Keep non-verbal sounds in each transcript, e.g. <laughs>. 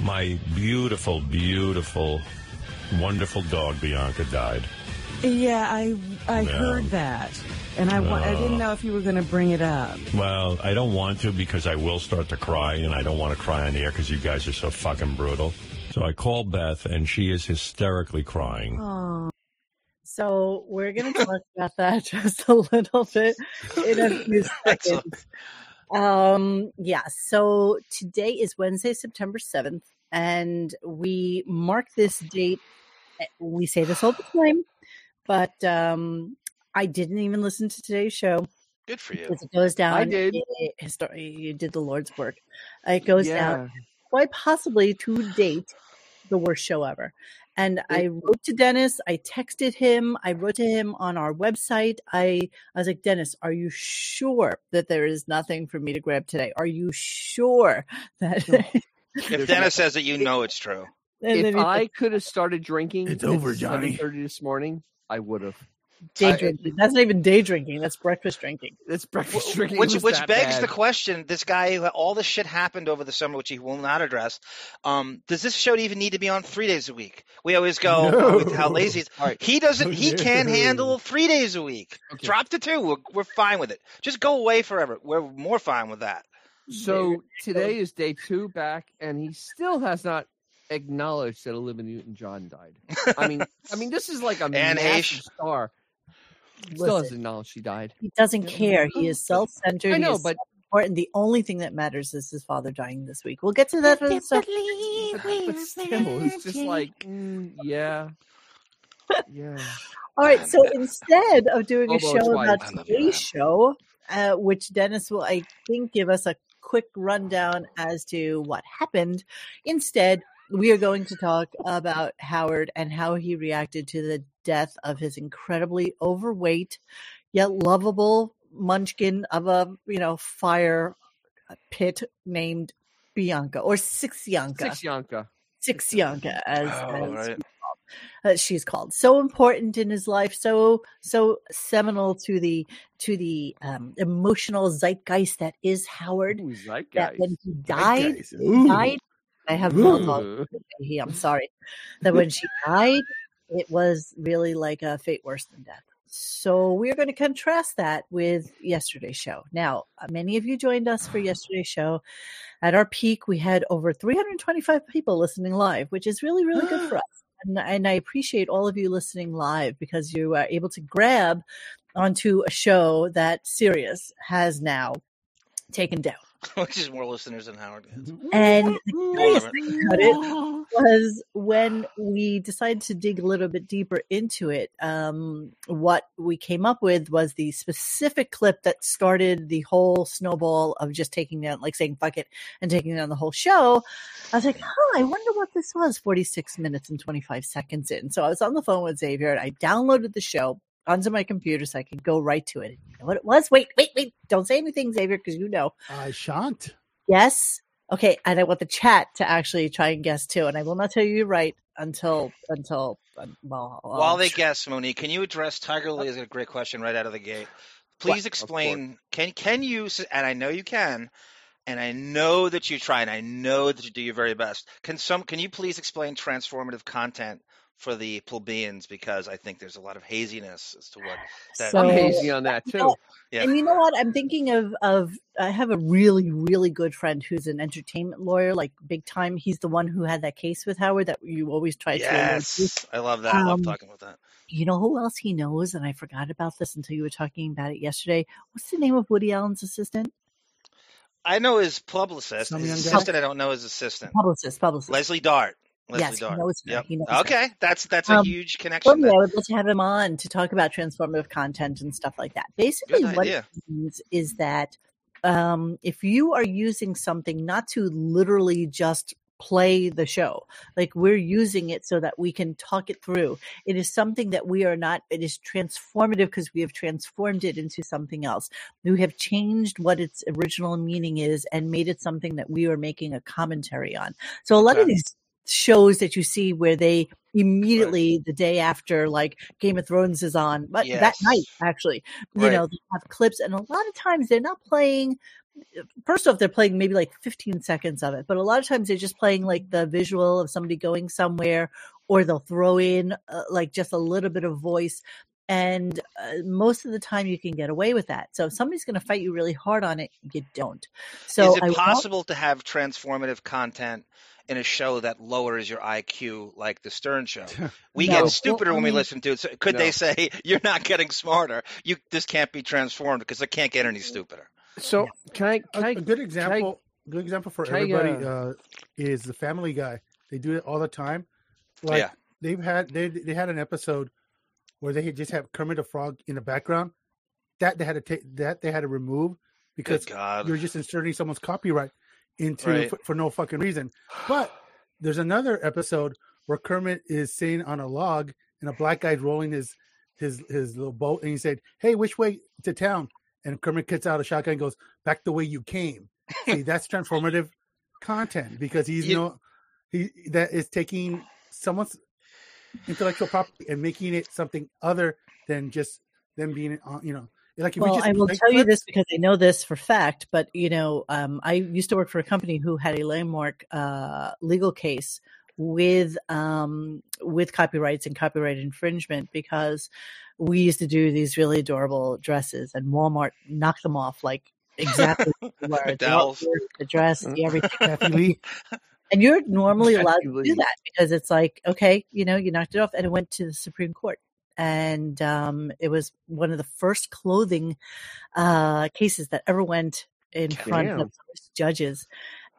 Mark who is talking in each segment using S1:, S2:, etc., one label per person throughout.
S1: my beautiful, beautiful, wonderful dog Bianca died.
S2: Yeah, I I
S1: Yeah.
S2: heard that, and I wa- I didn't know if you were going to bring it up.
S1: Well, I don't want to because I will start to cry, and I don't want to cry on the air because you guys are so fucking brutal. So I call Beth, and she is hysterically crying.
S2: Oh,
S3: So we're going to talk about that <laughs> just a little bit in a few
S4: That's all.
S3: seconds. Um, yeah. So today is Wednesday, September 7th, and we mark this date. eh, We say this all the time, but um, I didn't even listen to today's show
S4: Good for you.
S3: because it goes down.
S4: did.
S3: It, histor- you did the Lord's work. It goes down
S4: yeah.
S3: quite possibly to date the worst show ever. And I wrote to Dennis, I texted him, I wrote to him on our website. I, I was like, Dennis, are you sure that there is nothing for me to grab today? Are you sure <laughs> that
S4: If Dennis says it, you know it's true.
S3: And then
S5: If
S3: he
S5: I could have started drinking,
S6: It's over, Johnny.
S5: Thirty this morning, I would have.
S3: day
S5: I-
S3: drinking. That's not even day drinking, that's breakfast drinking.
S5: It's breakfast drinking.
S4: which
S5: was
S4: which
S5: that
S4: begs the
S5: bad.
S4: question: This guy, who- all this shit happened over the summer, which he will not address. Um, does this show even need to be on three days a week? We always go
S6: No.
S4: with how lazy it's
S5: All right.
S4: He doesn't. He can't
S6: No.
S4: handle three days a week.
S5: Okay.
S4: Drop to two. We're, we're fine with it. Just go away forever. We're more fine with that.
S5: So today is day two back, and he still has not acknowledged that Olivia Newton-John died. I mean, I mean, this
S3: <laughs>
S5: is like a massive
S4: Heche.
S5: star. Still
S3: Listen,
S5: hasn't acknowledged she died.
S3: he doesn't care. He is self centered.
S5: I know, but
S3: important. The only thing that matters is his father dying this week. We'll get to that other stuff.
S5: but still, it's just like, mm, yeah,
S3: <laughs>
S5: yeah.
S3: All right, so instead of doing a
S5: Bobo, it's
S3: show
S5: white.
S3: about
S4: I love you, man.
S3: today's show, uh, which Dennis will, I think, give us a quick rundown as to what happened, instead, we are going to talk about Howard and how he reacted to the death of his incredibly overweight yet lovable munchkin of a you know fire pit named Bianca or Six Bianca,
S5: Six Yanka.
S3: Six Bianca as, as
S4: Oh, right.
S3: uh, she's called so important in his life so so seminal to the to the um, emotional zeitgeist that is howard
S5: Ooh,
S3: that
S5: zeitgeist.
S3: when he died
S6: Guys, ooh.
S3: died i have no
S5: Ooh.
S3: he i'm sorry that when she died it was really like a fate worse than death so we're going to contrast that with yesterday's show now uh, many of you joined us for yesterday's show at our peak we had over 325 people listening live which is really really good for us and, and I appreciate all of you listening live because you are able to grab onto a show that Sirius has now taken down.
S4: <laughs> Which is more listeners than Howard. has.
S3: And the curious
S4: Love
S3: thing about it was when we decided to dig a little bit deeper into it, um, what we came up with was the specific clip that started the whole snowball of just taking down, like saying fuck it and taking down the whole show. I was like, huh, I wonder what this was 46 minutes and 25 seconds in. So I was on the phone with Xavier and I downloaded the show onto my computer so I could go right to it. You know what it was? Wait, wait, wait. Don't say anything, Xavier, because you know.
S6: I shan't.
S3: Yes. Okay, and I want the chat to actually try and guess too, and I will not tell you right until until um, well. I'll-
S4: While they guess, Monique, can you address Tiger Lily? Is a great question right out of the gate. Please explain. Can can you? s- And I know you can. And I know that you try, and I know that you do your very best. Can some? Can you please explain transformative content for the plebeians? Because I think there's a lot of haziness as to what. That,
S3: So-
S5: I'm hazy
S3: <laughs>
S5: on that too.
S4: Yeah.
S3: And you know what? I'm thinking of of I have a really really good friend who's an entertainment lawyer, like big time. He's the one who had that case with Howard that you always try to. avoid.
S4: yes, I love that. I love
S3: Um,
S4: talking about that.
S3: You know who else he knows? And I forgot about this until you were talking about it yesterday. What's the name of Woody Allen's assistant?
S4: I know his publicist.
S6: Some
S4: His
S6: young guy.
S4: assistant. I don't know his assistant.
S3: Publicist, publicist.
S4: Leslie Dart. Leslie
S3: yes,
S4: Dart.
S3: he knows her.
S4: Yep.
S3: He knows her.
S4: Okay, that's that's a
S3: Um,
S4: huge
S3: One
S4: connection.
S3: day I
S4: there.
S3: would love to have him on to talk about transformative content and stuff like that. Basically,
S4: Good
S3: what
S4: idea.
S3: it means is that um, if you are using something not to literally just play the show, like we're using it so that we can talk it through, it is something that we are not, it is transformative because we have transformed it into something else. We have changed what its original meaning is and made it something that we are making a commentary on. So a lot of
S4: Okay.
S3: these shows that you see where they immediately the day after like game of thrones is on but that
S4: Yes.
S3: night actually you
S4: Right.
S3: know they have clips and a lot of times they're not playing uh, first off, they're playing maybe like 15 seconds of it, but a lot of times they're just playing like the visual of somebody going somewhere, or they'll throw in uh, like just a little bit of voice. And uh, most of the time, you can get away with that. So if somebody's going to fight you really hard on it, you don't. So
S4: Is it
S3: I want-
S4: possible to have transformative content in a show that lowers your IQ like the Stern Show? We
S3: No. Well,
S4: get stupider
S3: I
S4: when we
S3: mean-
S4: listen to it. So could
S6: No.
S4: they say <laughs> you're not getting smarter? You this can't be transformed because it can't get any stupider.
S5: So can I?
S6: A,
S5: Can I
S6: a good example, good example for
S5: can I,
S6: everybody
S5: uh,
S6: uh, is the Family Guy. They do it all the time. Like
S4: Yeah.
S6: they've had they they had an episode where they had just have Kermit the Frog in the background. That they had to take that they had to remove because
S4: Good God.
S6: you're just inserting someone's copyright into
S4: Uh, Right.
S6: for, for no fucking reason. But there's another episode where Kermit is sitting on a log and a black guy's rolling his his his little boat and he said, "Hey, which way to town?" And Kermit gets out a shotgun and goes, "Back the way
S4: <laughs>
S6: you came." See, that's transformative content because he's
S4: You-
S6: no he that is taking someone's intellectual property and making it something other than just them being on you know like if we
S3: well,
S6: just
S3: I will
S6: play
S3: tell you
S6: clips-
S3: this because I know this for fact. But you know, um, I used to work for a company who had a landmark uh, legal case with um, with copyrights and copyright infringement because we used to do these really adorable dresses, and Walmart knocked them off like exactly what they
S6: <laughs>
S3: were. They all
S4: Dolls.
S3: were the dress, the everything.
S6: Kathy Lee.
S3: And you're normally allowed to
S5: Exactly.
S3: do that because it's like, okay, you know, you knocked it off and it went to the Supreme Court. And um, it was one of the first clothing uh, cases that ever went in front
S5: Damn.
S3: of those judges.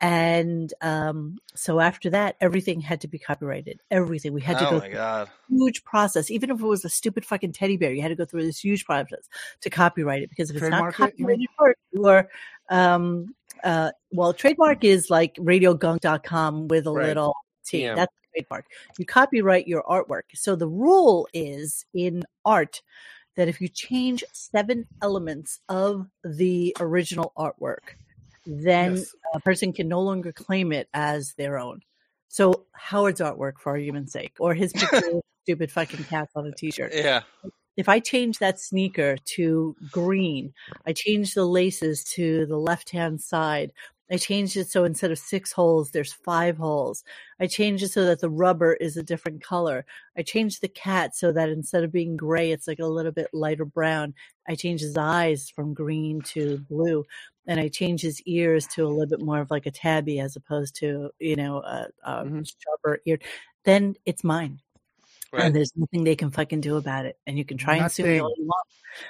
S3: And um, so after that, everything had to be copyrighted. Everything. We had to
S4: oh
S3: go
S4: my God.
S3: huge process, even if it was a stupid fucking teddy bear. You had to go through this huge process to copyright it because if it's not
S6: Trademark it, you mean?
S3: copyrighted work, you are, um, uh, well, trademark is like radiogunk.com with a
S5: Right.
S3: little t.
S5: Yeah.
S3: That's the trademark. You copyright your artwork. So the rule is in art that if you change seven elements of the original artwork, then
S6: Yes.
S3: a person can no longer claim it as their own. So Howard's artwork, for argument's sake, or his picture of a stupid fucking cat on a t-shirt.
S4: Yeah.
S3: If I change that sneaker to green, I change the laces to the left-hand side. I changed it so instead of six holes, there's five holes. I changed it so that the rubber is a different color. I changed the cat so that instead of being gray, it's like a little bit lighter brown. I changed his eyes from green to blue and I change his ears to a little bit more of like a tabby as opposed to you know a, a
S5: Mhm.
S3: sharper ear, then it's mine,
S4: Right.
S3: and there's nothing they can fucking do about it. And you can try and sue me
S6: Nothing.
S3: all you want,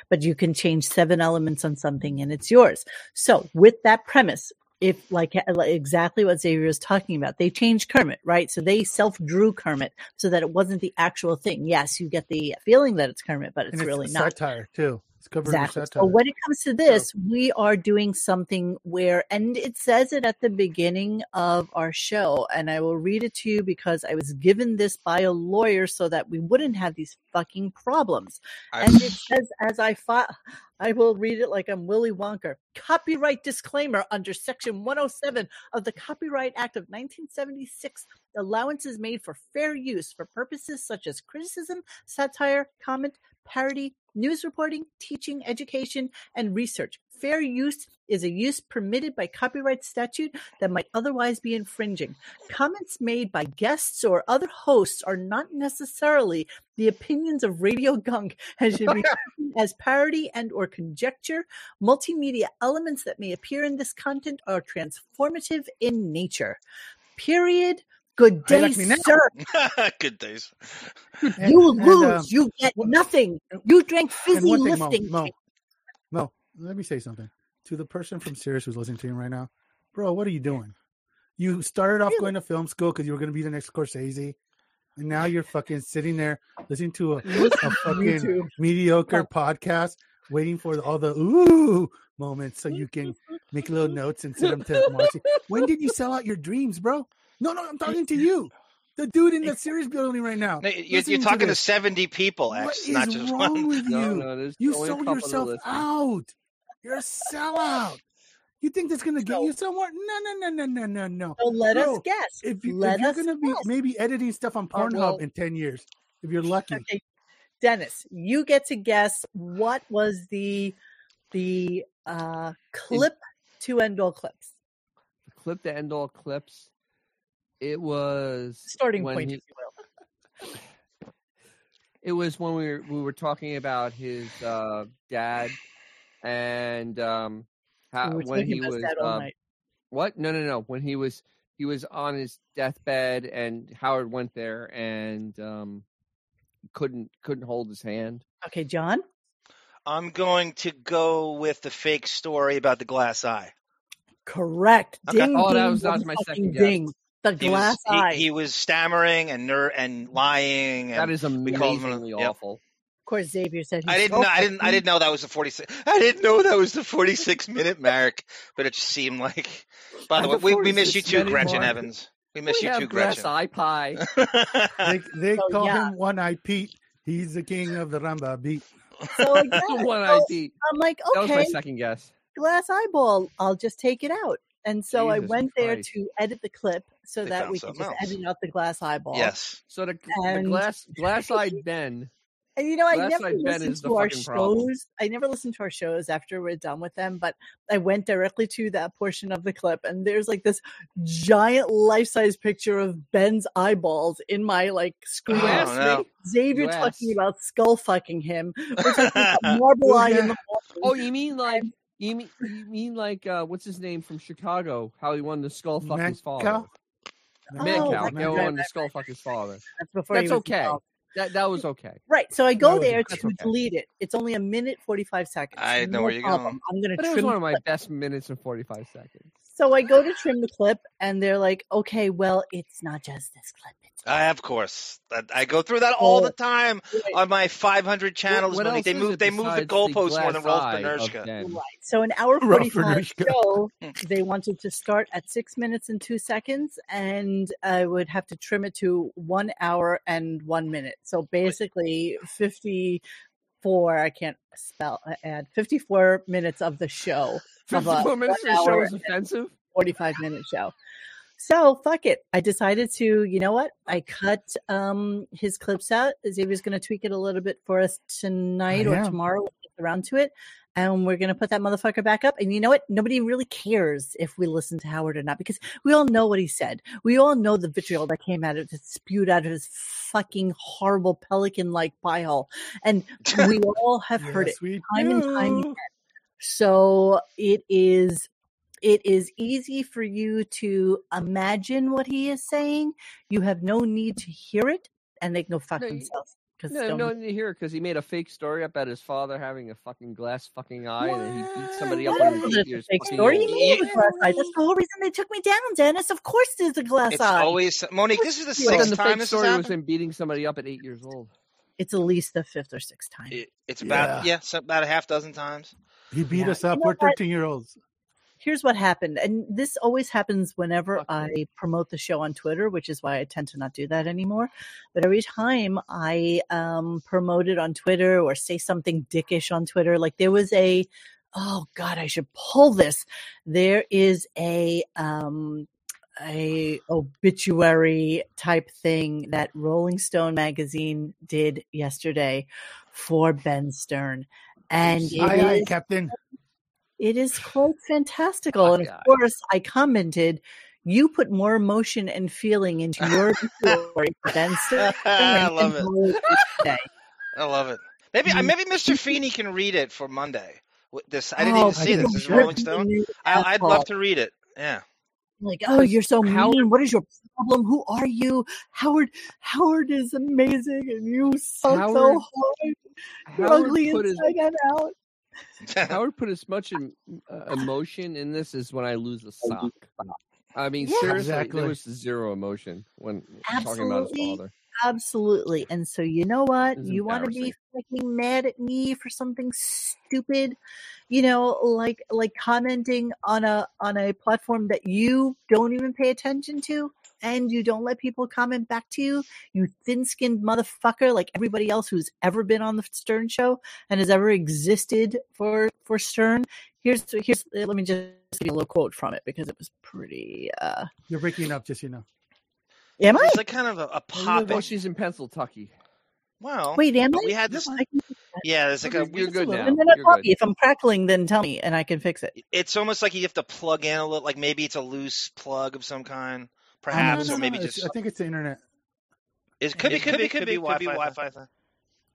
S3: but you can change seven elements on something, and it's yours. So with that premise. If like like exactly what Xavier is talking about, they changed Kermit, right? So they self-drew Kermit so that it wasn't the actual thing. Yes, you get the feeling that it's Kermit, but it's,
S6: and it's
S3: really
S6: a
S3: not.
S6: satire too. It's covered
S3: Exactly.
S6: with satire.
S3: So when it comes to this, we are doing something where, and it says it at the beginning of our show, and I will read it to you because I was given this by a lawyer so that we wouldn't have these fucking problems. And
S4: I- <laughs>
S3: <laughs> it says, as I fought, I will read it like I'm Willy Wonka. Copyright disclaimer under Section 107 of the Copyright Act of 1976 allowances made for fair use for purposes such as criticism, satire, comment, parody, news reporting, teaching, education, and research. Fair use is a use permitted by copyright statute that might otherwise be infringing. Comments made by guests or other hosts are not necessarily the opinions of Radio Gunk and should
S6: <laughs>
S3: be taken as parody and or conjecture. Multimedia elements that may appear in this content are transformative in nature. Period. Good
S6: How you
S3: day,
S6: like me now?
S3: sir.
S4: Good days.
S6: And-
S3: You
S6: and,
S3: lose.
S6: uh,
S3: you get
S6: what-
S3: nothing. You drank
S6: and
S3: fizzy
S6: one thing,
S3: lifting.
S6: Mo,
S3: tea.
S6: Mo, Mo, let me say something to the person from Sirius who's listening to you right now, bro. What are you doing? You started off
S3: Really?
S6: going to film school because you were going to be the next Scorsese, and now you're fucking sitting there listening to a, a fucking mediocre podcast, waiting for all the ooh moments so you can
S5: <laughs>
S6: make little notes and send them to Marcy. When did you sell out your dreams, bro? No, no, I'm talking to you, the dude in the Sirius building right now.
S4: No, you're,
S6: Listening
S4: you're
S6: to
S4: talking to,
S6: this.
S4: 70 people,
S6: What
S4: X,
S6: is
S4: not
S5: <laughs>
S4: just
S6: wrong
S4: one.
S6: with you?
S5: No, no, there's
S6: You
S5: only a
S6: sold
S5: couple that
S6: yourself
S5: listen.
S6: out. You're a sellout. You think that's gonna get you somewhere? No, no, no, no, no, no, no.
S3: So let us
S6: Bro,
S3: guess.
S6: If, you,
S3: let
S6: if you're
S3: us
S6: gonna be
S3: guess.
S6: maybe editing stuff on
S5: Uh,
S6: Pornhub
S5: well-
S6: in ten years, if you're
S4: Hmm.
S6: lucky,
S3: Okay, Dennis, you get to guess what was the the uh, clip two end all clips.
S5: The clip to end all clips. It was
S3: Starting
S5: when
S3: point,
S5: he-
S3: if you will.
S5: It was when we were we were talking about his uh, dad and um, how
S3: we were
S5: when
S3: talking
S5: he
S3: about
S5: was
S3: that all
S5: um,
S3: night.
S5: what? No, no, no. When he was he was on his deathbed and Howard went there and um, couldn't couldn't hold his hand.
S3: Okay, John.
S4: <laughs> I'm going to go with the fake story about the glass eye.
S3: Correct.
S4: Okay.
S3: Ding.
S5: Oh, that
S3: ding,
S5: was- that was my
S3: motherfucking
S5: second guess.
S3: ding. The
S4: He
S3: glass
S4: was, he-
S3: eye.
S4: He, was stammering and ner- and lying. And
S5: that is
S4: called him-
S5: amazingly
S4: yep.
S5: awful.
S3: of course, Xavier said. He
S4: I didn't
S3: stole
S4: know. I
S3: it.
S4: didn't. I didn't know that was the forty six. I didn't know that was the forty six minute mark. But it just seemed like. By the way,
S5: That's a
S4: we, we miss you
S5: 46
S4: too,
S5: minute
S4: Gretchen
S5: mark.
S4: Evans. We miss
S5: we
S4: you
S5: have
S4: too,
S5: glass
S4: Gretchen.
S3: <laughs>
S5: eye pie. <laughs>
S6: They, they
S3: So,
S6: call
S3: yeah.
S6: him One Eye Pete. He's the king of the Ramba beat.
S4: <laughs>
S3: So again,
S5: One
S3: so
S5: ID.
S3: I'm like,
S5: That was my
S3: Oh, okay,
S5: second guess.
S3: glass eyeball. I'll just take it out. And so I
S5: Jesus
S3: went there
S5: Christ.
S3: to edit the clip so
S4: They
S3: that
S4: found
S3: we could
S4: something
S3: just
S4: else.
S3: edit out the glass eyeball.
S4: <laughs> yes.
S5: So the, the
S3: And-
S5: glass
S3: <laughs>
S5: glass eyed Ben.
S3: And you know, I
S5: Glass
S3: never
S5: Eyed Ben
S3: listen
S5: is the
S3: to our
S5: fucking
S3: shows.
S5: problem.
S3: I never listen to our shows after we're done with them, but I went directly to that portion of the clip, and there's like this giant life size picture of Ben's eyeballs in my like screen.
S5: You asked
S4: no.
S5: me.
S3: Xavier
S5: you
S3: talking
S5: asked.
S3: about skull fucking him. We're
S5: <laughs>
S3: talking about marble
S6: Oh,
S3: eye in
S6: yeah.
S3: the wall.
S5: Oh, you mean like you mean you mean like uh, what's his name from Chicago? How he won the skull fuck his
S6: Mancow?
S5: father.
S3: Oh,
S5: Mancow.
S3: right,
S5: How he
S3: right,
S5: won the skull fuck his father.
S3: That's before he
S5: That's
S3: was
S5: okay.
S3: involved.
S5: That that was okay.
S3: Right. So I go
S6: was-
S3: there to
S5: that's okay.
S3: delete it. It's only a minute forty five seconds.
S4: I know
S3: No
S4: where you're
S3: problem. I'm gonna
S5: But it was
S3: trim
S5: one of
S3: the
S5: my
S3: clip.
S5: best minutes and forty five seconds.
S3: So I go to trim the clip, and they're like, "Okay, well, it's not just this clip. It's
S4: I of course. That- I go through that all the time
S3: Right.
S4: on my 500 channels.
S5: what
S4: Monique.
S5: else
S4: they
S5: is
S4: move.
S5: it
S4: They move the
S5: besides the
S4: goalposts more than
S5: glass
S4: Rolf
S5: eye of
S4: Benershka.
S5: Ben? <laughs>
S3: Right. So an hour
S6: Rough
S3: 45
S6: Anushka.
S3: show, they wanted to start at six minutes and two seconds, and I would have to trim it to one hour and one minute. So basically, 54, I can't spell, uh, add 54 minutes of the show, Of a
S5: 54 minutes of
S3: one
S5: the show
S3: hour
S5: is offensive.
S3: 45 minute show. So fuck it. I decided to, you know what? I cut um his clips out. Xavier's gonna tweak it a little bit for us tonight
S6: I
S3: or
S6: am.
S3: tomorrow when we get around to it. And we're gonna put that motherfucker back up. And you know what? Nobody really cares if we listen to Howard or not because we all know what he said. We all know the vitriol that came out of that spewed out of his fucking horrible pelican like pie hole. And we all have heard it.
S6: Yes, we
S3: time and time
S6: do.
S3: So it is it is easy for you to imagine what he is saying. You have no need to hear it, and they can go fuck
S5: No, you-
S3: themselves. 'cause
S5: No,
S3: don't-
S5: no one to hear because he made a fake story up about his father having a fucking glass fucking eye and he beat somebody
S3: I
S5: up
S3: don't
S5: when he
S3: know
S5: was
S3: that it's Oh, a
S5: eight years
S3: fake
S5: fucking
S3: story.
S5: old.
S3: You knew it was glass eye. That's the whole reason they took me down, Dennis. Of course, there's a glass
S4: <laughs> It's
S3: eye.
S4: always Monique. This is the
S5: But then
S4: sixth
S5: the
S4: time
S5: fake
S4: this has
S5: story was
S4: happened.
S5: him beating somebody up at eight years old.
S3: It's at least the fifth or sixth time.
S4: It- It's about yeah,
S6: Yeah.
S4: it's about a half dozen times. <laughs>
S6: He beat
S3: Yeah.
S6: us up.
S3: You know
S6: We're
S3: what?
S6: 13 year olds.
S3: here's what happened and this always happens whenever
S5: Fuck
S3: i
S5: yeah.
S3: promote the show on twitter which is why i tend to not do that anymore but every time i um, promote it on twitter or say something dickish on twitter like there was a oh god i should pull this there is a um a obituary type thing that rolling stone magazine did yesterday for ben stern and it
S6: Aye, aye,
S3: is-
S6: Captain.
S3: it is quite fantastical.
S5: Fuck
S3: And of
S5: yeah.
S3: course, I commented, you put more emotion and feeling into your story
S5: <laughs>
S3: than Sarah
S4: I
S3: Palin
S4: love
S3: and
S4: it.
S3: Hillary did today.
S4: I love it. Maybe I
S3: Mm.
S4: maybe Mr. Feeney can read it for Monday. Wh- This I didn't
S3: Oh,
S4: even see
S6: I think
S4: this.
S6: he
S4: This is
S6: should.
S4: Rolling Stone.
S3: You
S4: I, I'd love
S3: asshole.
S4: to read it. Yeah. <laughs>
S3: Like, oh,
S5: Because
S3: you're so
S5: Howard-
S3: mean. What is your problem? Who are you? Howard Howard is amazing and you suck so
S5: Howard-
S3: hard. You're
S5: Howard
S3: ugly
S5: put his
S3: inside and out.
S5: Howard put as much em- uh, emotion in this as when I lose a sock. I mean,
S3: Yeah.
S5: seriously,
S6: Exactly.
S5: there was zero emotion when talking about his
S3: Absolutely.
S5: father.
S3: Absolutely. And so you know what?
S5: It's
S3: You want to be
S5: embarrassing.
S3: fucking mad at me for something stupid, you know, like like commenting on a on a platform that you don't even pay attention to and you don't let people comment back to you, you thin-skinned motherfucker like everybody else who's ever been on the Stern show and has ever existed for for Stern. Here's here's uh, let me just give you a little quote from it because it was pretty uh
S6: You're breaking up, just so you know.
S3: Am I?
S4: It's like kind of a, a
S5: Well,
S4: popping.
S5: she's in Pennsylvania.
S4: Well,
S3: Wait, am
S4: but
S3: I?
S4: we had this.
S3: No, I can-
S4: Yeah, there's like a
S5: You're
S4: we,
S5: good now.
S3: and then I'll
S5: You're
S3: tell
S5: good.
S3: you. If I'm crackling, then tell me, and I can fix it.
S4: it's almost like you have to plug in a little. Like maybe it's a loose plug of some kind, perhaps,
S6: no,
S4: or
S6: no,
S4: maybe
S6: no, it's-
S4: just
S6: I think it's the internet.
S4: it could be, could be, could be, Wi-Fi.
S7: Wi-Fi. thing.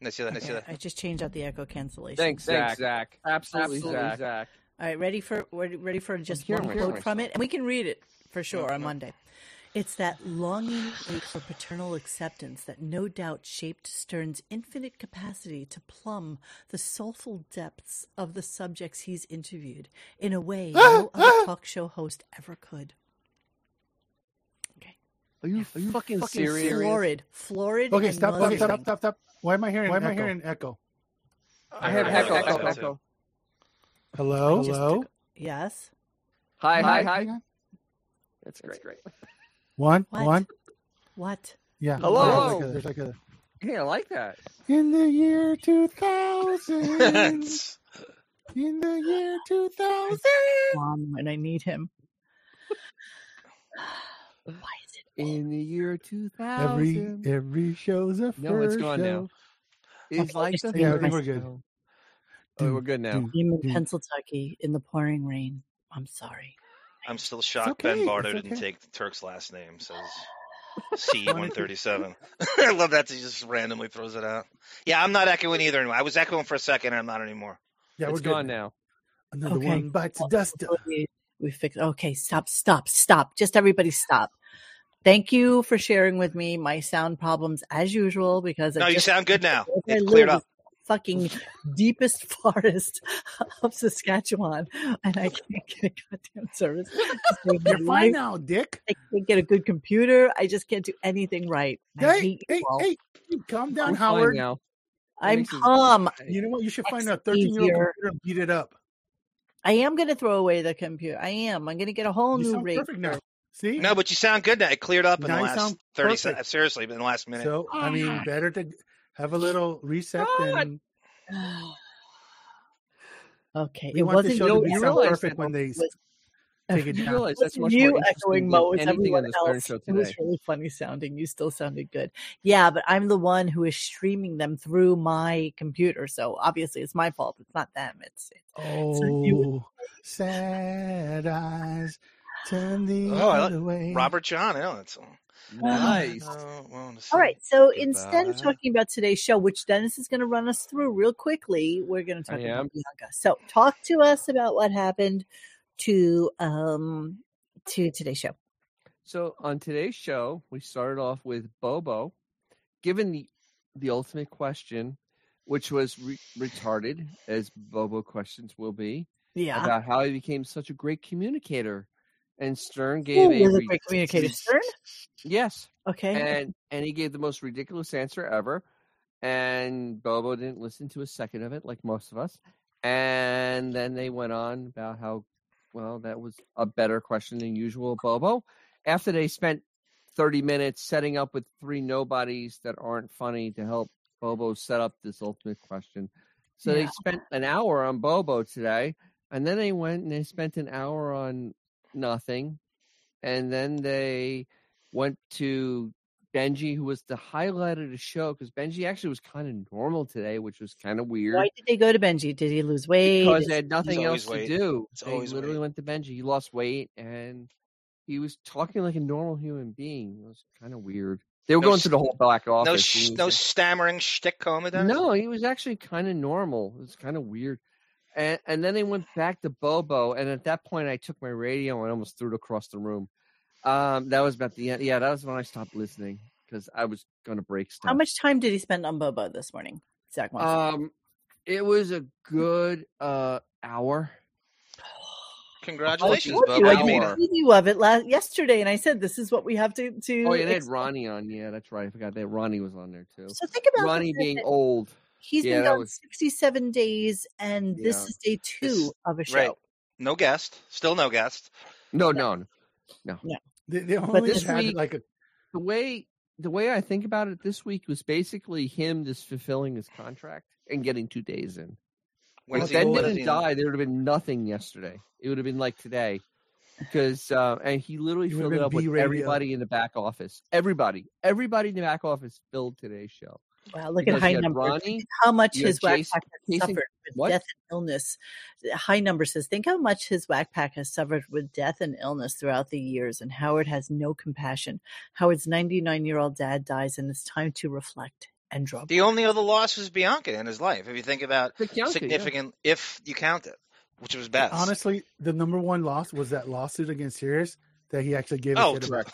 S4: No, see that, no, see
S3: Okay,
S4: that.
S3: I just changed out the echo cancellation.
S5: Thanks, Zach.
S7: Thanks, Zach.
S5: Absolutely,
S7: Absolutely,
S5: Zach.
S3: All right, ready for ready ready for just
S5: hearing
S3: one
S5: myself.
S3: quote from it, and we can read it for sure on Monday. It's that longing ache for paternal acceptance that no doubt shaped Stern's infinite capacity to plumb the soulful depths of the subjects he's interviewed in a way no other talk show host ever could.
S5: Are you, are you fucking, serious?
S3: Florid, florid.
S6: Okay,
S3: and
S6: stop, okay, stop,
S3: mothering.
S6: stop, stop. Why am I hearing? Why am I
S5: echo?
S6: hearing echo?
S5: I have
S4: heard
S5: echo,
S4: echo,
S5: echo,
S4: echo,
S5: echo.
S6: Hello,
S3: Just-
S6: hello.
S3: Yes.
S5: Hi, hi,
S6: Hang
S5: hi.
S6: on.
S5: That's great.
S6: One,
S3: What?
S6: one.
S3: What?
S6: Yeah.
S5: Hello.
S6: There's like a- there's like a-
S5: Hey, I like that.
S6: in the year
S4: <laughs>
S6: two thousand.
S3: <laughs>
S6: in the year two thousand.
S3: Mom, and I need him. Why is it?
S5: In the year 2000.
S6: Every every show's a first
S5: no, it's gone
S6: show.
S5: now. It's
S3: Okay,
S5: like the
S3: just
S6: Yeah, I
S5: first
S6: think we're good.
S5: show. Oh, we're good now.
S3: I'm in
S6: Dude.
S3: Pennsylvania in the pouring rain. I'm sorry.
S4: I'm still shocked
S6: okay,
S4: Ben Bardo
S6: it's
S4: didn't
S6: okay.
S4: take Turk's last name. Says C137. <laughs> I love that he just randomly throws it out. Yeah, I'm not echoing either anymore. I was echoing for a second, and I'm not anymore.
S6: Yeah,
S5: it's
S6: we're good.
S5: gone now.
S6: Another
S3: Okay.
S6: one bites the dust.
S3: We, we fixed. Okay, stop, stop, stop. Just everybody stop. Thank you for sharing with me my sound problems as usual because I
S4: No, you
S3: just-
S4: sound
S3: <laughs>
S4: good now.
S3: Where I
S4: It's cleared
S3: live
S4: up.
S3: is the Fucking deepest <laughs> forest of Saskatchewan, and I can't get a goddamn service.
S6: You're
S3: My
S6: fine
S3: life-
S6: now, Dick.
S3: I can't get a good computer. I just can't do anything right. I
S6: Hey,
S3: hate
S6: hey,
S3: you all.
S6: hey, you calm
S5: We're
S6: down,
S5: fine
S6: Howard.
S5: now.
S3: I'm
S5: Thanks is- <laughs>
S3: calm.
S6: You know what? You should find a
S3: That's
S6: 13 year old
S3: easier.
S6: computer and beat it up.
S3: I am going to throw away the computer. I am. I'm going to get a whole
S6: You
S3: new
S6: sound
S3: rig.
S6: perfect now. See?
S4: No, but you sound good now. It cleared up in
S6: Now
S4: the
S6: you
S4: last
S6: sound
S4: 30
S6: perfect.
S4: seconds. Seriously, in the last minute.
S6: So,
S3: Oh,
S6: I mean, better to have a little reset than
S3: <sighs> okay,
S6: we
S3: it
S6: want the
S3: wasn't
S6: show
S5: you
S6: to
S5: know,
S6: be
S5: you
S6: sound
S5: realize
S6: perfect
S5: that
S6: when they s-
S3: was- <laughs>
S6: take it
S5: You
S6: down.
S5: realize that's
S3: Wasn't
S5: much
S3: you
S5: more
S3: echoing
S5: interesting
S3: Mo
S5: than
S3: as
S5: anything on
S3: everyone
S5: the Stern
S3: else.
S5: Show
S3: It was
S5: today.
S3: really funny sounding. You still sounded good. Yeah, but I'm the one who is streaming them through my computer. So obviously it's my fault. It's not them. It's, it's you-
S6: Oh, sad eyes turn the
S4: Oh, I like-
S6: other way.
S4: <laughs> Robert John, Oh, I know that's
S5: Nice.
S4: Oh, well, let's
S3: all
S4: see.
S3: right. So
S4: Goodbye.
S3: instead of talking about today's show, which Dennis is going to run us through real quickly, we're going to
S5: I
S3: talk about
S5: am.
S3: Bianca. So talk to us about what happened to um to today's show.
S5: So on today's show, we started off with Bobo, given the the ultimate question, which was re- retarded, as Bobo questions will be,
S3: Yeah.
S5: about how he became such a great communicator. And Stern
S3: Who
S5: gave a,
S3: was a
S5: re-
S3: great communicator? Stern.
S5: yes,
S3: Okay.
S5: and and he gave the most ridiculous answer ever. And Bobo didn't listen to a second of it, like most of us. And then they went on about how, well, that was a better question than usual, Bobo. After they spent 30 minutes setting up with three nobodies that aren't funny to help Bobo set up this ultimate question. So they
S3: Yeah.
S5: spent an hour on Bobo today, and then they went and they spent an hour on nothing. And then they went to Benji, who was the highlight of the show because Benji actually was kind of normal today, which was kind of weird
S3: Why did they go to Benji? Did he lose weight?
S5: because
S3: Is-
S5: they had nothing
S4: always
S5: else
S4: weight.
S5: to do.
S4: It's
S5: They
S4: always
S5: literally
S4: weight.
S5: went to Benji. He lost weight and he was talking like a normal human being. It was kind of weird. They were
S4: No
S5: going
S4: s-
S5: through the whole back office.
S4: No,
S5: and
S4: sh-
S5: he was
S4: no
S5: like-
S4: stammering shtick coma then?
S5: no, he was actually kind of normal. It was kind of weird. And and then they went back to Bobo, and at that point, I took my radio and almost threw it across the room. Um, that was about the end. Yeah, that was when I stopped listening because I was going to break stuff.
S3: How much time did he spend on Bobo this morning? Zach wants to-
S5: Um, it was a good uh hour.
S4: Congratulations,
S5: Oh,
S3: told you,
S4: Bobo.
S5: I
S3: I
S4: You
S5: did
S4: made
S5: it.
S4: it.
S3: did you of it last yesterday, and I said this is what we have to to.
S5: Oh, yeah, they had
S3: ex-
S5: Ronnie on. Yeah, that's right. I forgot that Ronnie was on there too.
S3: So think about
S5: Ronnie
S3: the fact
S5: being
S3: that
S5: old.
S3: he's
S5: yeah,
S3: been
S5: that
S3: gone
S5: was-
S3: sixty-seven days, and this
S5: Yeah.
S3: is day two of a show.
S4: Right. No guest. Still no guest.
S5: No, no, no.
S6: They, they only
S3: this
S6: had
S5: week-
S6: like a
S5: The way the way I think about it this week was basically him just fulfilling his contract and getting two days in.
S4: When
S5: if
S4: is he-
S5: Ben
S4: when is
S5: didn't
S4: he-
S5: die, there would have been nothing yesterday. It would have been like today. Because uh, and he literally
S6: It would
S5: filled
S6: have
S5: it
S6: been
S5: up with
S6: B-radio.
S5: everybody in the back office. Everybody, everybody in the back office filled today's show.
S3: Wow, look
S5: Because
S3: at high
S5: you had
S3: numbers.
S5: Ronnie,
S3: Think how much
S5: you had
S3: his whack
S5: Jason-
S3: pack has
S5: Jason-
S3: suffered with
S5: what?
S3: death and illness. High numbers says, think how much his whack pack has suffered with death and illness throughout the years, and Howard has no compassion. Howard's 99 year old dad dies, and it's time to reflect and draw.
S4: The only other loss was Bianca in his life. If you think about
S5: Bianca, yeah.
S4: significant, if you count it, which was best. <laughs>
S6: Honestly, the number one loss was that lawsuit against Sirius that he actually gave a
S4: Oh,
S6: shit about.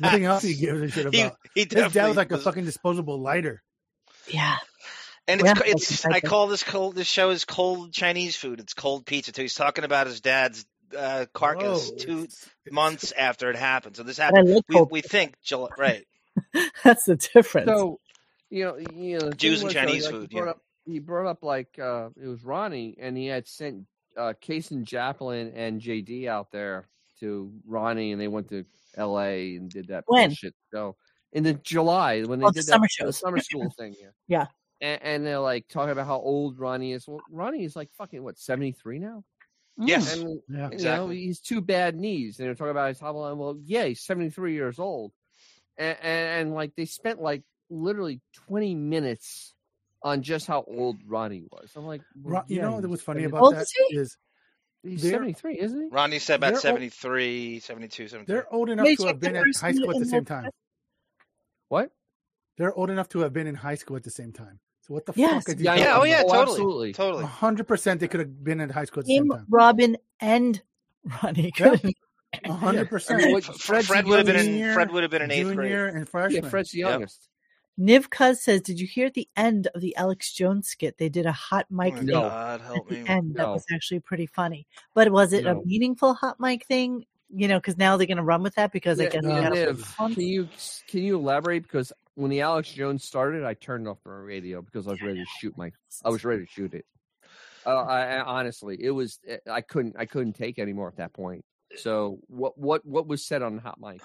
S6: Nothing
S4: <laughs>
S6: else he gives a shit about.
S4: He- he
S6: His dad
S4: definitely
S6: was like a fucking disposable lighter.
S3: Yeah.
S4: And it's,
S3: Yeah,
S4: it's
S3: I
S4: I
S3: think-
S4: call this cold. This show is cold Chinese food. It's cold pizza too. He's talking about his dad's uh, carcass
S6: Whoa,
S4: two
S6: it's-
S4: months after it happened. So this
S3: But I
S4: happened.
S3: like
S4: We,
S3: cold-
S4: we think July, right?
S3: <laughs> That's the difference.
S5: So, you know, you know, the thing
S4: Jews and
S5: was, though,
S4: Chinese
S5: like,
S4: food,
S5: He brought,
S4: yeah.
S5: up, he brought up like uh, it was Ronnie, and he had sent uh, Case and Joplin and JD out there to Ronnie, and they went to L.A. and did that
S3: When?
S5: bullshit. So in the July when they
S3: Oh, the
S5: did that,
S3: summer
S5: the
S3: shows. <laughs>
S5: summer school thing, yeah.
S3: Yeah.
S5: And, and they're like talking about how old Ronnie is. Well, Ronnie is like fucking what seventy three now.
S3: Mm.
S4: Yes.
S5: And
S6: Yeah.
S4: Exactly.
S5: you know, he's two bad knees. And they're talking about his hobble. and, Well, yeah, he's 73 years old. And, and, and like they spent like literally 20 minutes on just how old Ronnie was. I'm like, well,
S6: Ro- you
S5: yeah,
S6: know
S5: he's
S4: Mm-hmm.
S6: what was funny
S5: 70
S6: about
S3: old
S6: that
S3: is he?
S6: is
S5: He's
S6: they're-
S5: 73, isn't he?
S4: Ronnie said
S6: They're
S4: about
S6: all-
S4: 73, 72, 73.
S6: they're old enough
S3: Wait,
S6: to
S3: check
S6: have
S3: the
S6: been at
S3: person
S6: high school at
S3: in
S6: the same
S3: that-
S6: time.
S5: What?
S6: They're old enough to have been in high school at the same time. So what the
S3: Yes.
S6: fuck? Is
S5: I
S4: Yeah,
S5: know.
S4: oh, yeah, totally.
S5: absolutely.
S4: Totally.
S6: hundred percent. They could have been in high school at the
S3: Him,
S6: same time.
S3: Robin, and Ronnie. <laughs>
S6: Yeah.
S3: couldn't-
S6: hundred
S5: I mean,
S6: percent.
S5: what-
S4: F-
S6: Fred's
S4: Fred would have been in.
S6: junior,
S4: Fred would have been in eighth grade.
S6: Junior and freshman.
S5: Yeah, Fred's the
S4: Yep.
S5: youngest.
S3: Niv Cuz says, Did you hear at the end of the Alex Jones skit? They did a hot
S4: Oh,
S3: mic
S4: my
S5: No.
S3: thing
S4: God, help
S3: at the
S6: <laughs>
S4: me.
S3: end. That
S5: No.
S3: was actually pretty funny. But was it
S5: No.
S3: a meaningful hot mic thing? You know, because now they're going to run with that because I
S5: Yeah,
S3: guess
S6: no.
S3: they got
S5: Niv,
S3: a response.
S5: Can you can you elaborate? Because when the Alex Jones started, I turned off the radio because I was ready to shoot my I was ready to shoot it. Uh, I, I honestly, it was eh, I couldn't I couldn't take anymore at that point. So what what what was said on Hot Mic?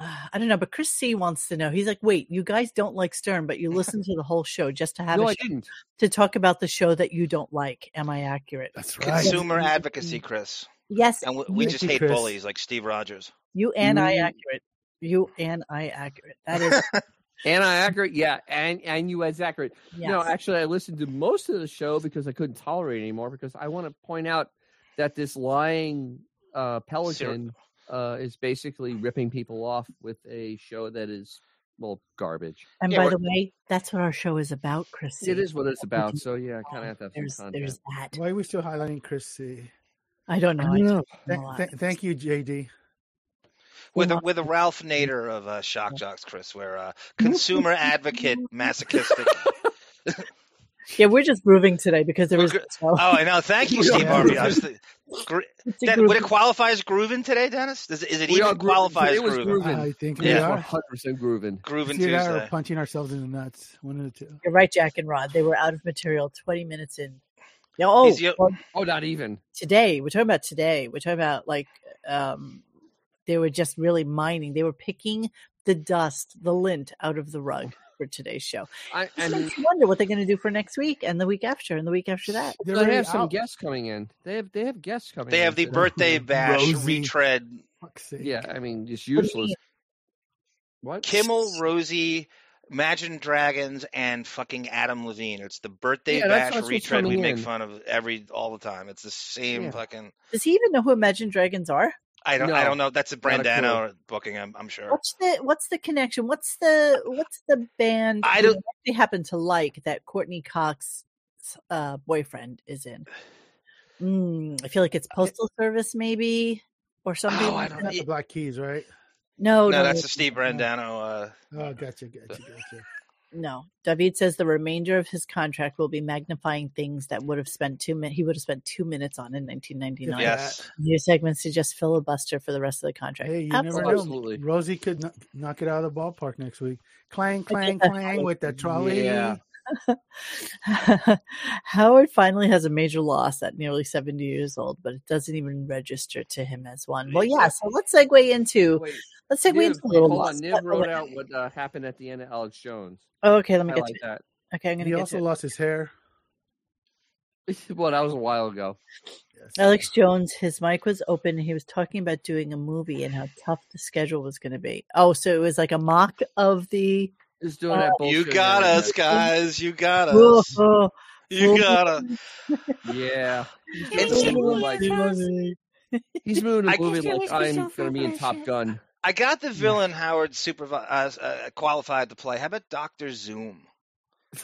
S3: Uh, <sighs> I don't know, but Chris C wants to know. He's like, wait, you guys don't like Stern, but you listen to the whole show just to have
S5: No,
S3: a
S5: I
S3: sh-
S5: didn't.
S3: to talk about the show that you don't like. Am I accurate?
S6: That's right.
S4: Consumer advocacy, Chris,
S3: Yes,
S4: and we, we
S6: Thank
S4: just
S6: you,
S4: hate
S6: Chris.
S4: bullies like Steve Rogers.
S3: you and I
S5: Mm.
S3: accurate. You and I accurate. That is
S5: And I accurate, yeah, and and you as accurate.
S3: yes.
S5: <laughs> No, actually, I listened to most of the show because I couldn't tolerate it anymore. Because I want to point out that this lying uh, pelican uh, is basically ripping people off with a show that is well garbage.
S3: and
S4: yeah,
S3: by
S4: we're-
S3: the way, that's what our show is about, Chris. C.
S5: It is what
S3: <laughs>
S5: it's about. So yeah, I kind of have to have
S3: There's,
S5: some content.
S3: there's that.
S6: Why are we still highlighting Chris C?
S3: I don't know. I
S5: don't
S3: just
S5: know.
S3: learn
S6: Th-
S3: a lot.
S6: th- thank you, JD.
S4: with a,
S3: Well,
S4: with a Ralph Nader of uh, shock jocks, Chris, where
S5: <laughs>
S4: uh, consumer advocate masochistic. Oh,
S3: Yeah, we're just grooving today because there
S4: We're
S3: was.
S4: gro-
S3: so-
S4: Oh, I know. Thank you, Steve
S6: Yeah.
S4: Harvey. I was th- gr-
S3: <laughs> it's a
S4: Dan,
S3: groove.
S4: would it qualify as grooving today, Dennis? Does, is it
S5: We are
S4: even
S5: grooving.
S4: qualify as
S5: Today was
S4: grooving?
S5: grooving. Groovin.
S6: I think
S4: Yeah.
S6: we
S5: One
S6: are.
S5: hundred percent grooving.
S4: Grooving
S6: See that or
S4: Tuesday.
S6: punching ourselves in the nuts. One of the two.
S3: You're right, Jack and Rod. They were out of material 20 minutes in. Yeah, oh,
S4: Is you-
S3: well,
S5: Oh, not even.
S3: today. We're talking about today. We're talking about like um, they were just really mining. They were picking the dust, the lint out of the rug for today's show. <laughs>
S5: I
S3: It
S5: and
S3: makes you wonder what they're going to do for next week and the week after and the week after that.
S6: They're
S5: they
S6: already
S5: have some
S6: out.
S5: guests coming in. They have they have guests coming.
S4: They
S5: in
S4: have the
S5: today.
S4: birthday bash
S6: Rosie.
S4: retread.
S6: Fuck's sake.
S5: Yeah, I mean it's useless. What?
S4: Kimmel, Rosie, Imagine Dragons, and fucking Adam Levine. It's the birthday
S5: Yeah, that's-
S4: bash
S5: that's what's
S4: retread we
S5: coming
S4: make
S5: in.
S4: fun of every all the time. It's the same
S5: Yeah.
S4: fucking.
S3: Does he even know who Imagine Dragons are?
S4: I don't. I
S5: No,
S4: don't know. That's a
S5: not a clue.
S4: Brandano booking. I'm, I'm sure.
S3: What's the what's the connection? What's the what's the band?
S4: I
S3: you know,
S4: don't-
S3: what they happen to like that Courtney Cox's uh, boyfriend is in. Mm, I feel like it's Postal Service, maybe, or something.
S4: Oh, I
S3: like
S4: don't-
S3: that.
S6: Not the Black Keys, right?
S3: No, no,
S4: no,
S3: no,
S4: that's a Steve Brandano. Uh,
S6: Oh, gotcha, gotcha, gotcha.
S3: No, David says the remainder of his contract will be magnifying things that would have spent two min- he would have spent two minutes on in
S5: Oh,
S3: 1999.
S6: Yeah.
S4: yes.
S3: New segments to just filibuster for the rest of the contract.
S6: Hey, you never know.
S5: Oh, Absolutely.
S6: Rosie could kn- knock it out of the ballpark next week. Clang, clang,
S3: that.
S6: clang with the trolley.
S5: Yeah.
S3: <laughs> Howard finally has a major loss at nearly 70 years old, but it doesn't even register to him as one. Well, yeah. So let's segue into
S5: Wait,
S3: let's segue
S5: Niv,
S3: into a little
S5: hold
S3: loss.
S5: on. Niv wrote out what uh, happened at the end of Alex Jones.
S3: Oh, okay, let
S5: I
S3: me get
S5: like
S3: to
S5: that. <laughs>
S3: it. Okay, I'm gonna
S6: He
S3: get
S6: also
S3: to it.
S6: lost his hair.
S5: well, that was a while ago.
S6: Yes.
S3: Alex Jones, his mic was open. And he was talking about doing a movie and how tough the schedule was going to be. Oh, so it was like a mock of the
S5: Just doing that
S4: You
S5: bullshit.
S4: got
S5: man.
S4: us, guys. You got
S3: Oh, <laughs>
S4: us.
S3: oh,
S4: You got us.
S5: <laughs> Yeah.
S4: It's-
S5: He's moving like, he's moving
S4: I-
S5: and
S7: Just
S5: moving like
S7: always be
S5: I'm going to be in Top
S7: self-compassionate.
S5: Gun.
S4: I got the villain Howard supervi- uh, uh, qualified to play. How about Doctor Zoom?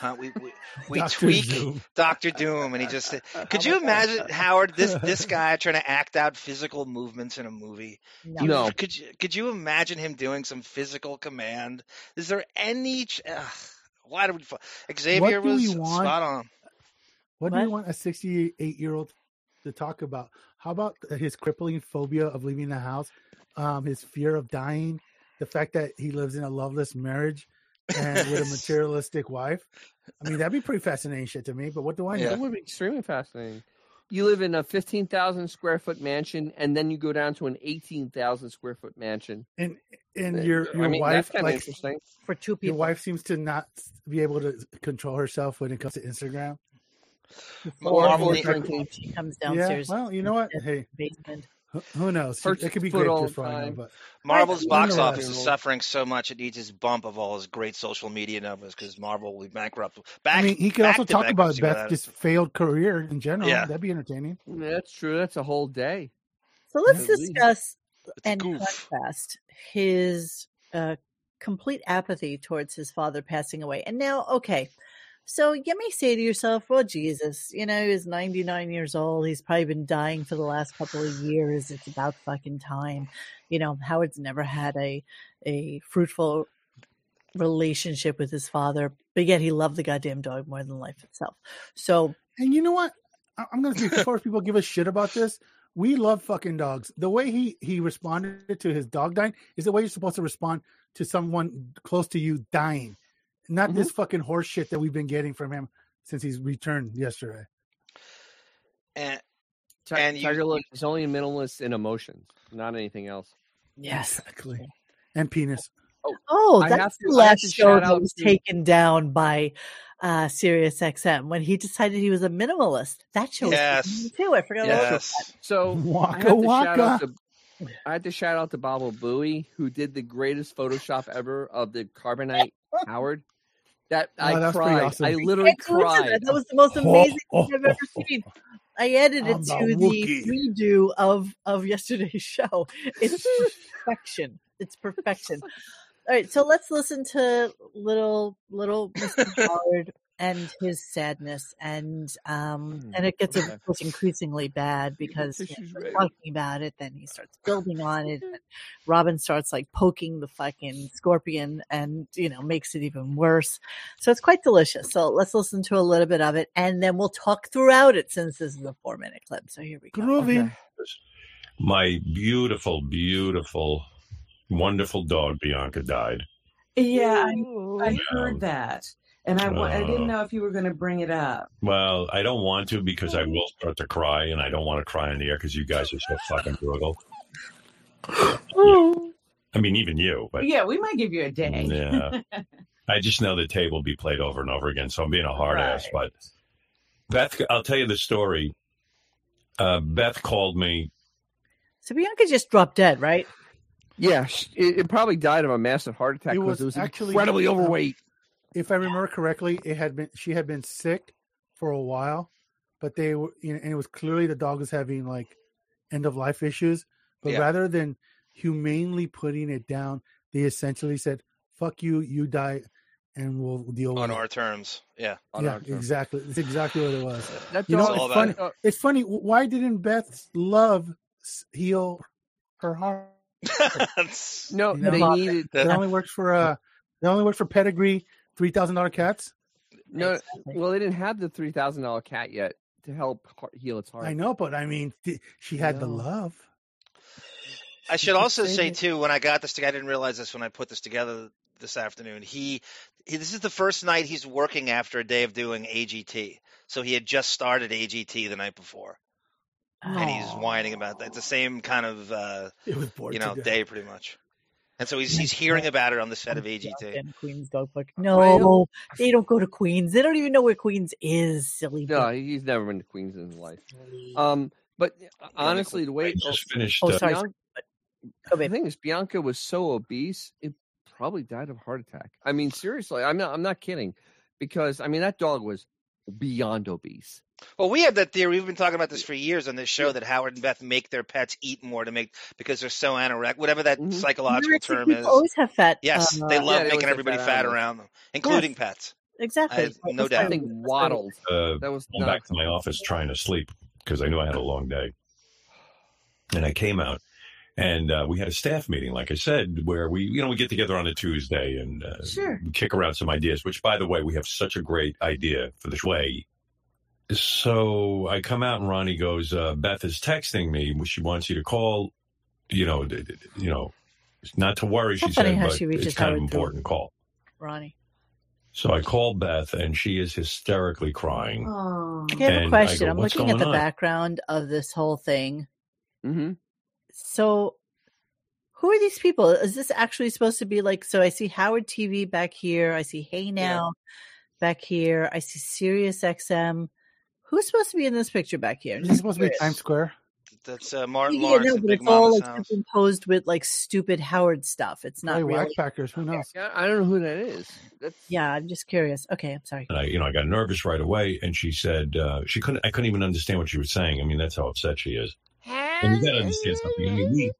S4: Huh, we
S5: <laughs>
S4: we, we
S6: Dr.
S4: tweak
S6: Zoom.
S4: Doctor Doom, and he just could you imagine Howard this
S5: <laughs>
S4: this guy trying to act out physical movements in a movie?
S3: no.
S5: No.
S4: Could you could you imagine him doing some physical command? Is there any? Ch- ugh, why did we? fu- Xavier
S6: do we
S4: was
S6: want?
S4: spot on.
S6: What, do you
S3: What?
S6: want a 68 year old to talk about? How about his crippling phobia of leaving the house, um, his fear of dying, the fact that he lives in a loveless marriage and
S5: <laughs>
S6: with a materialistic wife? I mean, that'd be pretty fascinating shit to me, but what do I know?
S5: That would be extremely fascinating. You live in a 15,000 square foot mansion, and then you go down to an 18,000 square foot mansion.
S6: And and your, your
S5: I mean,
S6: wife,
S5: that's kind of
S6: like,
S5: interesting.
S3: for two
S6: your
S3: people.
S6: wife seems to not be able to control herself when it comes to Instagram.
S5: Or,
S4: Marvel
S5: or
S4: Ne-
S5: drinking.
S3: She comes
S6: Yeah,
S3: downstairs
S6: well, you know what?
S3: Yeah.
S6: Hey,
S3: basement.
S6: who- who knows?
S5: Her
S6: It could be
S5: foot
S6: great
S5: all
S6: for
S5: the
S6: all I know,
S5: time.
S6: but
S4: Marvel's box
S6: nonetheless.
S4: office is suffering so much it needs his bump of all his great social media numbers because Marvel will be bankrupt. Back,
S6: I mean, he could
S4: back
S6: also
S4: to
S6: talk about
S4: bankruptcy
S6: Beth's
S4: without-
S6: just failed career in general.
S4: Yeah.
S6: That'd be entertaining.
S5: That's true. That's a whole day.
S3: So let's
S5: At least.
S3: discuss
S4: it's a
S3: and
S4: goof.
S3: contrast his uh, complete apathy towards his father passing away. And now, okay, so you may say to yourself, well, Jesus, you know, he's 99 years old. He's probably been dying for the last couple of years. It's about fucking time. You know, Howard's never had a, a fruitful relationship with his father, but yet he loved the goddamn dog more than life itself. So,
S6: And you know what? I- I'm gonna speak before people give a shit about this. We love fucking dogs. The way he he responded to his dog dying is the way you're supposed to respond to someone close to you dying, not this fucking horse shit that we've been getting from him since he's returned yesterday.
S4: And
S5: Ti-
S4: And you-
S5: Tiger Lily is only a minimalist in emotions, not anything else.
S3: yes.
S6: Exactly. And penis.
S3: Oh,
S5: I have
S3: that's
S5: to-
S3: the
S5: I have
S3: last
S5: to
S3: show
S5: shout
S3: that
S5: out
S3: was
S5: to-
S3: taken down by uh Sirius XM when he decided he was a minimalist. That show was
S4: Yes.
S3: taken down too. I forgot all about
S4: Yes.
S5: So I
S6: Waka
S5: had, to shout
S6: waka.
S5: out to, I had to shout out to Bobble Bowie, who did the greatest Photoshop ever of the Carbonite Howard. That
S6: Oh,
S5: I
S6: that was pretty
S5: cried.
S6: awesome.
S5: I literally
S3: that. Absolutely,
S5: cried.
S3: That was the most amazing
S5: Oh.
S3: thing
S1: Oh.
S3: I've ever seen. I added it
S6: I'm the
S3: to
S6: Wookiee.
S3: the redo of of yesterday's <laughs> show. It's perfection. It's perfection. All right, so let's listen to little little
S5: <laughs>
S3: Mr. Howard and his sadness, and um,
S5: Hmm,
S3: and it <laughs> gets
S5: okay.
S3: of course increasingly bad
S5: Get my
S3: because you know,
S5: tissues
S3: we're
S5: ready.
S3: talking about it, then he starts building on it. And Robin starts like poking the fucking scorpion, and you know makes it even worse. So it's quite delicious. So let's listen to a little bit of it, and then we'll talk throughout it since this is a four minute clip. So here we go.
S6: Groovy.
S5: Okay.
S1: My beautiful, beautiful, wonderful dog Bianca died.
S2: Yeah, I, I
S1: Um,
S2: heard that, and I, wa- I
S1: uh,
S2: didn't know if you were going to bring it up.
S1: Well, I don't want to because I will start to cry, and I don't want to cry in the air because you guys are so fucking brutal. I mean, even you, but
S2: yeah, we might give you a day.
S1: yeah. I just know the tape will be played over and over again, so I'm being a hard ass. But Beth, I'll tell you the story. Uh, Beth called me.
S3: So Bianca just dropped dead, right?
S5: Yeah, sh- it, it probably died of a massive heart attack
S6: It
S5: because
S6: was
S5: it was
S6: actually-
S5: incredibly overweight.
S6: if I remember correctly, it had been she had been sick for a while, but they were you know, and it was clearly the dog was having like end of life issues. But
S4: Yeah.
S6: rather than humanely putting it down, they essentially said, "Fuck you, you die, and we'll deal with
S4: on
S6: it."
S4: our terms. Yeah.
S5: on
S6: yeah,
S5: our term.
S6: exactly. That's exactly what it was.
S5: That
S6: You know,
S5: dog-
S6: it's
S4: all
S6: funny.
S4: about
S5: uh,
S6: It's funny. Why didn't Beth's love s- heal her heart?
S4: <laughs> That's-
S5: no,
S6: You know,
S5: they
S6: Bob,
S5: needed
S6: It
S4: Yeah.
S6: only works for uh, it only works for pedigree three thousand dollar cats.
S5: no.
S3: Exactly.
S5: Well, they didn't have the three thousand dollar cat yet to help heart, heal its heart.
S6: I know, but I mean, th- she had the
S5: No.
S6: love.
S4: I should
S6: could
S4: also
S6: save
S4: say
S6: it.
S4: too, when I got this, together, I didn't realize this when I put this together this afternoon. He, he, this is the first night he's working after a day of doing AGT. So he had just started AGT the night before, and he's
S3: Oh,
S4: whining about that. It's the same kind of uh,
S6: It was bored.
S4: you
S6: to
S4: know
S6: death.
S4: day pretty much. And so he's he's hearing about it on
S3: <laughs>
S4: the set of AGT.
S3: Goddamn Queens dog park.
S5: I
S3: No,
S5: don't-
S3: they don't go to Queens. They don't even know where Queens is. Silly.
S5: No,
S3: butt.
S5: he- he's never been to Queens in his life. Um, but honestly, the
S1: I
S5: way
S1: just finished.
S3: Oh,
S1: uh,
S3: sorry.
S5: Bian-
S3: Go, babe.
S5: the thing is, Bianca was so obese, it probably died of heart attack. I mean, seriously, I'm not, I'm not kidding, because I mean that dog was beyond obese.
S4: Well, we have that theory. We've been talking about this for years on this show that Howard and Beth make their pets eat more to make because they're so anorexic, whatever that
S5: Mhm.
S4: psychological
S3: Anorexic
S4: term
S3: people
S4: is.
S3: Always have fat.
S4: Yes,
S3: uh,
S4: they love
S5: they always
S4: making
S5: have
S4: everybody
S5: fat
S4: fat
S5: animals.
S4: around them, including pets.
S3: exactly.
S4: I- no
S3: That's
S4: doubt.
S5: I
S3: why-
S5: think
S3: that's why-
S5: waddled.
S1: Uh,
S5: That was
S1: went
S5: not
S1: back to my office trying to sleep because I knew I had a long day. And I came out, and uh, we had a staff meeting, like I said, where we you know we get together on a Tuesday and uh,
S3: Sure.
S1: kick around some ideas. Which, by the way, we have such a great idea for the Shway. So I come out, and Ronnie goes, uh, "Beth is texting me. She wants you to call. You know, d- d- d- you know, not to worry." She
S3: That's funny
S1: said,
S3: how
S1: "But
S3: she reaches
S1: it's kind of
S3: out to-
S1: important call."
S3: Ronnie.
S1: So I call Beth, and she is hysterically crying.
S2: Oh.
S3: I have
S1: And
S3: a
S1: I
S3: question.
S1: go,
S3: I'm
S1: "What's
S3: looking at
S1: going
S3: the
S1: on?"
S3: background of this whole thing.
S5: hmm
S3: So, who are these people? Is this actually supposed to be like? So, I see Howard TV back here. I see Hey Now back here. I see Sirius XM. Who's supposed to be in this picture back here?
S6: Is it supposed to be
S4: Yes.
S6: Times Square?
S4: That's uh, Martin
S3: Yeah,
S4: Lawrence
S3: no,
S4: and
S3: but
S4: Big
S3: it's all
S4: Mama's
S3: like
S4: house.
S3: superimposed with like stupid Howard stuff. It's not
S6: Probably
S3: really.
S6: Whackpackers. Who knows?
S5: I don't know who that is. That's <laughs>
S3: Yeah, I'm just curious. Okay, I'm sorry.
S1: and I, you know, I got nervous right away. And she said uh, she couldn't. I couldn't even understand what she was saying. I mean, that's how upset she is. And you got to understand something. I mean, we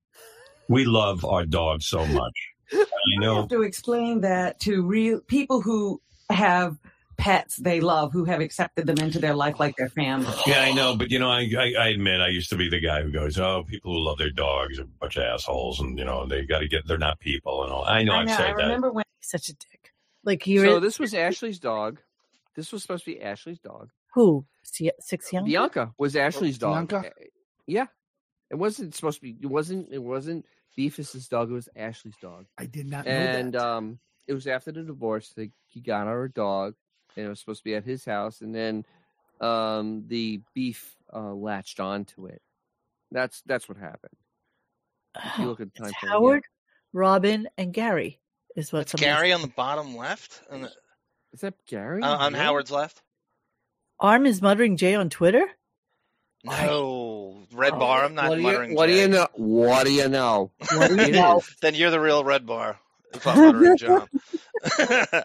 S1: we love our dog so much. I
S7: I
S1: know.
S7: have to explain that to real people who have pets they love who have accepted them into their life like their family.
S1: Yeah, I know. But you know, I, I I admit I used to be the guy who goes, "Oh, people who love their dogs are a bunch of assholes," and you know, they got to get. They're not people, and all. I know.
S7: I
S1: I've
S7: know. I
S1: said that.
S7: remember when
S3: He's such a dick. Like you're
S5: so. This was Ashley's dog. This was supposed to be Ashley's dog.
S3: who Si- six young.
S5: Bianca was
S3: Oh,
S5: Ashley's dog.
S6: Bianca?
S5: Uh, Yeah, it wasn't supposed to be. It wasn't. It wasn't Beefus's dog. It was Ashley's dog.
S6: I did not know
S5: and
S6: that.
S5: um, it was after the divorce that he got her a dog, and it was supposed to be at his house, and then um, the beef uh, latched onto it. That's that's what happened. If you look at the
S3: Oh,
S5: time
S3: It's
S5: frame, yeah.
S3: Howard, Robin, and Gary is what
S4: That's Gary on the bottom left, on, the,
S5: Is that Gary?
S4: uh, on
S5: Yeah.
S4: Howard's left.
S3: Arm is muttering Jay on Twitter.
S4: No, Red
S5: Oh,
S4: Bar. I'm not
S5: what do you-
S4: muttering.
S5: what do
S4: Jay.
S5: you know? What do you know?
S3: What do you
S5: It
S3: know?
S5: is.
S4: Then you're the real Red Bar. If
S5: <laughs>
S4: I'm muttering, John. <laughs>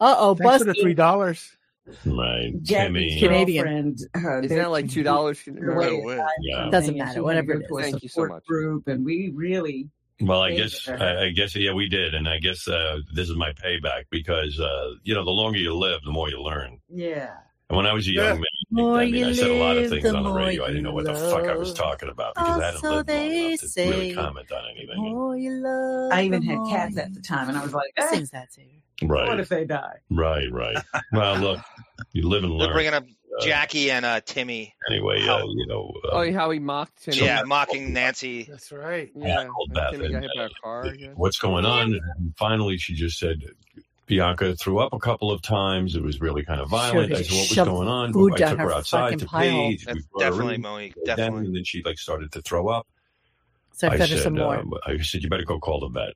S3: Uh oh,
S6: Thanks for the
S3: busted.
S6: three dollars.
S1: Right,
S7: Jackie's
S1: Kimmy.
S3: Canadian.
S7: girlfriend, uh,
S5: Isn't
S7: their
S5: that like two dollars?
S7: the way
S4: No way.
S1: Yeah.
S3: Doesn't
S7: thing is she
S3: matter,
S7: had to
S3: whatever
S7: go
S3: it
S7: to
S5: is.
S7: a
S5: Thank you so
S7: support
S5: much.
S7: Group, and we really
S1: Well, I
S7: They
S1: guess
S7: did.
S1: I, I guess yeah, we did, and I guess uh, this is my payback because uh, you know, the longer you live, the more you learn.
S7: yeah.
S1: And when I was a young
S6: Yeah.
S1: man,
S3: More
S1: I mean,
S3: you
S1: I said a lot of
S3: live,
S1: things
S3: the
S1: on the
S3: more
S1: radio. I didn't
S3: you
S1: know what the fuck I was
S3: love.
S1: talking about because I hadn't
S3: Also
S1: lived long
S3: they
S1: enough to
S3: say,
S1: really comment on anything.
S3: Oh, you love.
S7: I even
S3: the
S7: had cats
S3: more
S7: at the
S3: you-
S7: time, and I was like,
S3: Who
S7: eh,
S3: <laughs> sings that to you?
S7: "What
S1: Right,
S7: if they die?"
S1: right, right. Well, look, you live and
S4: They're
S1: learn.
S4: bringing up
S1: Uh,
S4: Jackie and uh, Timmy.
S1: anyway, uh, you know, uh,
S5: Oh, yeah, how he mocked him.
S4: yeah, mocking Nancy.
S6: That's right.
S5: yeah.
S1: Old
S5: and Timmy
S1: Beth
S5: got
S1: and,
S5: hit by a car. I guess.
S1: what's going on? And finally, she just said, Bianca threw up a couple of times. It was really kind of violent.
S3: Sure,
S1: I
S3: she
S1: said, what was
S3: shoved
S1: going on?
S3: food
S1: I
S3: down
S1: took
S3: her
S1: her outside
S3: fucking
S1: to
S3: pie hole.
S1: pee. We
S4: That's
S1: brought her
S4: definitely
S1: in.
S4: Monique.
S1: Then-
S4: Definitely.
S1: and then she like started to throw up.
S3: So I fed her
S1: said,
S3: some more.
S1: uh, I said, you better go call the vet.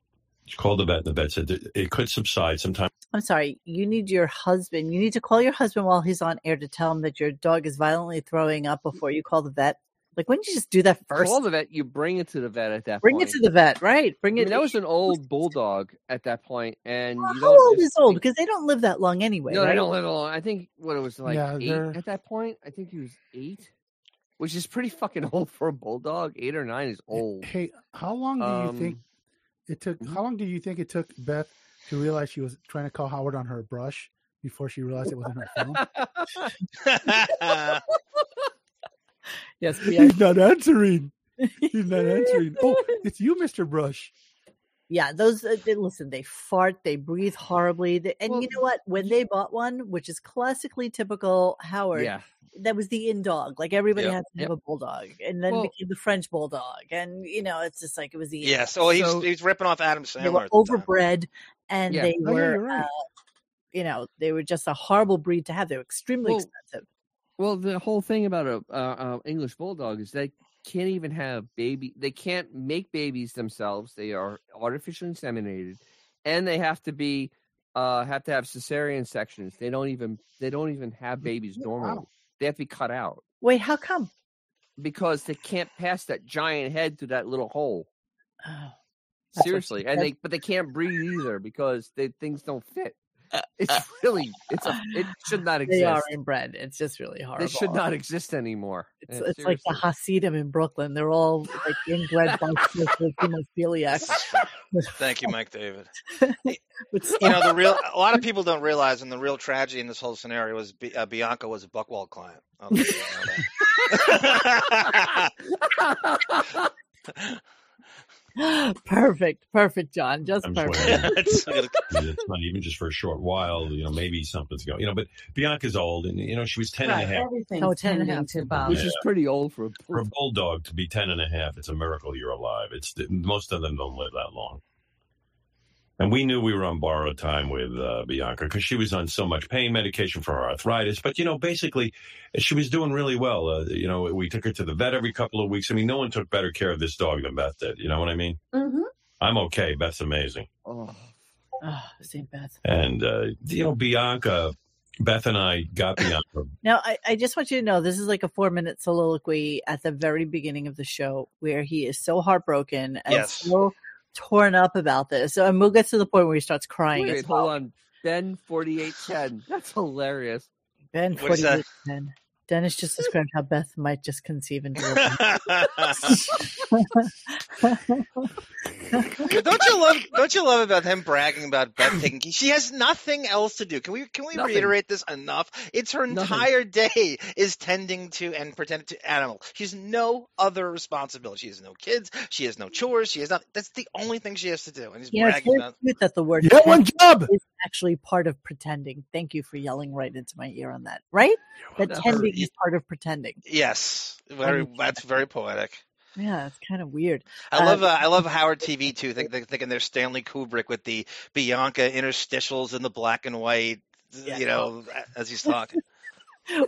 S1: She called the vet, and the vet said that it could subside sometime
S3: I'm sorry. You need your husband. You need to call your husband while he's on air to tell him that your dog is violently throwing up before you call the vet. Like, wouldn't you just do that first?
S5: Call the vet. You bring it to the vet at that
S3: Bring
S5: point.
S3: it to the vet, right? Bring
S5: I
S3: it.
S5: mean, that was an old bulldog at that point, and you
S3: how
S5: don't.
S3: old
S5: if-
S3: is old? Because they don't live that long anyway.
S5: no,
S3: right?
S5: they don't live alone. I think what it was like
S6: Yeah,
S5: eight
S6: they're-
S5: at that point. I think he was eight, which is pretty fucking <laughs> old for a bulldog. Eight or nine is old.
S6: Hey, how long do you think
S5: Um,
S6: it took?
S5: mhm.
S6: How long do you think it took Beth to realize she was trying to call Howard on her brush before she realized it wasn't her
S5: <laughs>
S6: phone?
S5: Um,
S3: <laughs> Yes, <laughs> yeah.
S6: He's not answering. He's
S3: <laughs>
S6: not answering. Oh, it's you, Mister Brush.
S3: yeah. Those uh, they, listen. They fart. They breathe horribly. They, and
S5: Well,
S3: you know what? When they bought one, which is classically typical Howard,
S5: yeah.
S3: that was the in dog. Like everybody
S4: Yep.
S3: had to have a bulldog, and then
S5: Well-
S3: became the French bulldog. And you know, it's just like it was the in-dog.
S4: <laughs> yes. Oh, he's
S5: So-
S4: he's ripping off Adam
S3: They
S4: Sandler.
S3: were
S4: at the time.
S3: overbred, and
S5: Yeah.
S3: they
S6: Oh yeah,
S3: were. uh,
S6: you're right.
S3: you know, they were just a horrible breed to have. They were extremely
S5: Well,
S3: expensive.
S5: Well, the whole thing about a uh, uh, English bulldog is they can't even have baby. They can't make babies themselves. They are artificially inseminated, and they have to be uh, have to have cesarean sections. They don't even they don't even have babies normally.
S6: Wow.
S5: They have to be cut out
S3: Wait, how come?
S5: because they can't pass that giant head through that little hole.
S3: Oh, That's what
S5: Seriously,
S3: she
S5: and
S3: said.
S5: they but they can't breathe either because they, things don't fit.
S8: Uh, uh,
S5: It's really it's a it should not
S3: They are
S5: exist.
S3: inbred. It's just really horrible.
S5: This should not exist anymore.
S3: It's,
S5: Yeah,
S3: it's like the
S5: seriously.
S3: Hasidim in Brooklyn. They're all like inbred by hemophiliacs.
S5: <laughs>
S4: Thank you, Mike David.
S3: <laughs> with
S4: You
S3: stuff.
S4: know the real. A lot of people don't realize, and the real tragedy in this whole scenario was B- uh, Bianca was a Buckwald client. I don't know if you know that.
S3: <laughs> perfect, perfect, John. Just
S1: I'm just
S3: perfect. <laughs>
S4: <laughs>
S1: wondering.
S4: It's gonna-
S1: it's not even just for a short while. You know, maybe something's going. You know, but Bianca's old, and you know she was ten and a half.
S7: Everything's
S3: <laughs> No, Oh, ten and a
S7: tending
S3: half.
S7: to Bob.
S5: which is pretty old for a
S1: For a
S5: bull-
S1: bulldog to be ten and a half, it's a miracle you're alive. It's most of them don't live that long. And we knew we were on borrowed time with uh, Bianca because she was on so much pain medication for her arthritis. But you know, basically, she was doing really well. Uh, you know, we took her to the vet every couple of weeks. I mean, no one took better care of this dog than Beth did. You know what I mean?
S7: Mhm.
S1: I'm okay. Beth's amazing.
S5: Oh,
S3: Ah, St. Beth.
S1: And uh, you know, Bianca, Beth and I got Bianca.
S3: Now, I, I just want you to know this is like a four minute soliloquy at the very beginning of the show where he is so heartbroken and
S4: Yes.
S3: so torn up about this. So, and we'll get to the point where he starts crying.
S5: wait,
S3: as well.
S5: hold on. Ben forty eight <laughs> ten. That's hilarious.
S3: Ben,
S4: What is
S3: 48, Ben. Dennis just described how Beth might just conceive and
S4: <laughs>
S3: deliver.
S4: don't you love? Don't you love about him bragging about Beth taking? She has nothing else to do. Can we can we
S5: Nothing.
S4: reiterate this enough? It's her
S5: Nothing.
S4: entire day is tending to and pretending to animal. She has no other responsibility. She has no kids. She has no chores. She has not. That's the only thing she has to do. And he's
S3: You know, it's
S4: bragging
S3: very
S4: about.
S3: cute that the word
S6: You got one job.
S3: is actually part of pretending. Thank you for yelling right into my ear on that. Right? That
S5: welcome.
S3: tending is part of pretending.
S4: Yes, very. That's very poetic.
S3: Yeah, it's kind of weird.
S4: I
S3: Um,
S4: love uh, I love Howard TV too. Think, think, thinking they're Stanley Kubrick with the Bianca interstitials in the black and white.
S3: Yeah.
S4: You know, as he's talking.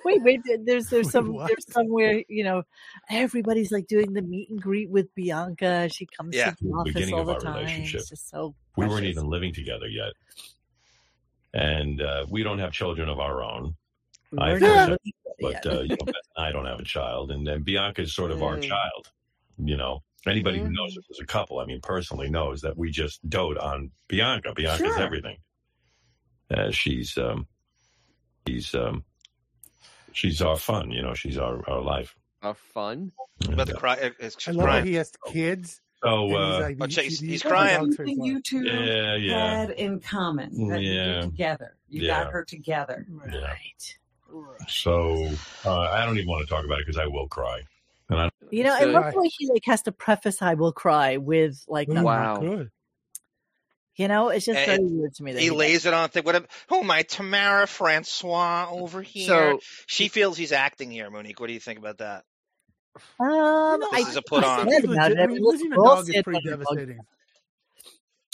S3: Wait, wait. there- There's there's
S6: Wait,
S3: some
S6: what?
S3: there's somewhere you know, everybody's like doing the meet and greet with Bianca. She comes
S4: Yeah.
S3: to the
S1: The
S3: office
S1: beginning
S3: all
S1: of
S3: the
S1: our
S3: time.
S1: relationship.
S3: It's just so
S1: We weren't
S3: precious.
S1: even living together yet, and uh, we don't have children of our own.
S3: We
S1: I
S3: weren't
S1: found
S3: even
S1: out,
S3: looking for it
S1: But
S3: yet.
S1: uh, you know, Beth and I don't have a child, and then Bianca is sort of our
S5: Mm.
S1: child. You know, anybody who knows
S3: Mm.
S5: Mhm.
S1: us as a couple, I mean, personally knows that we just dote on Bianca. Bianca's
S7: Sure.
S1: everything. Uh, she's um, she's um, she's our fun. You know, she's our our life.
S5: Are fun.
S4: About the
S1: And, uh,
S4: cry, uh, it's
S6: I love how
S4: crying.
S6: he has kids.
S1: so
S6: and
S1: uh,
S6: he's like,
S4: Oh,
S6: you-
S4: check, he's-
S6: you-
S4: he's
S6: you-
S4: crying.
S6: you-
S7: Something you two
S1: yeah, yeah.
S7: had in common that you
S1: Yeah.
S7: did together. You
S1: Yeah.
S7: got her together.
S3: Right. Right.
S1: So uh, I don't even want to talk about it because I will cry.
S3: You know, I
S5: So-
S3: love the way he like has to preface "I will cry" with like,
S6: Oh
S3: the-
S6: my
S5: Wow.
S6: God.
S4: Um,
S3: you know, it's just
S4: And-
S3: very weird to me. That
S4: He
S3: does
S4: lays it on thick. What? am- Who am I? Tamara Francois over here.
S5: So
S4: she feels he's acting here, Monique. What do you think about that?
S3: Um,
S4: This
S3: I <laughs>
S4: is a put
S3: I'm
S4: on.
S3: sad
S6: He's
S3: about
S6: legit-
S3: it.
S6: I mean,
S3: Look,
S6: losing a
S3: we're all
S6: dog
S3: sad
S6: is pretty
S3: about the dog.
S6: devastating.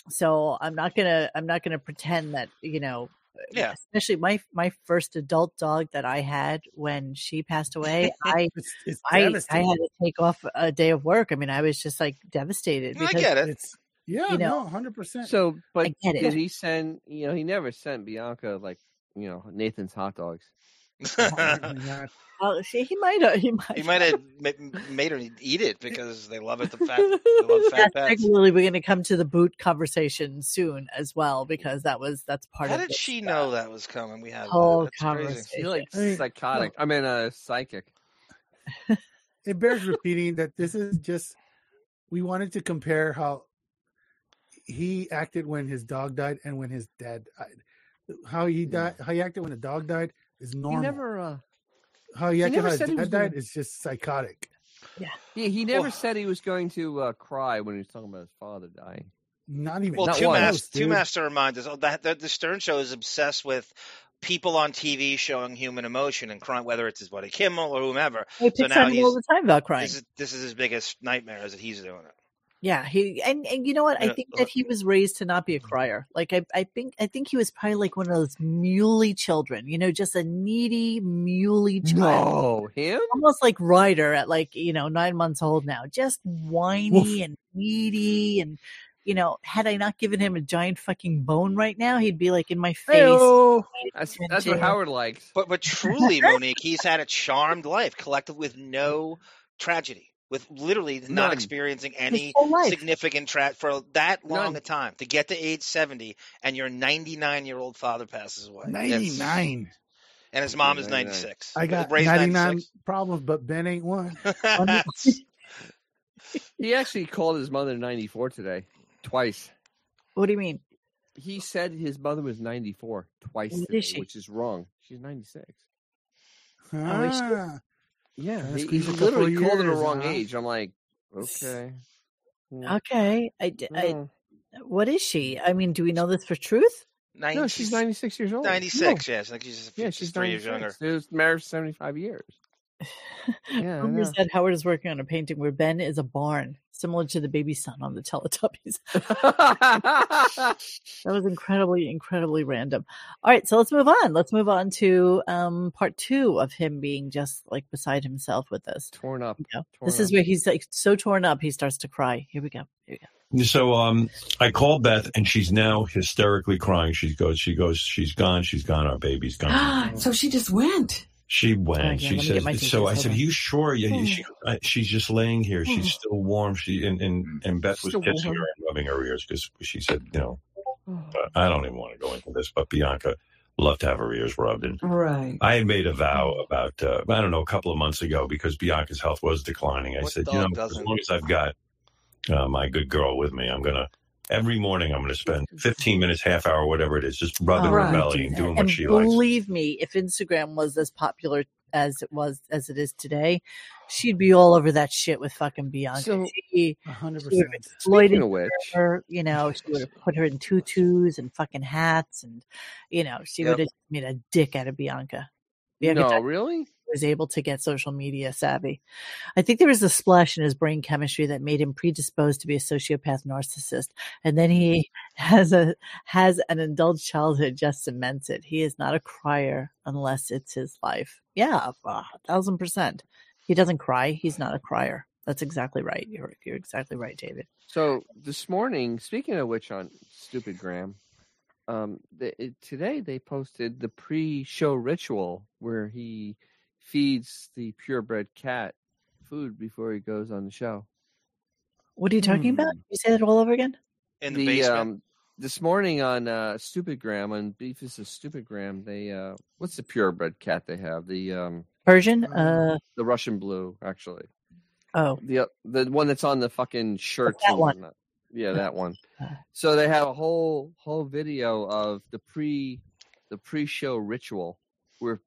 S3: so I'm not gonna I'm not gonna pretend that you know.
S4: Yeah.
S3: Especially my my first adult dog that I had when she passed away,
S4: <laughs>
S3: I
S6: It's, it's
S3: I, I had <laughs>
S6: devastating.
S3: to take off a day of work. I mean, I was just like devastated
S4: I
S3: because
S4: get it.
S6: It's yeah,
S3: You know,
S6: no, hundred percent.
S5: so but
S3: I get
S5: did
S3: it.
S5: he send you know, he never sent Bianca like, you know, Nathan's hot dogs.
S4: <laughs>
S3: Oh, see, he might have he might <laughs>
S4: he might have ma- made her eat it because they love it. The fat, they
S3: <laughs>
S4: love
S3: Yes,
S4: fat pets.
S3: regularly we're going to come to the boot conversation soon as well because that was that's part
S4: How
S3: of
S4: did
S3: this,
S4: she
S3: uh,
S4: know that was coming? We had
S3: whole
S4: that. That's crazy.
S3: conversation.
S5: You're like
S6: I mean,
S5: psychotic. I mean uh psychic.
S6: it bears repeating that this is just we wanted to compare how he acted when his dog died and when his dad died. How he
S5: Yeah.
S6: died, how he acted when the dog died is
S5: He
S6: normal.
S5: never uh
S6: how he acted
S5: never
S6: when his
S5: said he was
S6: dad died
S5: gonna-
S6: is just psychotic.
S5: Yeah, he never
S4: Well-
S5: said he was going to uh, cry when he was talking about his father dying.
S6: Not even
S4: Well,
S5: Not
S4: two
S5: one.
S4: mas- two
S6: dude.
S4: master remind us oh, that, that the Stern Show is obsessed with people on TV showing human emotion and crying, whether it's his buddy Kimmel or whomever.
S3: He
S4: So
S3: picks
S4: now
S3: on me all
S4: he's-
S3: the time about crying.
S4: This is this is his biggest nightmare is that he's doing it.
S3: yeah, he and, and you know what? I
S4: Yeah,
S3: think
S4: uh,
S3: that he was raised to not be a
S5: Mm-hmm.
S3: crier. Like I, I think I think he was probably like one of those muley children, you know, just a needy muley child.
S5: No, him?
S3: Almost like Ryder at like, you know, nine months old now, just whiny and needy. And, you know, had I not given him a giant fucking bone right now, he'd be like in my face.
S5: Hey-oh. That's that's what
S3: Yeah.
S5: Howard likes.
S4: But but truly, Monique, he's had a charmed life, collected with no tragedy. with literally not
S5: None.
S4: experiencing any
S3: whole life.
S4: significant tra- for that long
S5: None.
S4: a time to get to age 70 and your 99 year old father passes away. That's-
S6: 99.
S4: And his mom is
S5: 99.
S4: 96.
S6: I got
S4: Ray's
S6: 99 problems, but Ben ain't one.
S5: <laughs>
S4: 96.
S5: He actually called his mother 94 today, twice.
S3: What do you mean?
S5: Mm. He said his mother was 94 twice
S3: What is
S5: today,
S3: she?
S5: which is wrong. She's 96.
S3: is she?
S6: Ah,
S5: Yeah,
S6: Gotta
S5: Oh, he, he
S6: squeeze a couple
S5: literally called it the
S6: years,
S5: wrong
S6: huh?
S5: age. I'm like, okay. Mm,
S3: Okay. I, di- I,
S5: mm.
S3: what is she? I mean, do we know this for truth?
S5: no, she's 96 years old. No.
S4: 96. Yeah, I think she's,
S5: Yeah, she's
S4: three years
S5: 96.
S4: younger.
S5: They was married for
S3: <laughs>
S5: 75 years. <laughs> Yeah, I
S3: Rumor
S5: know.
S3: said Howard is working on a painting where Ben is a barn, similar to the baby son on the <laughs> Teletubbies. That was incredibly, incredibly random. All right, so let's move on. Let's move on to um, part two of him being just like beside himself with this.
S5: Torn up.
S3: You know,
S5: Torn
S3: this is
S5: up.
S3: where he's like so torn up he starts to cry. Here we go. Here we go.
S1: So um, I called Beth, and she's now hysterically crying. She goes, she goes, she's gone, she's gone. Our baby's
S3: <gasps>
S1: gone.
S7: <gasps> so she just went.
S1: She went.
S3: Oh, yeah, let
S1: she
S3: me get my
S1: says. So
S3: tissues,
S1: I
S3: hold
S1: said,
S3: on.
S1: "Are you sure?" Yeah.
S3: Hmm. Hmm.
S1: She, uh, she's just laying here. She's still warm. She and and, and Beth was
S5: Still
S1: kissing
S5: warm.
S1: her and rubbing her ears because she said, "You know,
S5: Oh.
S1: uh, I don't even want to go into this." But Bianca loved to have her ears rubbed, and
S7: Right.
S1: I had made a vow about uh, I don't know a couple of months ago because Bianca's health was declining. I
S4: What
S1: said,
S4: dog
S1: you know, as
S4: doesn't?
S1: long as I've got uh, my good girl with me, I'm gonna every morning I'm gonna
S4: <laughs>
S1: spend 15 minutes, half hour, whatever it is, just rubbing
S3: All right.
S1: her belly and doing what
S3: and
S1: she likes.
S3: believe me, if Instagram was as popular as it was as it is today, she'd be all over that shit with fucking Bianca.
S5: So-
S3: she
S6: 100%.
S5: Speaking
S3: exploited
S5: of which,
S3: her, you know, she would have put her in tutus and fucking hats, and you know, she
S4: Yep.
S3: would have made a dick out of Bianca. Bianca
S5: no,
S3: Tucker
S5: really?
S3: was able to get social media savvy. I think there was a splash in his brain chemistry that made him predisposed to be a sociopath narcissist, and then he <laughs> has a has an indulged childhood just cements it. He is not a crier unless it's his life. Yeah, a thousand percent. He doesn't cry. He's not a crier. That's exactly right. You're you're exactly right, David.
S5: So this morning, speaking of which, on Stupid Graham, um, the, it, today they posted the pre-show ritual where he feeds the purebred cat food before he goes on the show.
S3: What are you talking about?
S6: Hmm.
S3: You say that all over again?
S4: In the, um, basement.
S5: um, this morning on uh, Stupid Graham on Beef is a Stupid Graham. They uh, what's the purebred cat they have? The um,
S3: Persian?
S6: Um,
S3: Uh
S5: the Russian Blue, actually.
S3: oh.
S5: the uh, the one that's on the fucking shirts.
S3: that
S5: and
S3: one.
S5: whatnot. Yeah, that one.
S3: <laughs> Uh.
S5: So they have a whole whole video of the pre the pre show ritual where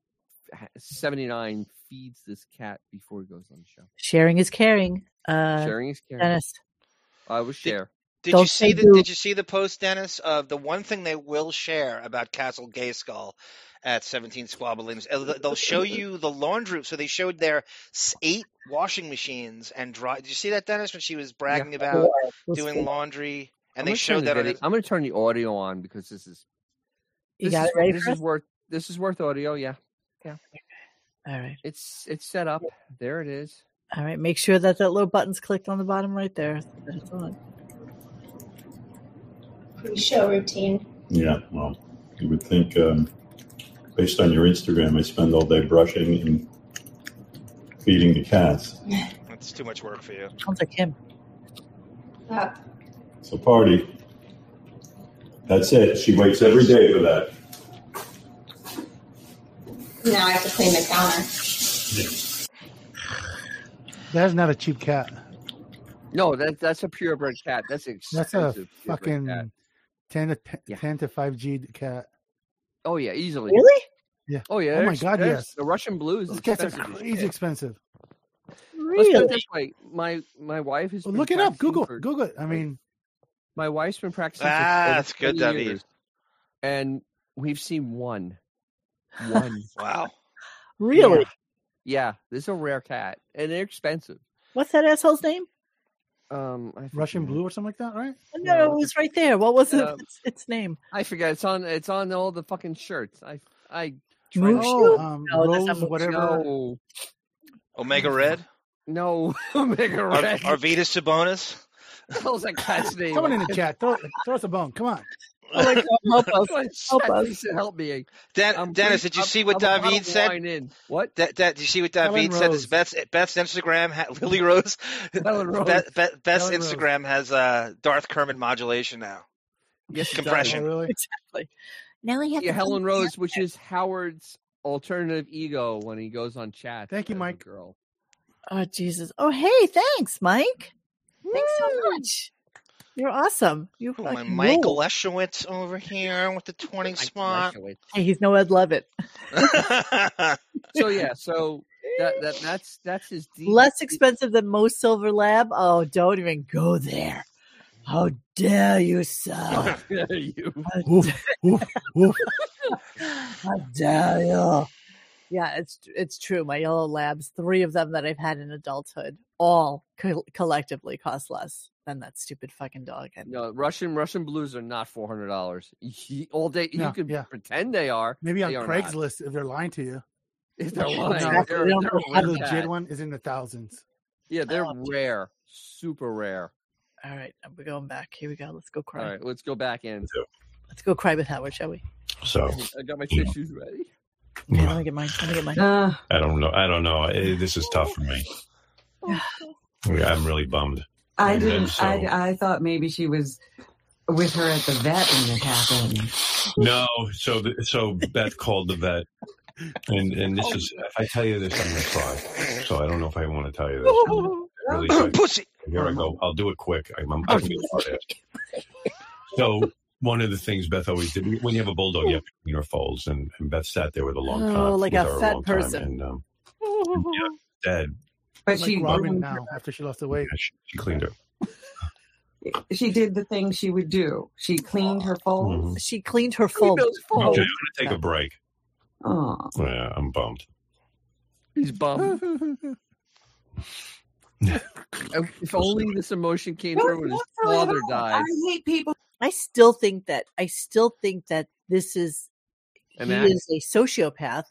S5: seventy nine feeds this cat before he goes on the show.
S3: Sharing is caring. Uh
S5: Sharing is caring.
S3: Dennis.
S5: I was share.
S4: Did
S3: Don't
S4: you see
S3: they
S4: the
S3: do-
S4: Did you see the post, Dennis? Of the one thing they will share about Castle Gay Skull at Seventeen Squabblings, Uh, th- they'll show you the laundry room. So they showed their s- eight washing machines and dry. Did you see that, Dennis? When she was bragging about doing laundry, and
S5: I'm
S4: they
S5: gonna turn
S4: showed
S5: the
S4: that on
S5: video- I'm going to turn the audio on because this is
S3: You
S5: this
S3: got
S5: is,
S3: it ready
S5: this
S3: for
S5: is
S3: us?
S5: worth this is worth audio. Yeah,
S3: All right.
S5: it's it's set up. There it is.
S3: All right. Make sure that that little button's clicked on the bottom right there. so that it's on.
S8: pre-show routine.
S9: Yeah, well, you would think, um, based on your Instagram, I spend all day brushing and feeding the cats.
S4: That's too much work for you.
S3: Sounds like him.
S8: Up.
S9: So party. That's it. She waits every day for that.
S8: Now I have to clean the counter.
S6: That's not a cheap cat.
S5: No, that that's a purebred cat. That's
S6: That's
S5: expensive.
S6: a
S5: purebred cat.
S6: fucking 10 to, p-
S5: Yeah.
S6: 10 to 5G cat.
S5: Oh yeah, easily.
S3: Really?
S5: Oh yeah.
S6: Oh, my
S5: there's-
S6: God,
S5: there's-
S6: yes.
S5: The Russian blue is
S6: Those cats are
S5: expensive as
S6: crazy
S5: shit.
S6: expensive.
S5: Let's put it
S3: Really?
S5: this way: my my wife has
S6: Well,
S5: been
S6: look it
S5: practicing
S6: up. Google.
S5: for-
S6: Google it. I mean,
S5: My wife's been practicing. for
S4: Ah,
S5: over
S4: that's good,
S5: 20
S4: David.
S5: years, and we've seen one.
S6: <laughs>
S5: One.
S4: Wow.
S3: Really?
S5: Yeah. Yeah, this is a rare cat, and they're expensive.
S3: What's that asshole's name?
S5: Um, I forget-
S6: Russian blue or something like that, right?
S3: Oh, No, it
S5: No.
S3: was right there. What was it?
S5: Um,
S3: What's its name?
S5: I forget. It's on. It's on all the fucking shirts. I I
S3: Moon
S5: tried to-
S3: shoe?
S6: um,
S3: No, that's not
S6: Rose,
S3: Moon
S6: whatever.
S5: No,
S4: Omega Red,
S5: no, <laughs> Omega
S4: Ar-
S5: Red. <laughs>
S4: Arvidas Sabonis.
S5: What was that cat's name?
S6: <laughs> Someone in
S5: I <laughs>
S6: the chat, throw, throw us a bone. Come on.
S3: Oh my God, help us. Help us.
S5: Lisa, help me.
S4: Dan,
S5: I'm
S4: Uh, Dennis,
S5: bleeding-
S4: did you
S5: I'm-
S4: see what
S5: I'm out
S4: David
S5: of
S4: said?
S5: wine in. What?
S4: That, that, did you see what
S6: Helen
S4: David said?
S6: Rose.
S4: Is Beth's Beth's Instagram ha- <laughs> Lily Rose?
S5: Helen Rose.
S4: Beth, Beth, Beth's
S6: Helen Rose.
S4: Instagram has uh, Darth Kerman modulation now.
S5: Yes, it does.
S4: Compression.
S5: <laughs>
S6: Oh, really?
S3: Exactly. Now we have
S5: Yeah,
S3: to-
S5: Helen Rose, which is Howard's alternative ego when he goes on chat.
S6: Thank you,
S5: as a
S6: Mike.
S5: Girl.
S3: Oh Jesus. Oh hey, thanks, Mike. Thanks so much. You're awesome. You
S4: Ooh, my
S3: fucking
S4: Michael
S3: rule.
S4: Leschowitz over here with the 20
S5: Mike
S4: spot.
S5: Leschowitz.
S3: Hey, he's no Ed Levitt.
S5: So yeah, so that, that that's that's his deep,
S3: Less expensive than most Silver Lab. Oh, don't even go there. How dare you,
S5: <laughs>
S3: sir?
S5: you.
S6: Oof, oof, oof.
S3: How dare you? Yeah, it's it's true. My yellow labs, three of them that I've had in adulthood, all co- collectively cost less than that stupid fucking dog. And
S5: No, Russian Russian blues are not four hundred dollars. All day
S6: No,
S5: you can
S6: yeah.
S5: pretend they are
S6: Maybe on
S5: They are not.
S6: Craigslist if they're lying to you.
S5: if
S6: <laughs>
S5: they're
S3: Yeah,
S5: lying.
S6: exactly.
S5: They're,
S3: They don't
S5: they're
S3: know how
S6: A
S5: rare
S3: to
S6: legit
S5: cat.
S6: one is in the thousands.
S5: Yeah, they're
S3: Oh.
S5: rare, super rare.
S3: all right, we're going back. Here we go. Let's go
S5: All
S3: cry.
S5: right, let's go back in.
S3: Let's go cry with Howard, shall we?
S1: So
S5: I got my tissues ready.
S3: Okay, let me get mine. Let me get mine.
S7: Uh,
S1: I don't know. I don't know. Eh, This is tough for me. Yeah, I'm really bummed.
S7: I
S1: And then
S7: didn't.
S1: so-
S7: I, I thought maybe she was with her at the vet when it happened.
S1: No, so the, so Beth called the vet, and and
S4: Oh,
S1: this is if I tell you this, I'm gonna cry. So I don't know if I want to tell you this. Really, so
S4: <laughs> Pussy.
S1: I-
S3: Uh-huh.
S1: here I go. I'll do it quick. I'm, I'm,
S3: Oh,
S1: I can be
S3: <laughs>
S1: a hard ass. So one of the things Beth always did when you have a bulldog, you have to clean her folds, and, and Beth sat there with a long
S3: Oh,
S1: time,
S3: like
S1: with
S3: a
S1: her
S3: fat
S1: long time,
S3: person.
S1: and um,
S3: <laughs>
S1: dad,
S7: But
S6: Like
S7: she
S6: Robin now after she lost the weight.
S1: yeah, she, she cleaned her.
S7: she did the thing she would do. She cleaned her
S1: Mm-hmm.
S7: folds.
S3: She cleaned her fold.
S1: Okay, I'm gonna take a break.
S7: Oh,
S1: Yeah, I'm bummed.
S5: He's
S6: <sighs>
S5: bummed. if only this emotion came through when his father died.
S7: I hate people.
S3: I still think that I still think that this is
S5: An
S3: he
S5: act.
S3: is a sociopath.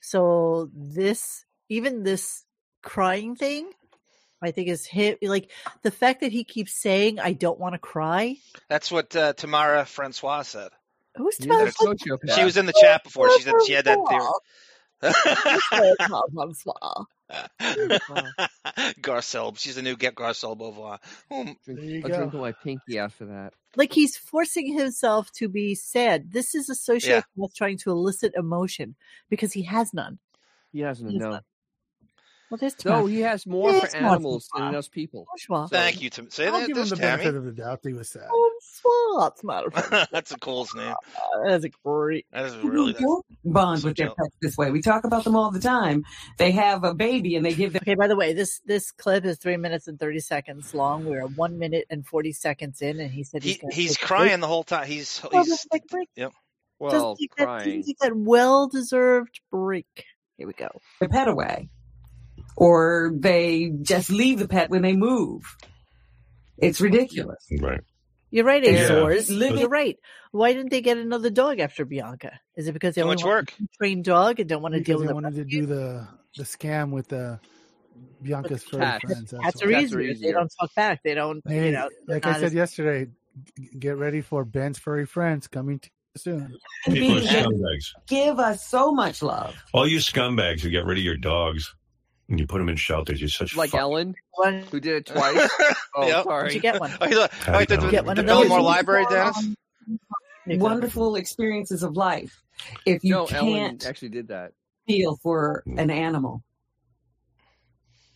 S3: So this even this crying thing, I think is hit like the fact that he keeps saying I don't want to cry.
S4: That's what uh, Tamara Francois said.
S3: Who's
S5: He's a
S3: Tamara? Francois?
S5: sociopath.
S4: She was in the chat before. She said she had that <laughs> theory.
S3: Tamara Francois.
S4: <laughs> Garcelb. She's the new Get Garcelb Beauvoir. Hmm.
S5: Drink-
S6: There you
S5: I'll drink
S6: go.
S5: my pinky after that.
S3: <laughs> Like he's forcing himself to be sad. This is a sociopath trying to elicit emotion because he has none.
S5: He doesn't
S3: He's
S5: know.
S3: Well, there's
S5: No,
S3: Tamara
S5: he has more
S3: Yes,
S5: for
S3: Martin.
S5: animals than us people.
S3: Francois.
S4: Thank you, Tim. Say
S6: I'll
S4: that
S6: give him
S4: this,
S6: the benefit
S4: Tammy.
S6: of the doubt. that He was sad.
S3: Francois. Tamara
S4: <laughs>
S3: Francois.
S4: That's a coolest name.
S3: That's a great.
S4: That is really
S7: Really don't bond with their
S4: So-
S7: pets this way. We talk about them all the time. They have a baby and they give them.
S3: Okay, by the way, this this clip is three minutes and thirty seconds long. We're one minute and forty seconds in, and he said he's
S4: he,
S3: gonna
S4: he's
S3: take a
S4: crying the whole time. He's
S3: break. Oh,
S4: he's
S3: just take a break. Just
S5: Well,
S3: take that,
S5: crying.
S3: take that well-deserved break. Here we go.
S7: their pet away or they just leave the pet when they move. It's ridiculous.
S1: Right.
S3: You're right,
S7: Yeah.
S3: Azores.
S7: Living-
S3: You're right. Why didn't they get another dog after Bianca? Is it because they
S4: too
S3: only
S4: much
S3: want
S4: work.
S3: a trained dog and don't want to
S6: Because
S3: deal with
S6: they
S3: a
S6: wanted to do the the scam with the Bianca's furry
S5: cats.
S6: friends. that's
S3: Cats
S6: why.
S3: are
S5: Cats are
S3: easier. They
S5: easier.
S3: don't talk back. They don't.
S6: Hey,
S3: you know, they're
S6: like I
S3: not
S6: said
S3: as-
S6: yesterday, g- get ready for Ben's furry friends coming to you soon.
S1: People are
S7: Being that
S1: scumbags.
S7: give us so much love.
S1: All you scumbags who get rid of your dogs and you put them in shelters, you're such
S5: Like
S1: fuck-
S5: Ellen,
S3: One,
S5: who did it twice. Oh,
S4: Yep.
S5: sorry.
S3: did you get one?
S4: <laughs> Oh, you look-
S1: How do
S4: oh, you
S1: you
S4: did
S1: know?
S4: the,
S3: Get one
S4: the
S3: of those.
S4: Belmore Library, Dennis?
S7: Wonderful experiences of life. If you
S5: no, Ellen
S7: can't
S5: actually did that.
S7: feel for an animal,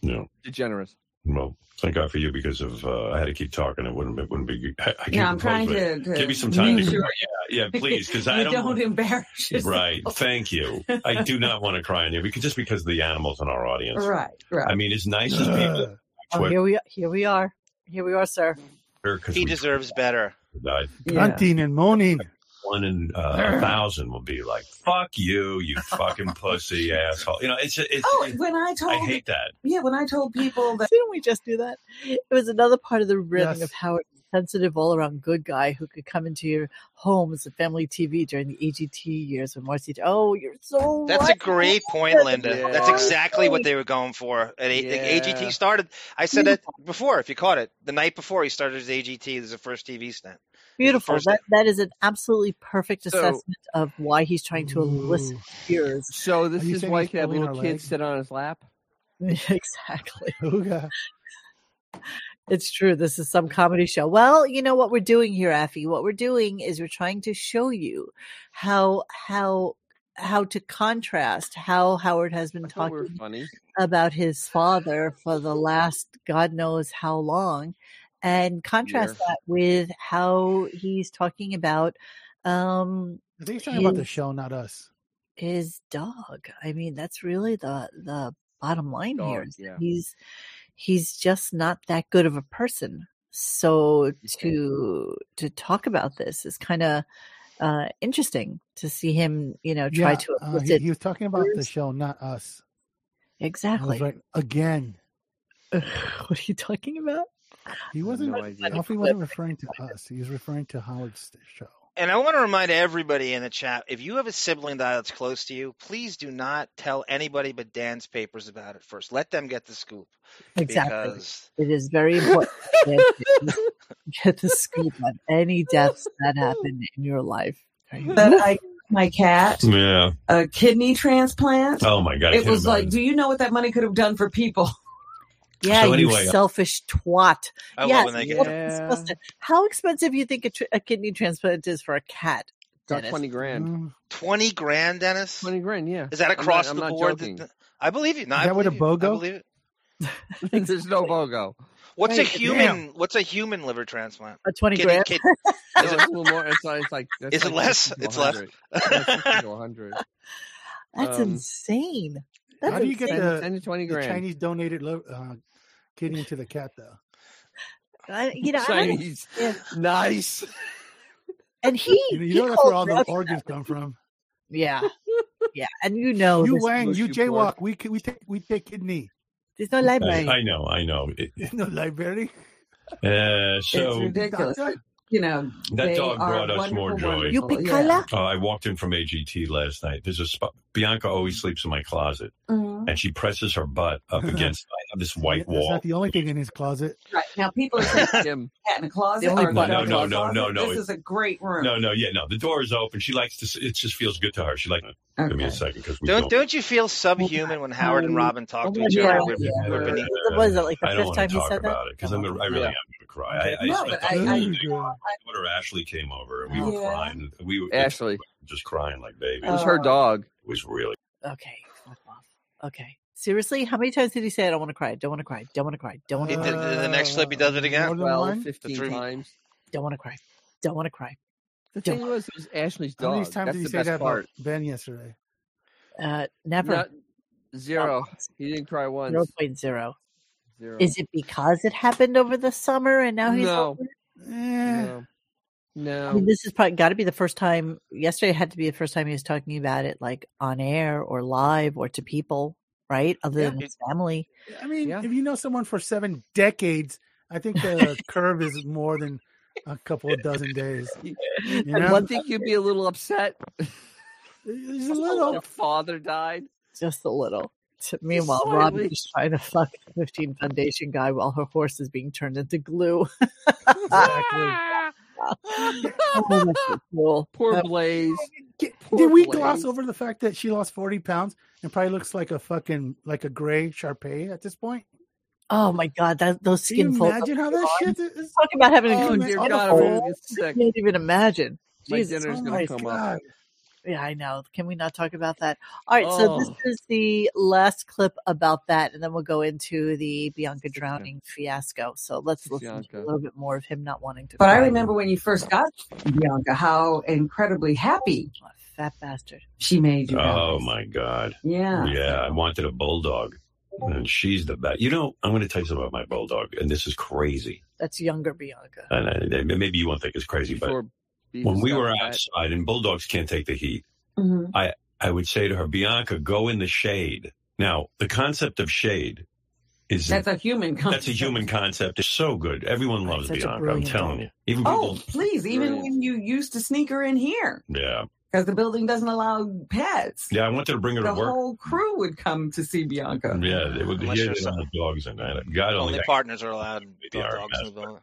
S1: No.
S5: Degenerous.
S1: Well, thank God for you because of uh, I had to keep talking. It wouldn't. It wouldn't be. I, I
S7: yeah, I'm
S1: can't compose
S7: trying
S1: it.
S7: to, to
S1: Give me some time to
S7: reassure
S1: cry.
S7: <laughs>
S1: Yeah, yeah, please, because I
S7: you
S1: don't.
S7: don't embarrass yourself.
S1: right. Thank you. I do not want to cry on you because just because of the animals in our audience.
S7: Right, right.
S1: I mean, it's nice as people
S6: Ugh.
S3: Oh, here we are. Here we are. Here we are, sir.
S1: because
S4: He
S1: we
S4: deserves better.
S1: died.
S7: yeah.
S6: Grunting and moaning.
S1: One in uh, a thousand will be like, "Fuck you, you fucking pussy asshole." You know, it's it's.
S7: Oh, when I told
S1: I hate that.
S7: yeah, when I
S1: <laughs>
S7: told people that
S3: Didn't we just do that? It was another part of the rhythm
S6: Yes.
S3: of how it's a sensitive all around good guy who could come into your home as a family TV during the EGT years when Marcy. Oh, you're so
S4: That's a
S3: right.
S4: great point, Linda.
S5: Yeah.
S4: That's exactly what they were going for. At A-
S5: Yeah.
S4: the AGT started. I said that before. If you caught it, the night before he started his AGT, this is the first TV stint.
S3: Beautiful.
S4: First-
S3: That that is an absolutely perfect
S5: So-
S3: assessment of why he's trying to elicit fears.
S5: So this
S6: Are you
S5: is
S6: saying
S5: why
S6: he's
S5: he had
S6: pulling
S5: little
S6: her leg?
S5: kids sit on his lap.
S3: <laughs> exactly.
S6: Ooga.
S3: It's true. This is some comedy show. Well, you know what we're doing here, Affy. What we're doing is we're trying to show you how how how to contrast how Howard has been
S5: I thought we were
S3: talking
S5: funny.
S3: about his father for the last God knows how long, and contrast
S5: Year.
S3: that with how he's talking about um
S6: I think he's talking about the show, not us.
S3: his dog. I mean, that's really the the bottom line here.
S5: Dog,
S3: is that
S5: yeah.
S3: He's he's just not that good of a person. So to to talk about this is kind of uh interesting to see him, you know, try
S6: Yeah,
S3: to
S6: uh,
S3: elicit
S6: he, he was talking about the
S3: Bruce.
S6: show, not us. I was
S3: exactly.
S6: like, again,
S3: <laughs> what are you talking about?
S6: he wasn't.
S5: no idea.
S6: Alfie wasn't referring to us. He was referring to Howard's show.
S4: And I want to remind everybody in the chat if you have a sibling that's close to you, please do not tell anybody but Dan's papers about it first. Let them get the scoop.
S3: Exactly.
S4: Because
S3: It is very important that
S6: <laughs>
S3: you get the scoop on any deaths that happen in your life.
S7: But I my cat
S1: Yeah.
S7: a kidney transplant.
S1: Hmm. Oh my god. I
S7: it
S1: can't
S7: was like,
S1: imagine.
S7: do you know what that money could have done for people? <laughs>
S3: Yeah,
S1: So
S3: you
S1: anyway-
S3: selfish twat.
S4: I
S3: Yes,
S4: love when they
S3: what am
S4: get.
S3: I
S5: Yeah.
S3: supposed to- how expensive do you think a, tr- a kidney transplant is for a cat?
S5: Got
S3: Dennis?
S5: twenty grand.
S6: Mm,
S4: 20 grand, Dennis?
S5: Twenty grand. Yeah.
S4: Is that
S5: I'm not-
S4: across
S5: I'm
S4: the
S5: not
S4: board?
S5: joking.
S4: That- I believe you. No,
S6: Is
S4: I
S6: that with a
S4: believe you. I
S6: BOGO?
S4: believe it.
S5: <laughs> There's no BOGO.
S4: What's a
S6: Hey,
S4: human? What's a human liver transplant?
S3: A twenty
S4: Kidney-
S3: grand.
S4: kid-
S5: No,
S4: Is
S5: it's
S4: it-
S5: a little more. It's, like- it's like. that's
S4: Is it
S5: like
S4: less?
S5: 60 to
S4: It's less.
S5: 100.
S6: <laughs>
S5: Yeah, 60 to 100.
S3: That's
S5: um,
S3: insane.
S6: How
S3: That's
S6: do you get
S3: insane.
S6: the-
S5: 10 to 20
S6: The
S5: grand.
S6: Chinese donated lo- uh, kidney to the cat, though.
S3: I, you know, I don't-
S5: Chinese.
S3: yeah.
S5: Nice.
S3: and he,
S6: You know, you
S3: he
S6: know that's where
S3: called
S6: all
S3: me
S6: the
S3: out.
S6: organs come from. <laughs>
S3: Yeah, yeah, and you know,
S6: you
S3: this-
S6: Wang,
S5: was
S6: you
S5: you
S6: jaywalk. We ca- we take we take kidney. <laughs>
S3: there's no
S1: I,
S3: library.
S1: I know. I know. It-
S6: No library. <laughs>
S1: uh, so
S7: It's ridiculous.
S6: Doctor?
S7: You know,
S1: That
S7: they
S1: dog
S7: are
S1: brought us
S7: wonderful,
S1: more joy.
S7: wonderful,
S3: you pick
S7: yeah.
S3: color.
S1: uh, I walked in from AGT last night. There's a spot. Bianca always sleeps in my closet,
S7: Mhm.
S1: and she presses her butt
S7: Uh-huh.
S1: up against. I have this
S6: Yeah,
S1: white
S6: That's
S1: wall.
S6: not the only thing in his closet.
S7: Right. Now people
S1: <laughs>
S7: are saying
S5: Jim.
S7: cat in a closet.
S3: The only
S7: or
S6: No,
S7: dog in
S6: no,
S7: a
S1: no,
S7: closet.
S1: no, no,
S7: This
S1: it-
S7: is a great room.
S1: No, no, yeah, no. The door is open. She likes to. s- It just feels good to her. She like. Give me a
S7: Okay.
S1: second, because we
S4: <laughs> Don't
S1: don't.
S4: don't you feel subhuman when Howard and
S3: Um,
S4: Robin talk to
S3: oh
S4: each
S3: my
S4: other?
S3: God,
S4: We're,
S1: yeah. uh,
S4: we're beneath.
S3: what is it like the
S1: I don't
S3: fifth
S1: want to
S3: time he
S1: talk
S3: said that?
S1: about it because I'm. Gonna, I really
S5: Yeah.
S1: am gonna cry. I, I
S7: No,
S1: spent
S7: but
S1: the
S7: I-
S1: whole
S7: I-
S1: day-
S6: Ooga.
S1: my daughter Ashley came over, and we were
S7: Yeah.
S1: crying. We were it's
S5: Ashley.
S1: just crying like
S5: It
S1: babies.
S5: was her
S7: Uh,
S5: dog.
S1: it was really.
S3: Okay, fuck off. Okay, seriously, how many times did he say, "I don't want to cry, I don't want to cry, I don't want to cry, I don't want to
S4: He
S3: cry,
S4: did-
S3: I
S4: the- the next clip, he does it again?
S6: More than
S5: Well,
S6: one?
S5: 15
S4: three-
S5: times.
S3: don't want to cry, don't want to cry"?
S5: The
S3: Don't-
S5: thing was, it was Ashley's
S6: How
S5: dog.
S6: many times
S5: That's
S6: did he
S5: the
S6: say
S5: best
S6: that
S5: part.
S6: about Ben yesterday?
S3: Uh, never.
S5: Not- zero. He didn't cry once.
S3: Zero point zero.
S5: Zero.
S3: Is it because it happened over the summer and now he's?
S5: No.
S3: over it?
S6: Eh, <laughs>
S3: I
S5: No. No.
S3: mean, this is probably got to be the first time. Yesterday had to be the first time he was talking about it, like on air or live or to people, right? Other
S6: Yeah.
S3: than his family.
S6: I mean,
S5: Yeah.
S6: if you know someone for seven decades, I think the curve is more than a couple of dozen days.
S5: You
S6: You know?
S5: would think you'd be a little upset. <laughs>
S6: It's a little.
S5: Your father died.
S3: Just a little. So Meanwhile, Robin
S5: slightly.
S3: is trying to fuck the 15 Foundation guy while her horse is being turned into glue. <laughs>
S5: <laughs>
S6: Exactly.
S3: Oh, that's so cool.
S5: Poor
S3: That-
S5: Blaze.
S6: Get-
S5: Poor
S6: Did we
S5: Blaze.
S6: gloss over the fact that she lost forty pounds and probably looks like a fucking like a gray Sharpei at this point?
S3: oh my God, that those
S6: Can you
S3: skin folds.
S6: imagine how that shit is?
S3: <laughs> Talk about having a
S5: Oh
S6: Oh,
S3: good
S6: man,
S5: dear
S6: all the
S5: God, I'm
S3: fold.
S5: gonna get sick.
S3: can't even imagine.
S5: My
S3: Jesus
S5: dinner's
S6: Oh
S5: gonna
S6: my
S3: Christ.
S5: come up.
S6: god!
S3: Yeah, I know. Can we not talk about that? All right, so this
S5: Oh.
S3: is the last clip about that, and then we'll go into the Bianca
S5: Okay.
S3: drowning fiasco. So let's listen to a
S5: Bianca.
S3: little bit more of him not wanting to.
S7: But I
S3: cry.
S7: remember when you first got Bianca, how incredibly happy
S3: Oh, fat bastard.
S7: she made you.
S1: Oh
S7: guys.
S1: my god.
S7: Yeah.
S1: Yeah, I wanted a bulldog, and she's the best. You know, I'm going to tell you something about my bulldog, and this is crazy.
S3: That's younger Bianca.
S1: And I, maybe you won't think it's crazy, but
S5: Before Beavis
S1: when we
S5: got
S1: were
S5: fat.
S1: outside, and bulldogs can't take the heat,
S7: Mhm.
S1: I would say to her, Bianca, go in the shade. Now, the concept of shade is
S7: That's a human.
S1: that's a human concept. It's so good. Everyone loves
S3: Such a
S1: Bianca. I'm
S3: brilliant
S1: telling
S3: dog.
S1: you, even
S7: Oh,
S1: people.
S7: please! Even
S5: Brilliant.
S7: when you used to sneak her in here,
S1: Yeah,
S7: because the building doesn't allow pets,
S1: yeah. I wanted to bring her
S7: the
S1: to work.
S7: whole crew would come to see
S1: <laughs>
S7: Bianca.
S1: yeah, they would
S4: Unless
S1: hear
S4: you're
S1: the
S4: some-
S1: dogs and that. God only,
S4: Only partners are allowed.
S1: Maybe our
S4: Dogs in the
S1: best,
S4: building.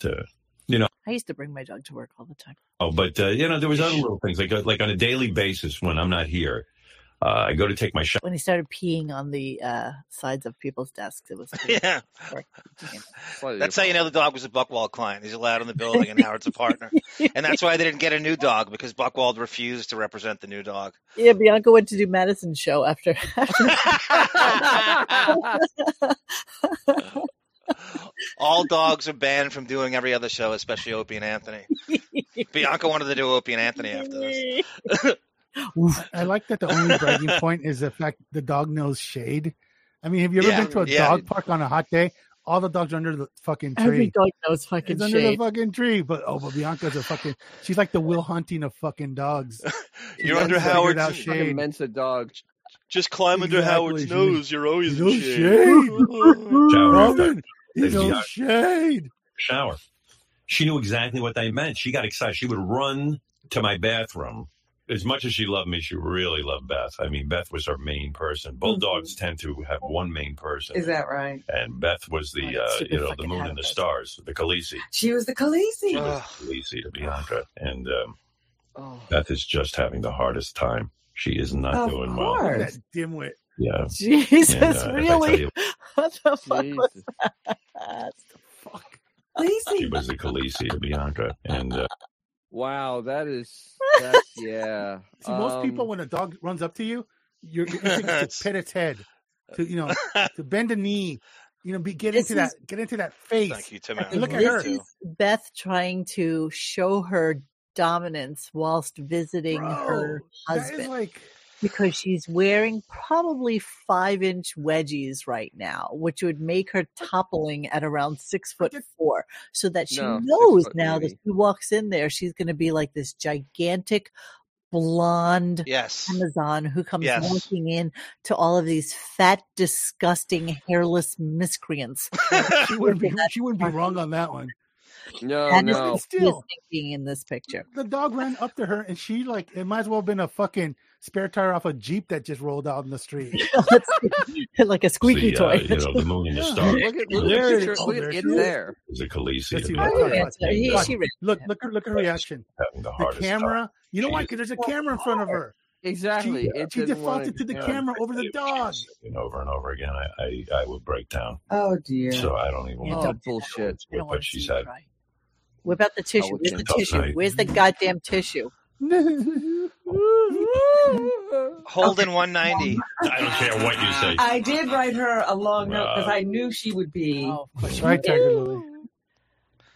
S1: to You know.
S3: I used to bring my dog to work all the time.
S1: Oh, but uh, you know, there was other little things like uh, like on a daily basis when I'm not here, uh, I go to take my shot.
S3: When he started peeing on the uh, sides of people's desks, it was pretty-
S4: <laughs> Yeah.
S5: Slightly
S4: That's how you know the dog was a Buckwald client. He's allowed in the building,
S6: <laughs>
S4: and Howard's a partner. And that's why they didn't get a new dog because Buckwald refused to represent the new dog.
S3: yeah. Bianca went to do Madison's show after.
S4: All dogs are banned from doing every other show, especially Opie and
S6: <laughs>
S4: Anthony. Bianca wanted to do Opie and Anthony after this.
S3: <laughs>
S6: I like that the only bragging point is the fact the dog knows shade. I mean, have you ever
S4: Yeah,
S6: been to a
S4: yeah.
S6: dog park on a hot day? All the dogs are under the fucking
S3: Every
S6: tree.
S3: dog knows fucking
S6: It's under
S3: shade.
S6: the <laughs> fucking tree. But oh, but Bianca's a fucking. She's like the Will Hunting of fucking dogs. She
S4: You're under
S6: figured
S4: Howard's.
S6: out
S5: fucking
S6: shade.
S5: Mensa dog.
S4: Just climb under
S6: Exactly,
S4: Howard's
S6: she-
S4: nose. You're always
S6: You
S4: in shade.
S6: know shade.
S1: Shower after.
S6: Robin, you know
S1: Yeah.
S6: shade.
S1: shower. She knew exactly what they meant. She got excited. She would run to my bathroom. As much as she loved me, she really loved Beth. I mean, Beth was her main person.
S5: Mm-hmm.
S1: Bulldogs tend to have one main person,
S7: Is that right?
S1: and Beth was the
S3: Right,
S1: uh,
S3: stupid
S1: you know the
S3: fucking
S1: moon and the
S3: habit.
S1: stars, the Khaleesi.
S7: She was the Khaleesi.
S1: She was
S4: <laughs> Ugh.
S1: Khaleesi to Bianca, and um,
S5: Oh.
S1: Beth is just having the hardest time. She is not
S7: Of
S1: doing well.
S7: course.
S6: That dimwit.
S1: Yeah,
S3: Jesus,
S1: And, uh, if I tell
S3: really?
S6: <laughs>
S1: you-
S3: what the fuck was
S5: Jesus.
S3: that?
S1: she
S7: Khaleesi.
S1: was the Khaleesi to Bianca, and
S5: <laughs>
S1: uh,
S5: Wow, that is
S4: <laughs>
S5: that's, yeah.
S6: See, most people
S5: Um,
S6: when a dog runs up to you, your instinct is to pet its head, to you know, to bend a knee, you know, be get
S3: This
S6: into that, get into that face.
S4: Thank you, Tim.
S6: I
S4: Allen.
S6: look at
S4: Me
S6: her.
S3: This is Beth trying to show her dominance whilst visiting her
S6: That is
S3: husband
S6: like
S3: because she's wearing probably five inch wedgies right now, which would make her toppling at around six foot
S6: Forget-
S3: four. So that she
S5: No, six
S3: knows
S5: foot
S3: now that
S5: maybe.
S3: she walks in there, she's going to be like this gigantic blonde
S4: Yes.
S3: Amazon who comes
S4: Yes.
S3: walking in to all of these fat, disgusting, hairless miscreants.
S4: <laughs>
S6: she wouldn't be she wouldn't be wrong on that one.
S5: No,
S3: That is
S5: no.
S3: what
S6: But
S3: she is
S6: still.
S3: thinking in this picture. <laughs>
S6: The dog ran up to her and she like it might as well have been a fucking spare tire off a jeep that just rolled out in the street.
S3: <laughs> Let's see. like a squeaky
S1: the, uh,
S3: toy. <laughs>
S1: you know the moon
S5: <laughs>
S1: and the
S6: Yeah.
S1: stars
S5: Look at look
S1: There
S5: at
S1: it
S5: the
S1: is.
S5: picture.
S6: Oh,
S5: Look
S6: there
S5: at
S6: it
S5: it's
S6: is.
S5: there.
S1: is the Khaleesi
S6: Let's
S1: to
S6: see
S3: Oh,
S6: what
S3: he
S1: Bianca,
S3: ran to- he- she ran
S6: Look,
S3: to-
S6: look her look her reaction.
S1: having the
S6: The
S1: hardest time.
S6: camera, you know why?
S1: Jesus.
S6: Because there's a camera in front of her.
S5: Exactly.
S6: She,
S5: it
S6: she
S5: doesn't wanna-
S6: defaulted to the
S5: yeah.
S6: camera over the
S1: It was
S6: dog.
S1: just And over and over again, I, I, I would break down.
S7: Oh dear.
S1: So I don't even
S3: Yeah,
S1: want
S5: Oh,
S1: to
S3: don't do that.
S5: bullshit.
S3: I don't
S1: what
S3: want to
S1: she's
S3: see you
S1: had.
S3: cry. Whip out the tissue.
S5: would
S3: Where's the
S5: think-
S3: tissue?
S1: Night.
S3: Where's the goddamn tissue?
S4: Holden 190.
S1: I don't care what you
S3: <laughs>
S1: say.
S7: I did write her a long note because
S1: Wow.
S7: I knew she would be.
S3: Oh, of course.
S6: Right, Tiger Lily.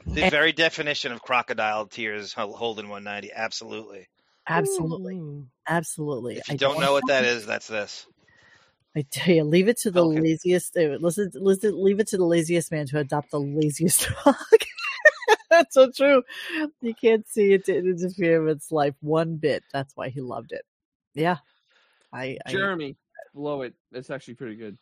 S4: The very definition of crocodile tears, Hol- Holden 190. Absolutely.
S3: Absolutely. Absolutely.
S4: If you don't know what that is, that's this.
S3: I tell you, leave it to the
S4: Okay.
S3: laziest. uh, Listen, listen, leave it to the laziest man to adopt the laziest <laughs> dog. That's so true. You can't see it to interfere with its life one bit. That's why he loved it. Yeah, I. I
S5: Jeremy, blow it. That's actually pretty good.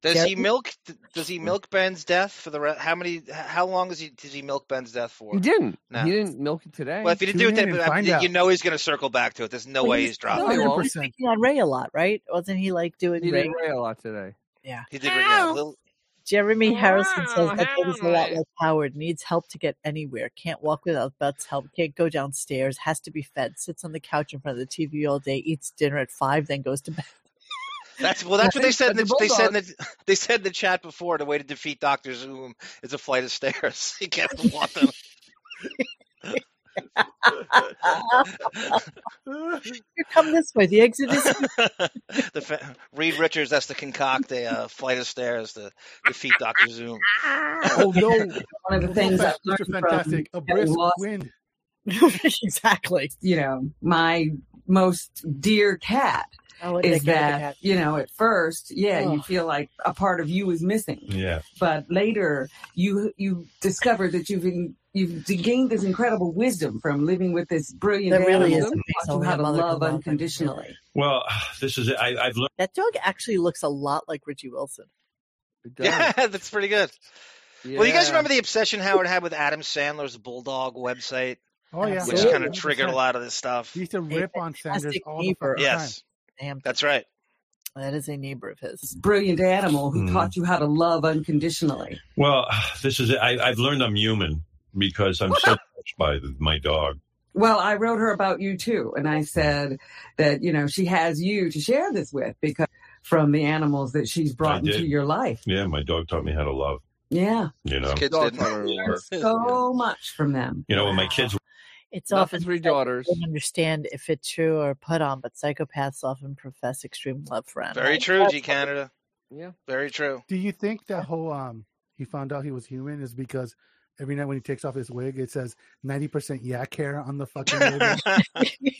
S4: Does
S3: Jerry?
S4: he milk? d- Does
S6: <laughs>
S4: he milk Ben's death for the rest? How many? h- How long does he? Does he milk Ben's death for?
S5: He didn't.
S4: No.
S5: He didn't milk it today.
S4: Well, if he didn't do
S6: Tune
S4: it,
S6: in
S4: then but
S6: and
S4: I-
S6: find
S4: you
S6: out.
S4: know he's going to circle back to it. There's no
S3: Well,
S4: way
S3: he's-
S4: he's dropping.
S5: No, he
S4: it.
S5: won't.
S6: 100%.
S3: picking on Ray a lot, right? Wasn't he like doing
S5: he
S3: Ray?
S5: didn't rail a lot today.
S4: He did ring out. Little-
S3: Jeremy Harrison says that baby's a lot like Howard. Needs help to get anywhere. Can't walk without Beth's help. Can't go downstairs. Has to be fed. Sits on the couch in front of the TV all day. Eats dinner at five. Then goes to bed. <laughs>
S6: <laughs>
S4: That's well. That's what they said. In
S5: But
S4: the,
S5: the
S4: they said in the, they said in the chat before. The way to defeat Doctor Zoom is a flight of stairs. <laughs> He kept walking.
S3: Here, come this way. The exit is
S4: the fa- Reed Richards has to concoct a uh, flight of stairs to defeat Doctor Zoom.
S6: <laughs> Oh no!
S7: One of the things I've learned
S6: Mr.
S7: from
S6: Fantastic, a
S7: getting
S6: brisk
S7: lost
S6: wind.
S3: <laughs> exactly.
S7: you know, my most dear cat
S3: Oh, and
S7: is
S3: they got the
S7: that, you know, at first, yeah, you
S3: Ugh.
S7: feel like a part of you is missing,
S1: Yeah.
S7: but later you you discover that you've in, you've gained this incredible wisdom from living with this brilliant
S3: That really
S7: animal
S3: is
S7: that
S3: amazing.
S7: taught you how to
S3: Mother can
S7: love
S3: love
S7: unconditionally.
S1: Well, <sighs> this is it. I, I've learned.
S3: That dog actually looks a lot like Richie Wilson.
S4: <laughs>
S5: It does.
S4: Yeah, that's pretty good. Well, you guys
S5: Yeah.
S4: remember the obsession Howard had with Adam Sandler's Bulldog website,
S6: Oh yeah,
S4: which
S3: Absolutely.
S4: kind of triggered a lot of this stuff.
S6: He used to rip on Sanders
S3: Fantastic
S6: all the
S3: neighbor.
S6: fucking
S4: Yes,
S3: Damn,
S4: that's right.
S3: that is a neighbor of his.
S7: This brilliant animal who
S1: Mhm.
S7: taught you how to love unconditionally.
S1: <sighs> Well, this is it. I, I've learned I'm human, because I'm
S3: <laughs>
S1: so touched by the, my dog.
S7: Well, I wrote her about you too, and I said that you know she has you to share this with because from the animals that she's
S1: I
S7: brought into
S1: did.
S7: your life.
S1: Yeah, my dog taught me how to love.
S7: Yeah,
S1: You know,
S4: These kids
S5: Dog
S4: didn't
S5: collar
S4: learn.
S5: alert.
S7: so much from them.
S1: you know when my kids.
S3: It's
S5: Not the
S3: often
S5: three
S3: said you
S5: daughters.
S3: Don't understand if it's true or put on, but psychopaths often profess extreme love for animals.
S4: Very true, G Canada.
S5: Yeah.
S4: Very
S5: <laughs>
S4: true.
S6: Do you think that whole um he found out he was human is because every night when he takes off his wig it says ninety percent yak hair on the
S4: <laughs>
S6: fucking label?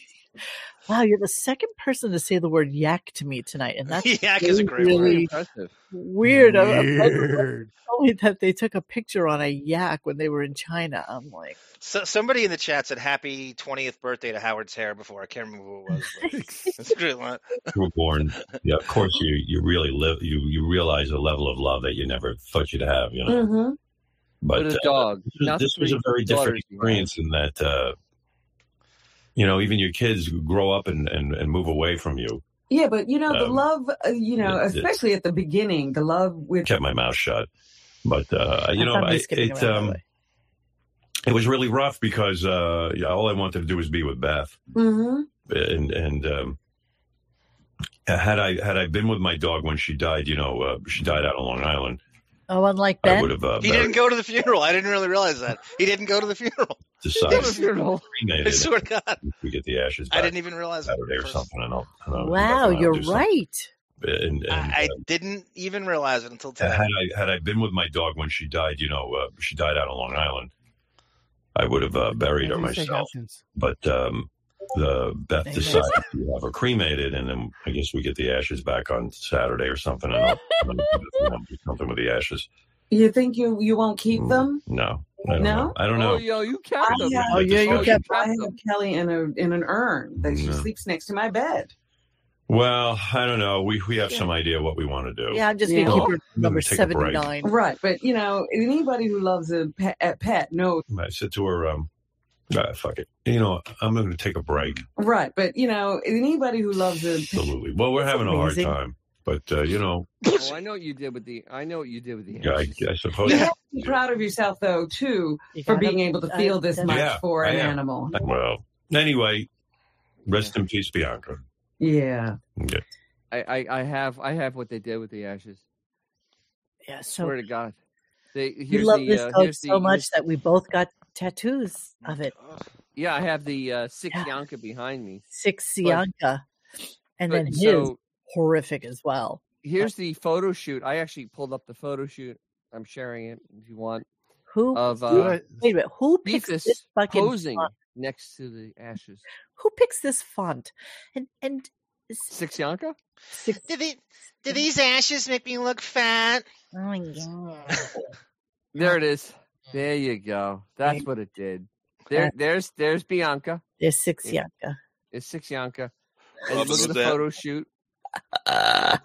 S3: Wow, you're the second person to say the word yak to me tonight, and that's
S4: Yak is a great
S5: Pretty
S4: word.
S3: Really?
S5: impressive.
S3: weird. I- I'm <laughs>
S6: Weird.
S3: Only that they took a picture on a yak when they were in China. I'm like,
S4: So, somebody in the chat said happy 20th birthday to Howard's hair before. I can't remember who it was. But
S5: <laughs>
S4: it's a great one.
S1: you were
S3: <laughs>
S1: born. Yeah, of course you you really live. You you realize a level of love that you never thought you'd have. You know,
S7: hmm
S1: but
S5: But a
S1: uh,
S5: dog.
S1: this was-
S5: Not the
S1: this was
S5: three
S1: a very different
S5: daughters you have.
S1: experience in that. Uh, you know, even your kids grow up and, and, and move away from you.
S7: Yeah, but you know the
S1: Um,
S7: love. Uh, you know,
S1: it- it-
S7: especially at the beginning, the love with
S1: Kept my mouth shut, but uh, you know,
S3: thought he
S1: I,
S3: was
S1: it
S3: skipping around, by the
S1: um,
S3: way.
S1: it was really rough because uh, yeah, all I wanted to do was be with Beth,
S7: Mhm.
S3: Mm-hmm.
S1: and and um, had I had I been with my dog when she died, you know, uh, she died out on Long Island.
S3: oh, unlike
S1: I would
S3: Ben,
S1: have uh,
S4: He didn't go to the funeral. I didn't really realize that. He didn't go to the funeral.
S1: decided
S5: It's brutal.
S4: I
S1: cremated
S4: swear to God.
S1: if we get the ashes back
S4: I didn't even realize that.
S1: Saturday or
S4: first.
S1: something. I don't, I don't know.
S3: wow,
S1: I'll
S3: you're
S1: do something.
S3: right.
S1: uh, And, and
S4: I, I
S1: uh, Uh-huh.
S4: didn't even realize it until today.
S1: <laughs> had I had I been with my dog when she died, you know, uh, she died out on Long Island. I would have uh, buried her
S6: Everything
S1: myself,
S6: happens.
S1: but um, the Beth
S3: Amen.
S1: decided to have her cremated, and then I guess we get the ashes back on Saturday or something. And I'll, I'm gonna do something with the ashes.
S7: You think you you won't keep
S1: Mm,
S7: them?
S1: No, I don't
S7: No?
S1: know. I don't know.
S5: Oh, yo, you kept
S7: Oh,
S5: them.
S7: yeah.
S1: Oh, yeah, you
S5: Oh,
S1: kept-
S7: I
S5: kept
S7: have
S5: them.
S7: Kelly in a in an urn that she
S1: No.
S7: sleeps next to my bed.
S1: Well, I don't know. We we have some idea what we want to do.
S3: Yeah, I'm just
S7: Yeah.
S3: gonna keep her
S1: I'm
S3: number
S1: gonna take a break.
S3: seventy nine.
S7: Right, but you know anybody who loves a pet, a pet knows.
S1: I said to her, um, ah, "Fuck it, you know, I'm going to take a break."
S7: Right, but you know anybody who loves a <laughs>
S1: Absolutely. Well, we're having a hard
S3: Amazing.
S1: time, but uh, you know,
S5: Oh, I know what you did with the. I know what you did with the.
S1: oh, yeah, I,
S5: ashes.
S1: I suppose.
S7: you have to be proud of yourself though too for being able to feel this
S3: Yeah,
S7: much for
S1: I
S7: an
S1: am.
S7: animal.
S1: Well, anyway, rest in peace, Bianca.
S7: Yeah.
S1: Okay.
S5: I, I, I have I have what they did with the ashes.
S3: Yeah,
S5: Swear
S3: so
S5: to God. They
S3: we
S5: here's
S3: love
S5: the,
S3: this
S5: uh,
S3: dog
S5: here's the,
S3: so much that we both got tattoos of it. <laughs>
S5: Yeah, I have the uh, six
S3: Yeah.
S5: Yanka behind me.
S3: Six
S5: But-
S3: Sianka, and then
S5: But
S3: his
S5: so
S3: horrific as well.
S5: here's the photo shoot. I actually pulled up the photo shoot. I'm sharing it if you want
S3: Who?
S5: of
S6: Do
S5: uh,
S6: it.
S3: wait a minute. Who picks
S5: Beefus
S3: Oh, this fucking
S5: posing
S3: font?
S5: next to the ashes.
S3: Who picks this font? And and s-
S5: Six Yanka.
S3: six.
S4: Do, the, do these ashes make me look fat?
S3: Oh my god.
S5: There it is. There you go. That's what it did. There, there's, there's Bianca.
S3: There's six
S5: Yeah. <laughs>
S3: Yanka.
S5: It's six Yanka. And
S4: Love
S5: look
S4: to
S5: at the
S4: death.
S5: photo shoot.
S3: Are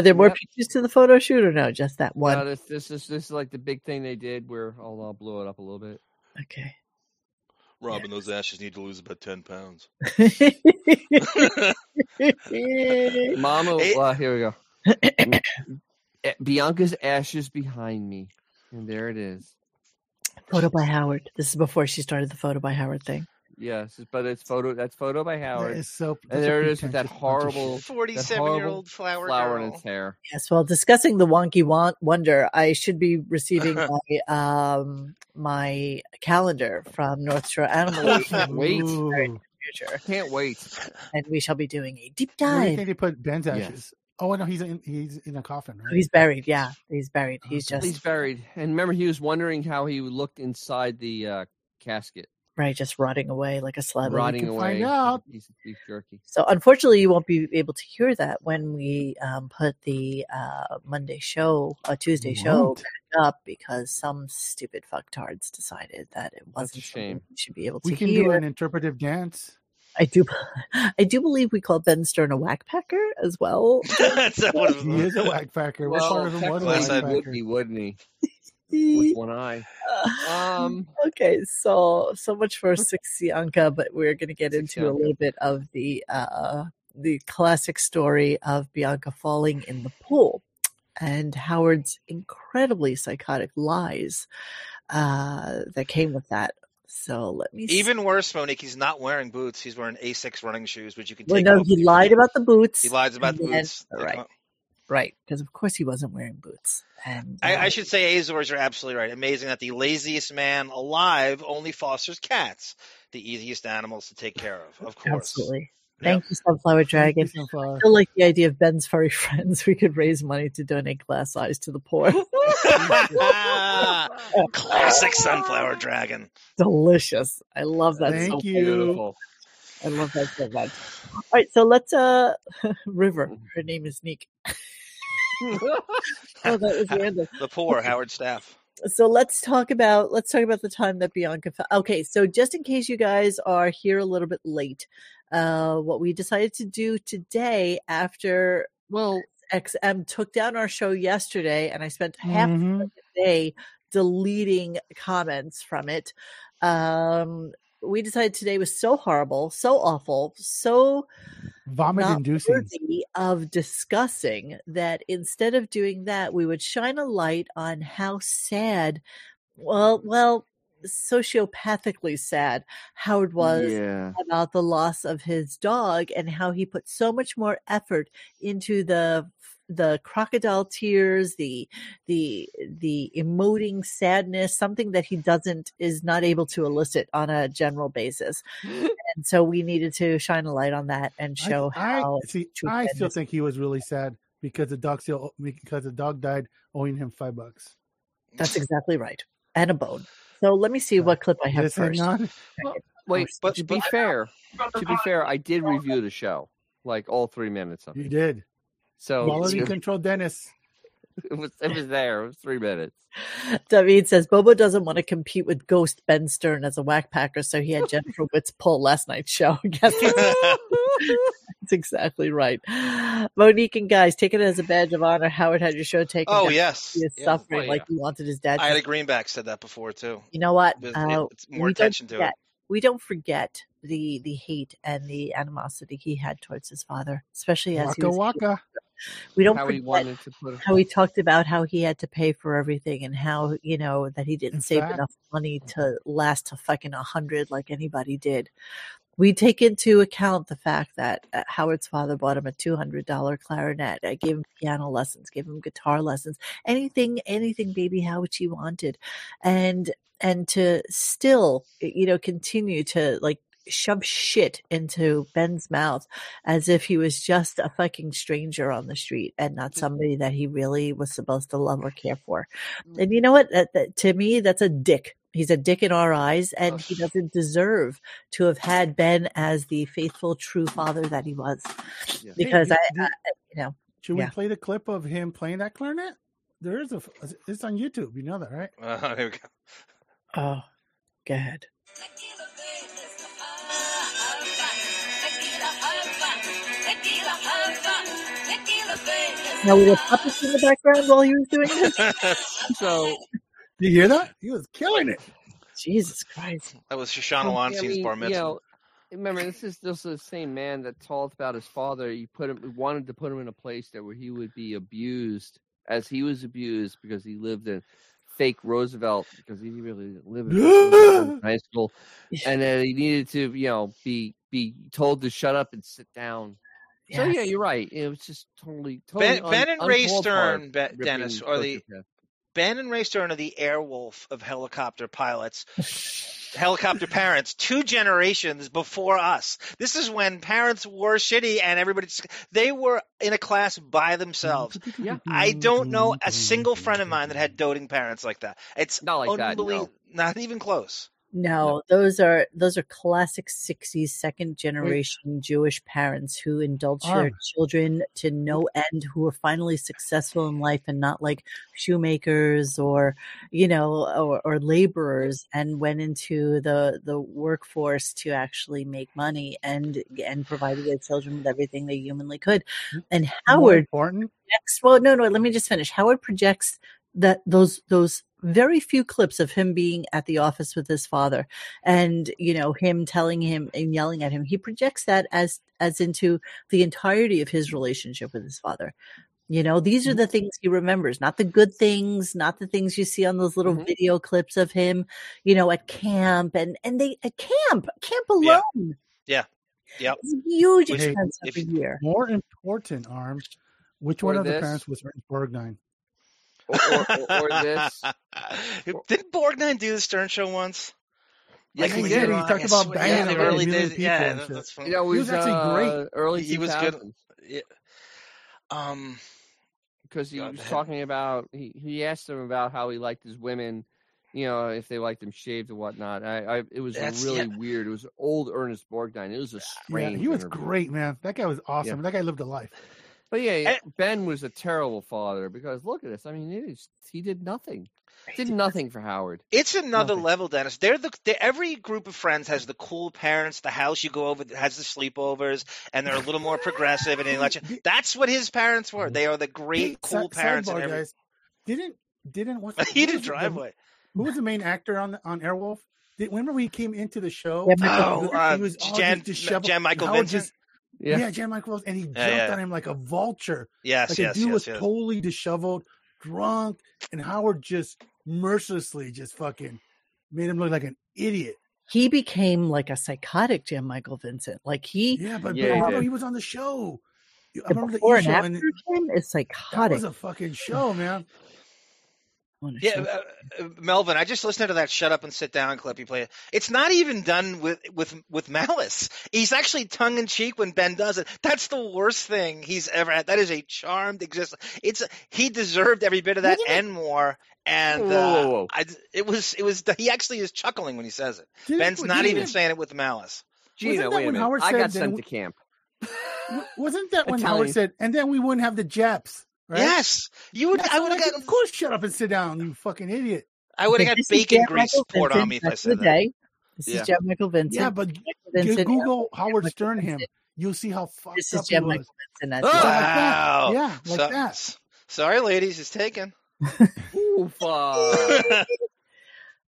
S3: there more
S5: Yep.
S3: pictures to the photo shoot or no? Just that one?
S5: Now this, this is this is like the big thing they did where I'll, I'll blow it up a little bit.
S3: Okay.
S4: Robin, those ashes need to lose about 10 <laughs> pounds.
S3: <laughs>
S5: Mama,
S4: It-
S5: well, here we go. Eh, Bianca's ashes behind me, and there it is.
S3: photo by Howard. This is before she started the photo by Howard thing.
S5: Yes, but it's photo. That's photo by
S6: That
S5: Howard.
S6: is so.
S5: and there it is with that horrible
S4: 47 year old flower,
S5: flower in
S4: girl. <laughs>
S5: its hair.
S3: Yes. Well, discussing the wonky want wonder, I should be receiving my um my calendar from North Shore Animal League in
S6: <laughs>
S5: Wait.
S6: Ooh.
S3: the future,
S5: Can't wait.
S3: and we shall be doing a deep
S6: Where do you
S3: dive.
S6: think they put Ben's
S5: Yes.
S6: ashes? Oh no, he's in he's in a coffin, right?
S3: He's buried. Yeah, he's buried. He's just
S5: He's buried, and remember, he was wondering how he looked inside the uh, casket,
S3: right, just rotting away like a slab. of
S5: rotting
S6: can
S5: away.
S6: find out.
S5: He's a beef jerky.
S3: So unfortunately, you won't be able to hear that when we um, put the uh, Monday show, uh, Tuesday
S6: You
S3: show
S6: won't.
S3: back up because some stupid fucktards decided that it wasn't
S5: a
S3: something
S5: shame.
S3: we should be able to
S6: We can
S3: hear.
S6: do an interpretive dance.
S3: I do, <laughs> I do believe we called Ben Stern a whackpacker as well.
S4: That's not what it
S6: He
S4: was.
S6: is a whack packer. What part of him was a
S5: technically,
S6: whack
S4: technically,
S5: he would
S6: packer?
S5: be, wouldn't
S6: <laughs>
S5: he? With
S3: Uh,
S5: one eye. Um,
S3: <laughs> okay, so so much for Six Sianka, but we're going to get
S5: Six
S3: into a
S5: Yanka.
S3: little bit of the uh, the classic story of Bianca falling in the pool. and Howard's incredibly psychotic lies uh, that came with that. So let me see.
S4: Even worse, Monique, he's not wearing boots. He's wearing Asics running shoes, which you can take.
S3: Well, no,
S4: off.
S3: he lied about the boots.
S4: He lies about the
S3: and then-
S4: boots.
S3: all right. Right, because of course he wasn't wearing boots. And
S4: I, I
S3: uh,
S4: should say Azores are absolutely right. Amazing that the laziest man alive only fosters cats, the easiest animals to take care of. Of course.
S3: absolutely.
S4: Yeah.
S3: Thank you, Sunflower Dragon.
S6: Thank you, Sunflower.
S3: I feel like the idea of Ben's furry <laughs> friends. We could raise money to donate glass eyes to the
S4: <laughs>
S3: poor.
S4: <laughs>
S3: <laughs>
S4: Classic sunflower dragon.
S3: Delicious. I love that.
S6: Thank
S3: so
S6: you.
S5: Beautiful.
S3: I love that so much. All right, so let's uh <laughs> River. Her name is
S4: <laughs>
S3: Neek. <laughs> Oh, that <laughs> was random.
S4: The poor Howard Staff.
S3: so let's talk about let's talk about the time that Bianca. Fa- okay, so just in case you guys are here a little bit late, uh, what we decided to do today after well XM took down our show yesterday, and I spent half
S6: Mhm.
S3: the day deleting comments from it. Um, we decided today was so horrible, so awful, so
S6: Vomit
S3: not
S6: inducing.
S3: worthy of discussing that instead of doing that we would shine a light on how sad well well sociopathically sad howard was
S5: yeah.
S3: about the loss of his dog and how he put so much more effort into the the crocodile tears the the the emoting sadness something that he doesn't is not able to elicit on a general
S6: <laughs>
S3: basis and so we needed to shine a light on that and
S6: I-
S3: show
S6: I,
S3: how
S6: see.
S3: true
S6: I still
S3: sadness-
S6: think he was really sad because the dog still because the dog died owing him five bucks.
S3: that's exactly right and a bone so let me see what clip i have
S6: Yes, I
S3: first
S6: nodded.
S3: <laughs>
S5: Wait,
S4: But-
S5: to be fair, to
S7: Uh-huh.
S5: be fair, I did review the show, like all three minutes of
S6: You
S5: it.
S6: did.
S5: So
S6: Quality control, Dennis.
S5: it was it was there. It was three minutes.
S3: David says Bobo doesn't want to compete with Ghost Ben Stern as a whack packer, so
S6: <laughs>
S3: he had Jennifer Witt's pull last night's show. <laughs> Yes, that's that's exactly right. Monique and guys, take it as a badge of honor. Howard had your show taken.
S4: oh
S3: down.
S4: yes.
S3: he is
S4: Yeah.
S3: suffering
S5: Oh,
S3: like
S5: yeah.
S3: he wanted his dad.
S4: I
S3: to
S4: had a greenback said that before too.
S3: you know what?
S4: There's-
S3: Uh,
S4: it's
S3: we
S4: more
S3: don't
S4: attention to it.
S3: forget- We don't forget the the hate and the animosity he had towards his father, especially as he
S6: Waka
S3: was.
S6: waka.
S3: We <laughs> don't
S5: How
S3: forget
S5: he wanted to put
S3: how he talked about how he had to pay for everything and how you know that he didn't
S6: In
S3: save
S6: fact-
S3: enough money to last to fucking a hundred like anybody did. We take into account the fact that uh, Howard's father bought him a two hundred dollar clarinet, uh, gave him piano lessons, gave him guitar lessons, anything, anything, baby Howard she wanted, and and to still you know continue to like shove shit into Ben's mouth as if he was just a fucking stranger on the street and not somebody that he really was supposed to love or care for. And you know what? That, that, to me, that's a dick. He's a dick in our eyes, and he doesn't deserve to have had Ben as the faithful, true father that he was.
S5: Yeah.
S6: Hey,
S3: Because
S6: did-
S3: I, I,
S6: did-
S3: you know,
S6: Should
S3: Yeah.
S6: we play the clip of him playing that clarinet? There is a. f- It's on YouTube. You know that, right?
S4: <laughs> Uh, here we go.
S3: oh, go ahead. Now, were the puppets in the background while he was doing
S4: <laughs>
S3: this?
S5: So
S6: You hear that? He was killing it.
S3: Jesus Christ.
S4: that was Shoshana
S5: I
S4: Weinstein's
S5: mean,
S4: bar
S5: You
S4: mitzvah.
S5: know, remember, this is this is the same man that talked about his father. He put him wanted to put him in a place that where he would be abused, as he was abused because he lived in fake Roosevelt because he really didn't live in Roosevelt
S3: <laughs>
S5: in high school, and then he needed to, you know, be be told to shut up and sit down. So Oh, yeah,
S3: Yes.
S5: you're right. It was just totally, totally
S4: Ben, ben
S5: un-
S4: and Ray
S5: uncalled for
S4: Stern, ben,
S5: ripping
S4: Dennis, are the
S5: sociopath.
S4: Ben and Ray Stern are the airwolf of helicopter pilots, helicopter parents, two generations before us. This is when parents were shitty and everybody, they were in a class by themselves.
S5: Yeah.
S4: I don't know a single friend of mine that had doting parents like that. It's
S5: not like that.
S4: unbelievable.
S5: No.
S4: Not even close.
S3: No, those are those are classic '60s second generation Jewish parents who indulge their
S6: Arm.
S3: children to no end, who are finally successful in life and not like shoemakers or you know or, or laborers, and went into the the workforce to actually make money and and provided their children with everything they humanly could. Mm. And
S6: More
S3: Howard
S6: important.
S3: projects- Well, no, no. Let me just finish. Howard projects that those those very few clips of him being at the office with his father, and you know him telling him and yelling at him. He projects that as as into the entirety of his relationship with his father. You know, these
S4: Mm-hmm.
S3: are the things he remembers, not the good things, not the things you see on those little
S4: Mm-hmm.
S5: Mhm.
S3: video clips of him, you know, at camp and and they at camp, camp
S4: Yeah.
S3: alone.
S4: Yeah. Yep.
S3: It's a huge
S6: Which-
S3: expense
S4: if-
S3: every year.
S6: More important, arms. Which
S5: Or
S6: one of the
S5: this.
S6: parents was Ernest Borgnine?
S5: Or, or, or,
S4: <laughs>
S5: or this.
S4: Didn't Borgnine do the Stern Show once?
S5: Yes,
S4: Like
S5: he
S4: when
S5: did.
S4: were
S5: He
S4: on-
S6: talked
S4: I
S6: about
S4: swear-
S6: banging
S4: yeah, the
S5: about a
S4: early
S6: million
S4: days.
S6: people
S4: Yeah,
S6: and
S4: that-
S6: shit.
S4: that's funny.
S5: You know,
S6: He was
S5: it
S6: actually
S5: uh,
S6: great.
S5: Early
S4: He was good.
S5: 2000s.
S4: Yeah. Um,
S5: because he
S4: God,
S5: was
S4: that-
S5: talking about he, he asked him about how he liked his women you know if they liked them shaved and whatnot i, I it was
S4: That's-
S5: really weird it was old ernest borgnine it was a
S6: Yeah,
S5: strange
S6: he was
S5: interview.
S6: great, man. That guy was awesome. That guy lived a life.
S5: but yeah, yeah, ben was a terrible father because look at this i mean he, was- he did nothing did nothing for howard
S4: It's another
S5: Nothing.
S4: level, Dennis. They're the they every group of friends has the cool parents, the house you go over that has the sleepovers, and they're a little more progressive and they let
S6: <laughs>
S4: you. That's what his parents were. They are the great cool
S6: Si-
S4: parents. in
S6: sidebar,
S4: every,
S6: guys. Didn't didn't what's
S4: <laughs> he
S6: who
S4: didn't
S6: was the-
S4: drive away.
S6: Who was the main actor on the, on Airwolf? Did, remember when he came into the show?
S7: <laughs>
S3: Yeah,
S4: Oh, uh,
S6: he was all
S4: Jan,
S6: just disheveled.
S4: Jan Michael
S6: Howard
S4: Vincent.
S6: just-
S5: yeah,
S6: yeah. Jan Michael Vincent, and he jumped
S4: yeah.
S6: on him like a vulture.
S4: yes,
S6: Like
S4: yes,
S6: the dude
S4: yes,
S6: was
S4: yes.
S6: totally disheveled, drunk, and Howard just mercilessly just fucking made him look like an idiot.
S3: He became like a psychotic Jim Michael Vincent. Like he
S6: Yeah, but,
S5: Yeah,
S6: but
S5: he
S6: remember
S5: did.
S6: he was on the show. I
S3: the
S6: remember the
S3: before
S6: E
S3: and
S6: show,
S3: after
S6: and
S3: him is
S6: that
S3: psychotic.
S6: was a
S3: <laughs>
S6: fucking show, man.
S3: on a
S4: Yeah,
S3: show.
S4: uh, uh, Melvin, I just listened to that "Shut Up and Sit Down" clip you played. It's not even done with with with malice. He's actually tongue in cheek when Ben does it. That's the worst thing he's ever had. That is a charmed existence. It's he deserved every bit of that
S3: Wasn't it-
S4: and more. And
S5: Whoa,
S4: uh,
S5: whoa, whoa.
S4: I, it was it was he actually is chuckling when he says it.
S6: Didn't-
S4: Ben's not
S6: didn't-
S4: even saying it with malice.
S5: gina
S6: that
S5: wait a
S6: when
S5: minute
S6: Howard
S5: i
S6: said
S5: got
S6: that
S5: sent
S6: we-
S5: to
S6: <laughs>
S5: camp
S6: w- Wasn't that when
S5: Italian.
S6: Howard said, and then we wouldn't have the Japs, right?
S4: Yes, you would.
S6: That's
S4: I
S6: what
S4: would have
S6: said,
S4: gotten.
S6: Of course, shut up and sit down, you fucking idiot.
S4: I would have got
S3: This is
S4: bacon
S3: Jan
S4: grease
S3: Michael
S4: poured
S3: Vincent
S4: on me if I
S3: back in
S4: said
S3: the
S4: that.
S3: day. This
S5: Yeah.
S3: is Jan Michael Vincent.
S6: Yeah, but
S3: Jan Michael
S6: G-
S3: Vincent, <laughs>
S6: Google
S3: Jan
S6: Howard
S3: Michael
S6: Stern him.
S3: Vincent.
S6: You'll see how fucked
S3: This
S6: up
S3: is
S6: he
S3: Jan
S6: was.
S3: Michael Vincent. That's
S5: Ah!
S3: why.
S6: <laughs>
S4: Wow.
S6: Yeah, like
S4: Oh, So-
S6: that.
S4: s- Sorry, ladies, it's taken.
S5: <laughs> Oofa.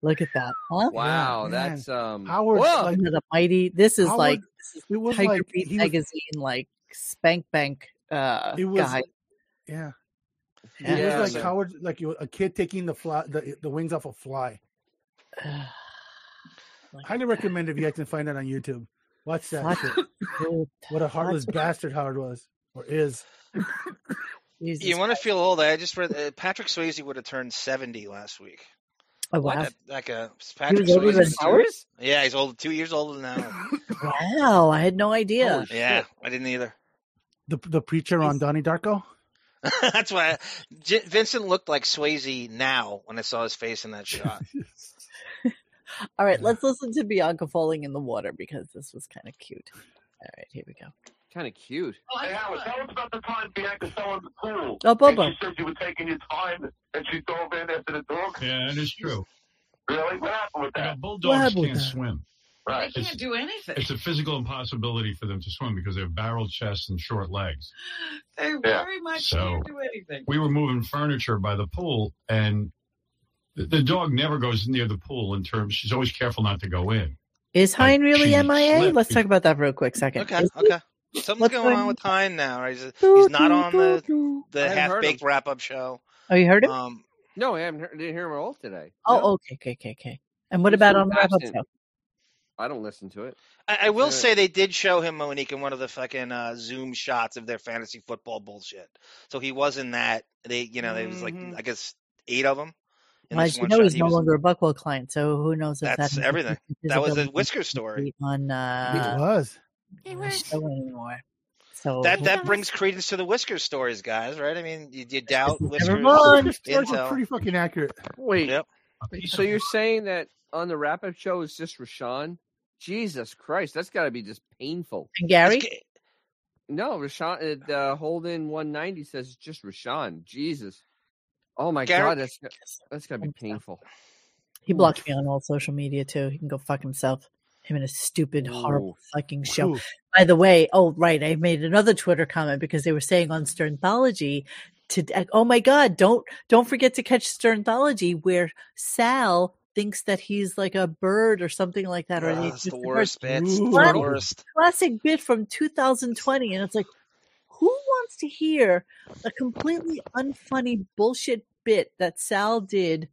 S3: Look at that, huh?
S5: wow
S6: man.
S5: that's um
S6: Howard's
S5: whoa.
S6: like-
S3: Under the mighty. This is
S6: Howard-
S3: like this is
S6: It was
S3: Tiger
S6: like
S3: Beat
S6: he was,
S3: magazine, like Spank Bank. Uh,
S6: It was-
S3: guy. <sighs>
S6: yeah.
S5: Yeah,
S6: It
S5: Yeah,
S6: was like
S5: so-
S6: Howard, like you- a kid taking the fly, the, the wings off a fly. Highly recommend if you guys can find that on YouTube. Watch that.
S3: Watch
S6: shit. What a heartless bastard Howard was or is.
S4: You want to feel old? I just read uh, Patrick Swayze would have turned seventy last week.
S3: Oh, wow.
S4: Like a, like a Patrick
S3: older
S4: Swayze.
S3: than
S4: was-
S3: Howard?
S4: Yeah, he's old. Two years older
S3: <laughs>
S4: than Howard.
S3: wow! I had no idea.
S5: Holy
S4: yeah, I didn't either. <laughs>
S6: The the preacher on Donnie Darko.
S4: That's why I, J- Vincent looked like Swayze now when I saw his face
S3: <laughs>
S4: in that shot.
S3: All right, let's listen to Bianca falling in the water because this was kind of cute. All right, here we go.
S5: kind of cute
S10: Hey, Howard, tell us about the time Bianca fell in the pool.
S3: Oh, Bobo.
S10: And she said you were taking your time, and she dove in after the dog.
S1: Yeah, that is true.
S10: Really? What happened with
S1: You know,
S10: that?
S6: What
S1: bulldogs
S6: happened with
S1: can't
S6: that?
S1: swim.
S10: Right.
S1: It's-
S11: do anything.
S1: It's a physical impossibility for them to swim because they have barrel chests and short legs.
S11: They very much
S1: So-
S11: do anything.
S1: we were moving furniture by the pool and the, the dog never goes near the pool in terms she's always careful not to go in
S3: Is Hein really
S1: she
S3: MIA?
S1: slept.
S3: Let's talk about that real quick. Second.
S4: Okay,
S3: Is he-
S4: okay. Something's
S3: What's
S4: going
S3: going
S4: on
S3: on?
S4: with Tyne now. Right? He's, he's not on the the
S5: I haven't
S4: half
S5: heard
S4: baked
S5: him.
S4: wrap up show.
S3: Oh, you heard him?
S4: Um,
S5: no i haven't heard, didn't hear him at all today No.
S3: oh, okay, okay, okay, okay. And what
S5: He's
S3: about
S5: been
S3: on the wrap up
S5: absent.
S3: show?
S5: i don't listen to it
S4: I, I will
S5: Uh,
S4: say they did show him Monique in one of the fucking uh, Zoom shots of their fantasy football bullshit. So he was in that. They, you know, there was like
S5: Mhm.
S4: I guess eight of them. In
S3: Well,
S4: this
S3: as you
S4: one
S3: know,
S4: shot,
S3: he's
S4: he
S3: no
S4: was-
S3: longer a Buckwell client, so who knows if
S4: That's
S3: that has
S4: everything.
S3: anything to do
S4: That
S3: with
S4: was
S3: his
S4: the Whisker story.
S3: ability on
S6: it
S3: uh,
S6: was.
S3: on the show anymore. So
S4: That that brings credence to the Whiskers stories, guys. Right? I mean, you, you doubt
S3: never
S4: Whiskers.
S3: wrong.
S6: Your stories were
S4: Intel.
S6: pretty fucking accurate.
S5: wait
S4: Yep.
S5: So you're saying that on the wrap up show is just Rashawn? Jesus Christ, that's got to be just painful.
S3: and Gary.
S4: It's-
S5: No, Rashawn, uh, the Holden 190 says it's just Rashawn. Jesus. Oh my
S4: Gary-
S5: God, that's that's got to be painful.
S3: He blocked me on all social media too. He can go fuck himself. Him and his stupid, horrible fucking show.
S6: Ooh.
S3: By the way, oh right, I made another Twitter comment because they were saying on Sternthology to oh my god, don't don't forget to catch Sternthology where Sal thinks that he's like a bird or something like that, or
S4: Ah,
S3: he's
S4: it's
S3: just
S4: the
S3: a bird.
S4: worst, bitch. It's the
S6: Ooh.
S4: worst.
S3: classic bit from 2020, and it's like who wants to hear a completely unfunny bullshit bit that Sal did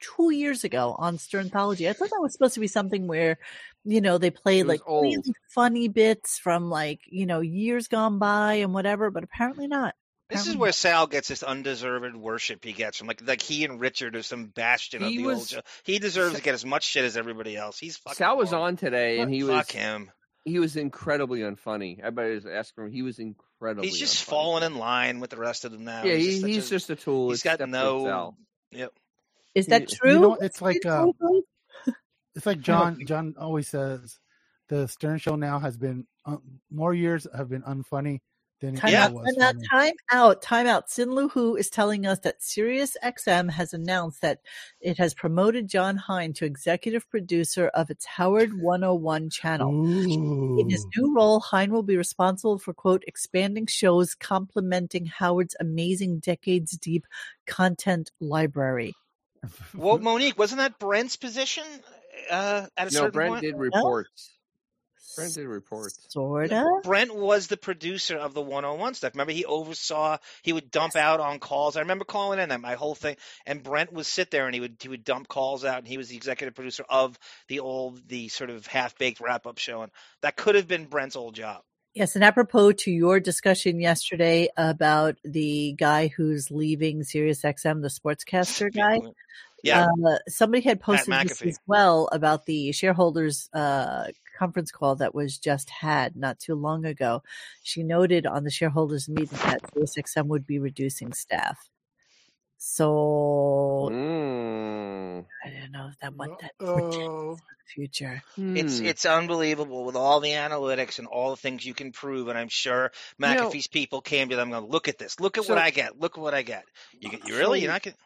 S3: two years ago on Sternthology? I thought that was supposed to be something where, you know, they played
S5: It was
S3: like really
S5: old.
S3: funny bits from like, you know, years gone by and whatever, but apparently not.
S4: This is where Sal gets this undeserved worship he gets from like like he and Richard are some bastion
S5: He
S4: of the
S5: was-
S4: old. Joe. He deserves to get as much shit as everybody else. He's fucking.
S5: Sal was on today, and he was
S4: Fuck him.
S5: He was incredibly unfunny. Everybody was asking him. He was incredibly.
S4: He's just falling in line with the rest of them now.
S5: unfunny. yeah,
S4: He's
S5: he-
S4: just such a-
S5: he's just a tool.
S4: he's
S5: It's
S4: got no.
S5: definitely Sal.
S4: Yep.
S3: Is that
S6: You-
S3: true?
S6: You know, it's like uh, it's like
S3: <laughs>
S6: John.
S3: think-
S6: John always says the Stern Show now has been uh, more years have been unfunny than it
S3: Time
S6: ever
S3: out,
S6: was.
S3: time out,
S6: funny.
S3: time out, time out. Sin Lu Hu is telling us that SiriusXM has announced that it has promoted John Hine to executive producer of its Howard 101 channel. In his new role, Hine will be responsible for, quote, expanding shows complementing Howard's amazing decades deep content library.
S6: <laughs>
S4: Well, Monique, wasn't that Brent's position? Uh, at a
S5: No,
S4: certain
S5: Brent
S4: point?
S5: did reports. Brent did reports.
S3: Sort
S4: Brent was the producer of the 101 stuff. Remember, he oversaw. He would dump out on calls. I remember calling in that my whole thing. And Brent would sit there and he would he would dump calls out, and he was the executive producer of the old the sort of half baked wrap up show. And that could have been Brent's old job.
S3: Yes, and apropos to your discussion yesterday about the guy who's leaving SiriusXM, the sportscaster guy,
S4: Yeah.
S3: uh, somebody had posted this
S4: McAfee.
S3: as well about the shareholders uh, conference call that was just had not too long ago. She noted on the shareholders meeting that SiriusXM would be reducing staff. So
S5: Mm.
S3: I don't know if that what that
S5: uh,
S6: oh.
S3: future.
S4: It's
S5: Hmm.
S4: it's unbelievable with all the analytics and all the things you can prove, and I'm sure
S5: You know-
S4: McAfee's people came to them going, "Look at this! Look at
S5: So-
S4: what I get! Look at what I get! You, get- you really?
S5: So-
S4: You're not gonna?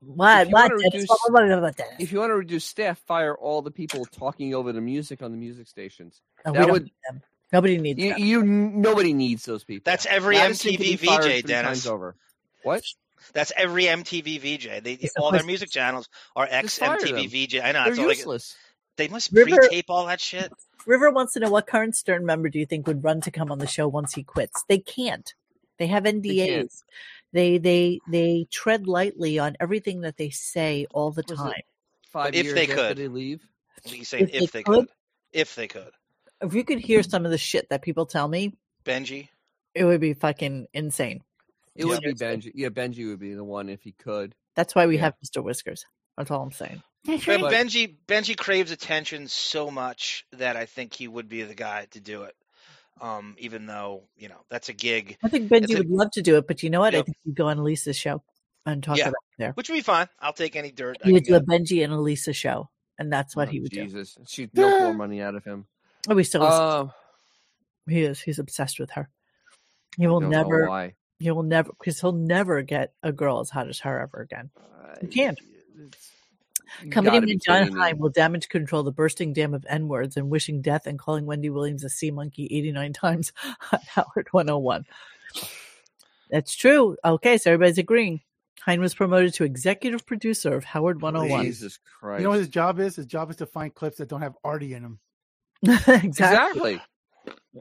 S3: What?
S5: If
S3: What?
S5: you wanna
S3: Dennis?
S5: reduce-
S3: What- what about that?
S5: If you want to reduce staff, fire all the people talking over the music on the music stations.
S3: No, we
S5: that
S3: don't
S5: would
S3: need them. Nobody needs
S5: you,
S3: them.
S5: you. Nobody needs those people.
S4: That's every
S5: Madison can
S4: MTV
S5: be fired
S4: VJ,
S5: three times
S4: Dennis.
S5: over. What?
S4: That's every MTV VJ. They
S3: It's
S4: all their
S3: supposed-
S4: music channels are ex
S5: Just fire
S4: MTV
S5: them.
S4: VJ. I know.
S5: They're
S4: it's all like-
S5: useless.
S4: they must
S3: River-
S4: pre-tape all that shit.
S3: River wants to know what current Stern member do you think would run to come on the show once he quits? They can't. They have
S5: can't.
S3: NDAs. They they they tread lightly on everything that they say all the
S5: Was it-
S3: time.
S5: Five
S4: If
S5: years
S4: they
S5: after
S4: could.
S5: they leave.
S4: You say if,
S3: they
S4: they
S3: could-
S4: could. if they could,
S3: If you could hear some of the shit that people tell me,
S4: Benji.
S3: it would be fucking insane.
S5: It would be Benji. Yeah, Benji would be the one if he could.
S3: That's why we
S5: Yeah.
S3: have Mr. Whiskers. That's all I'm saying. <laughs>
S4: But
S5: But-
S4: Benji Benji craves attention so much that I think he would be the guy to do it. Um, even though you know that's a gig,
S3: I think Benji
S4: It's a-
S3: would love to do it, but you know what? I
S4: Yeah.
S3: think you'd go on Elisa's show and talk
S4: Yeah.
S3: about it there.
S4: which would be fine. I'll take any dirt. I
S3: He
S4: can
S3: would do a
S4: get.
S3: Benji and Elisa show, and that's what
S5: Oh,
S3: he would do.
S5: Jesus, she'd milk more money out of him.
S3: Oh, we still
S5: Um,
S3: he is. He's obsessed with her. He will
S5: don't know
S3: never
S5: why.
S3: He will never, because he'll never get a girl as hot as her ever again. You can't.
S5: It's- you
S3: Company
S5: gotta be
S3: man John
S5: kidding me.
S3: Hine will damage control the bursting dam of N words and wishing death and calling Wendy Williams a sea monkey 89 times <laughs> on Howard 101. That's true. Okay, so everybody's agreeing. Hine was promoted to executive producer of Howard 101. <laughs>
S5: Jesus Christ.
S6: You know what his job is? His job is to find clips that don't have Artie in them.
S3: exactly.
S5: exactly.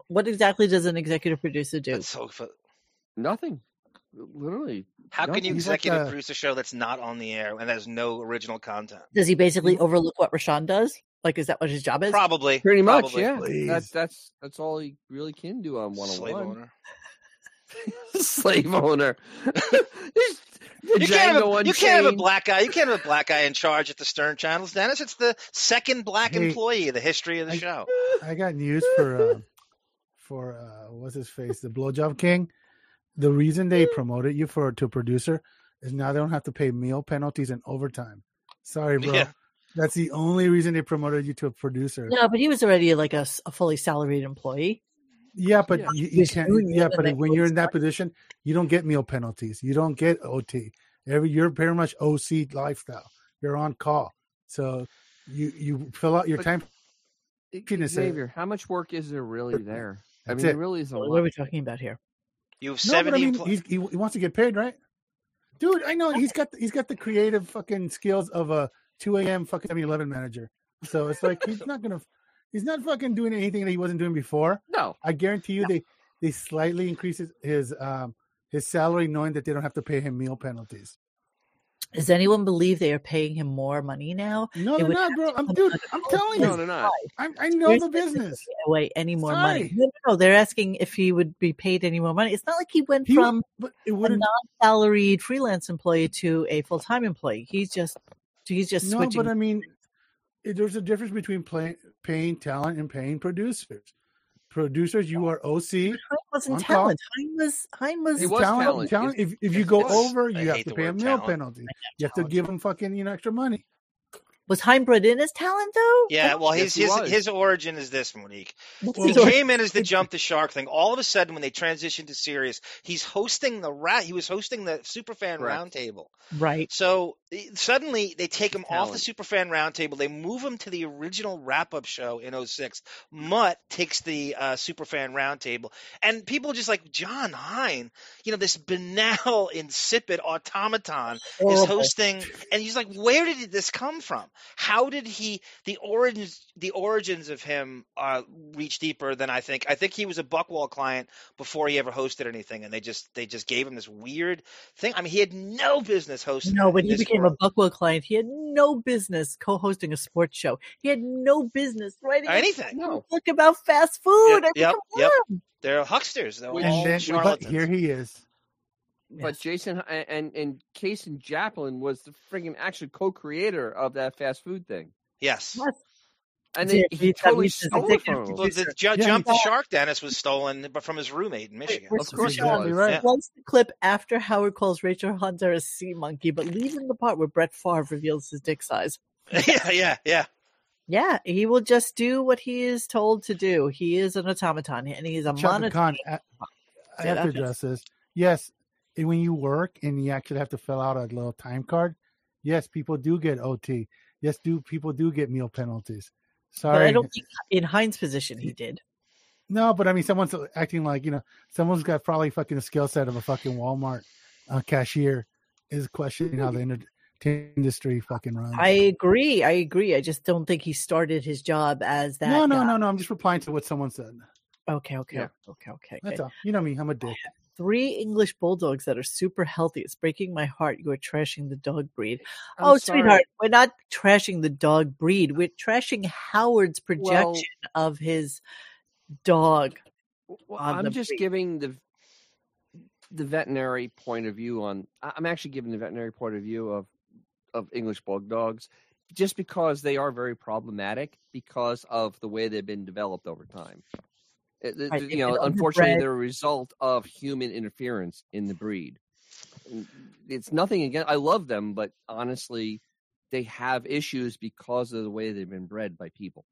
S3: What exactly does an executive producer do?
S4: That's so fu-
S5: Nothing. Literally.
S4: How can
S5: Nothing.
S4: you
S6: He's like
S4: executive
S6: a-
S4: produce a show that's not on the air and has no original content?
S3: Does he basically overlook what Rashawn does? Like, is that what his job is?
S4: Probably.
S5: Pretty much,
S4: probably.
S5: yeah.
S6: Please.
S5: That's that's that's all he really can do on one
S4: Slave
S5: on
S4: owner.
S5: one. <laughs>
S3: <laughs>
S5: Slave owner. It's the
S4: You can't, have
S5: Django
S4: a, you can't have
S3: <laughs>
S4: a
S5: Unchained.
S4: black guy. You can't have a black guy in charge at the Stern Channels, Dennis. It's the second black
S6: Hey.
S4: employee in the history of the
S6: I-
S4: show.
S6: I got
S5: <laughs>
S6: news for uh, for uh, what's his face, the blowjob king. The
S5: <laughs>
S6: reason they promoted you for to producer is now they don't have to pay meal penalties and overtime. Sorry, bro.
S4: Yeah.
S6: That's the only reason they promoted you to a producer.
S3: No, but he was already like a, s- a fully salaried employee.
S6: Yeah, but
S5: Yeah.
S6: you, you
S3: Yes,
S6: can't.
S3: you need
S6: Yeah,
S3: them
S6: but
S3: that
S6: when you're in that
S3: overtime.
S6: position, you don't get meal penalties. You don't get OT. Every you're very much OC lifestyle. You're on call, so you you fill out your
S5: But-
S6: time. Goodness sake.
S5: Xavier, how much work is there really there? I
S6: That's
S5: mean,
S6: it.
S5: it really is a
S3: What are
S5: lot.
S3: we talking about here?
S4: You have
S6: No, but I
S4: seventy.
S6: mean,
S4: emplo-
S6: he's, he, he wants to get paid, right? Dude, I know he's got he's got the creative fucking skills of a 2 a.m. fucking 7-Eleven manager. So
S3: <laughs>
S6: it's like he's not gonna he's not fucking doing anything that he wasn't doing before.
S5: No,
S6: I guarantee you they they slightly increase his his, um, his salary, knowing that they don't have to pay him meal penalties.
S3: Does anyone believe they are paying him more money now?
S6: No, they're not, bro. I'm <laughs> dude. I'm telling you,
S5: No, they're not.
S6: I'm, I know the business.
S3: away any more money.
S6: Sorry.
S3: No, no, no, they're asking if he would be paid any more money. It's not like he went
S6: He
S3: from
S6: But it
S3: a
S6: wouldn't.
S3: non-salaried freelance employee to a full-time employee. He's just he's just
S6: No,
S3: switching.
S6: but I mean, it- there's a difference between play, paying talent and paying producers. Producers, you are OC.
S3: Heim wasn't
S6: on call.
S3: talent. Heim was Heim was,
S5: He was
S6: talent,
S5: talent.
S6: talent.
S5: It's-
S6: If, if you
S5: it's-
S6: go
S5: it's-
S6: over,
S4: I
S6: you have
S4: hate
S6: to
S4: the
S6: pay a
S4: word
S6: meal
S4: talent.
S6: penalty. You have to give them fucking you know extra money.
S3: was Heim brought in as talent though.
S4: Yeah, well,
S5: Yes,
S4: his
S5: he
S4: his,
S5: was.
S4: his origin is this, Monique.
S3: What's
S4: He
S3: his origin?
S4: came in as the jump the shark thing. All of a sudden, when they transitioned to Sirius, he's hosting the rat. He was hosting the Superfan
S5: Correct.
S4: Roundtable.
S3: right.
S4: So eh, suddenly they take him off the
S5: Talent.
S4: Superfan Roundtable. They move him to the original wrap up show in 06. Mutt takes the uh, Superfan Roundtable. And people are just like, John Hine, you know, this banal, <laughs> insipid automaton is
S3: Horrible.
S4: hosting. And he's like, where did this come from? How did he, the origins, the origins of him uh, reach deeper than I think. I think he was a Buckwall client before he ever hosted anything. And they just, they just gave him this weird thing. I mean, he had no business hosting.
S3: No,
S4: that
S3: when
S4: in
S3: he
S4: this
S3: became
S4: world.
S3: a Buckwell client, he had no business co-hosting a sports show. He had no business writing a
S4: anything.
S5: No.
S3: book about fast food.
S4: Yep,
S3: I mean,
S4: yep,
S3: come
S4: yep.
S3: on.
S4: They're hucksters. They're
S5: Which-
S4: all
S6: and then, but
S4: charlatans.
S6: here he is.
S5: But Jason and and, and Jason Joplin was the friggin' actual co-creator of that fast food thing,
S4: yes.
S3: Yes.
S5: and
S3: Yeah,
S5: then he
S3: he's-
S5: totally
S3: he's-
S5: stole it from him.
S4: Well, the ju-
S6: Yeah,
S4: jump the
S6: he-
S4: shark, Dennis, was stolen but from his roommate in Michigan.
S3: We're
S5: Of course he
S3: switching
S5: was.
S6: right.
S4: Yeah.
S3: Once the clip after Howard calls Rachel Hunter a sea monkey, but leaving the part where Brett Favre reveals his dick size.
S4: <laughs> yeah, yeah, yeah.
S3: Yeah, he will just do what he is told to do. He is an automaton, and he is a
S6: Chaka
S3: monitor.
S6: Khan. I, I
S3: Yeah,
S6: have to
S3: okay.
S6: address this. uh, Yes, and when you work and you actually have to fill out a little time card, yes, people do get OT. Yes, do people do get meal penalties?
S3: But I
S6: Sorry,
S3: don't think in Hines' position he did.
S6: no, but I mean, someone's acting like you know, someone's got probably fucking a skill set of a fucking Walmart uh, cashier is questioning how the entertainment industry fucking runs.
S3: I agree. I agree. I just don't think he started his job as that.
S6: no, no,
S3: guy.
S6: no, no. I'm just replying to what someone said.
S3: Okay, okay,
S5: Yeah.
S3: okay, okay.
S6: That's
S3: okay.
S6: all. You know me. I'm a dick.
S3: Three English bulldogs that are super healthy. It's breaking my heart. You are trashing the dog breed.
S5: I'm
S3: oh,
S5: sorry.
S3: sweetheart, we're not trashing the dog breed. We're trashing Howard's projection of his dog.
S5: Well,
S3: on
S5: I'm
S3: the
S5: just
S3: breed.
S5: giving the the veterinary point of view on. I- I'm actually giving the veterinary point of view of of English bulldogs, just because they are very problematic because of the way they've been developed over time. It- it-
S3: Right, they've
S5: you know,
S3: been
S5: unfortunately,
S3: overbred.
S5: they're a result of human interference in the breed. It's nothing against. I love them, but honestly, they have issues because of the way they've been bred by people.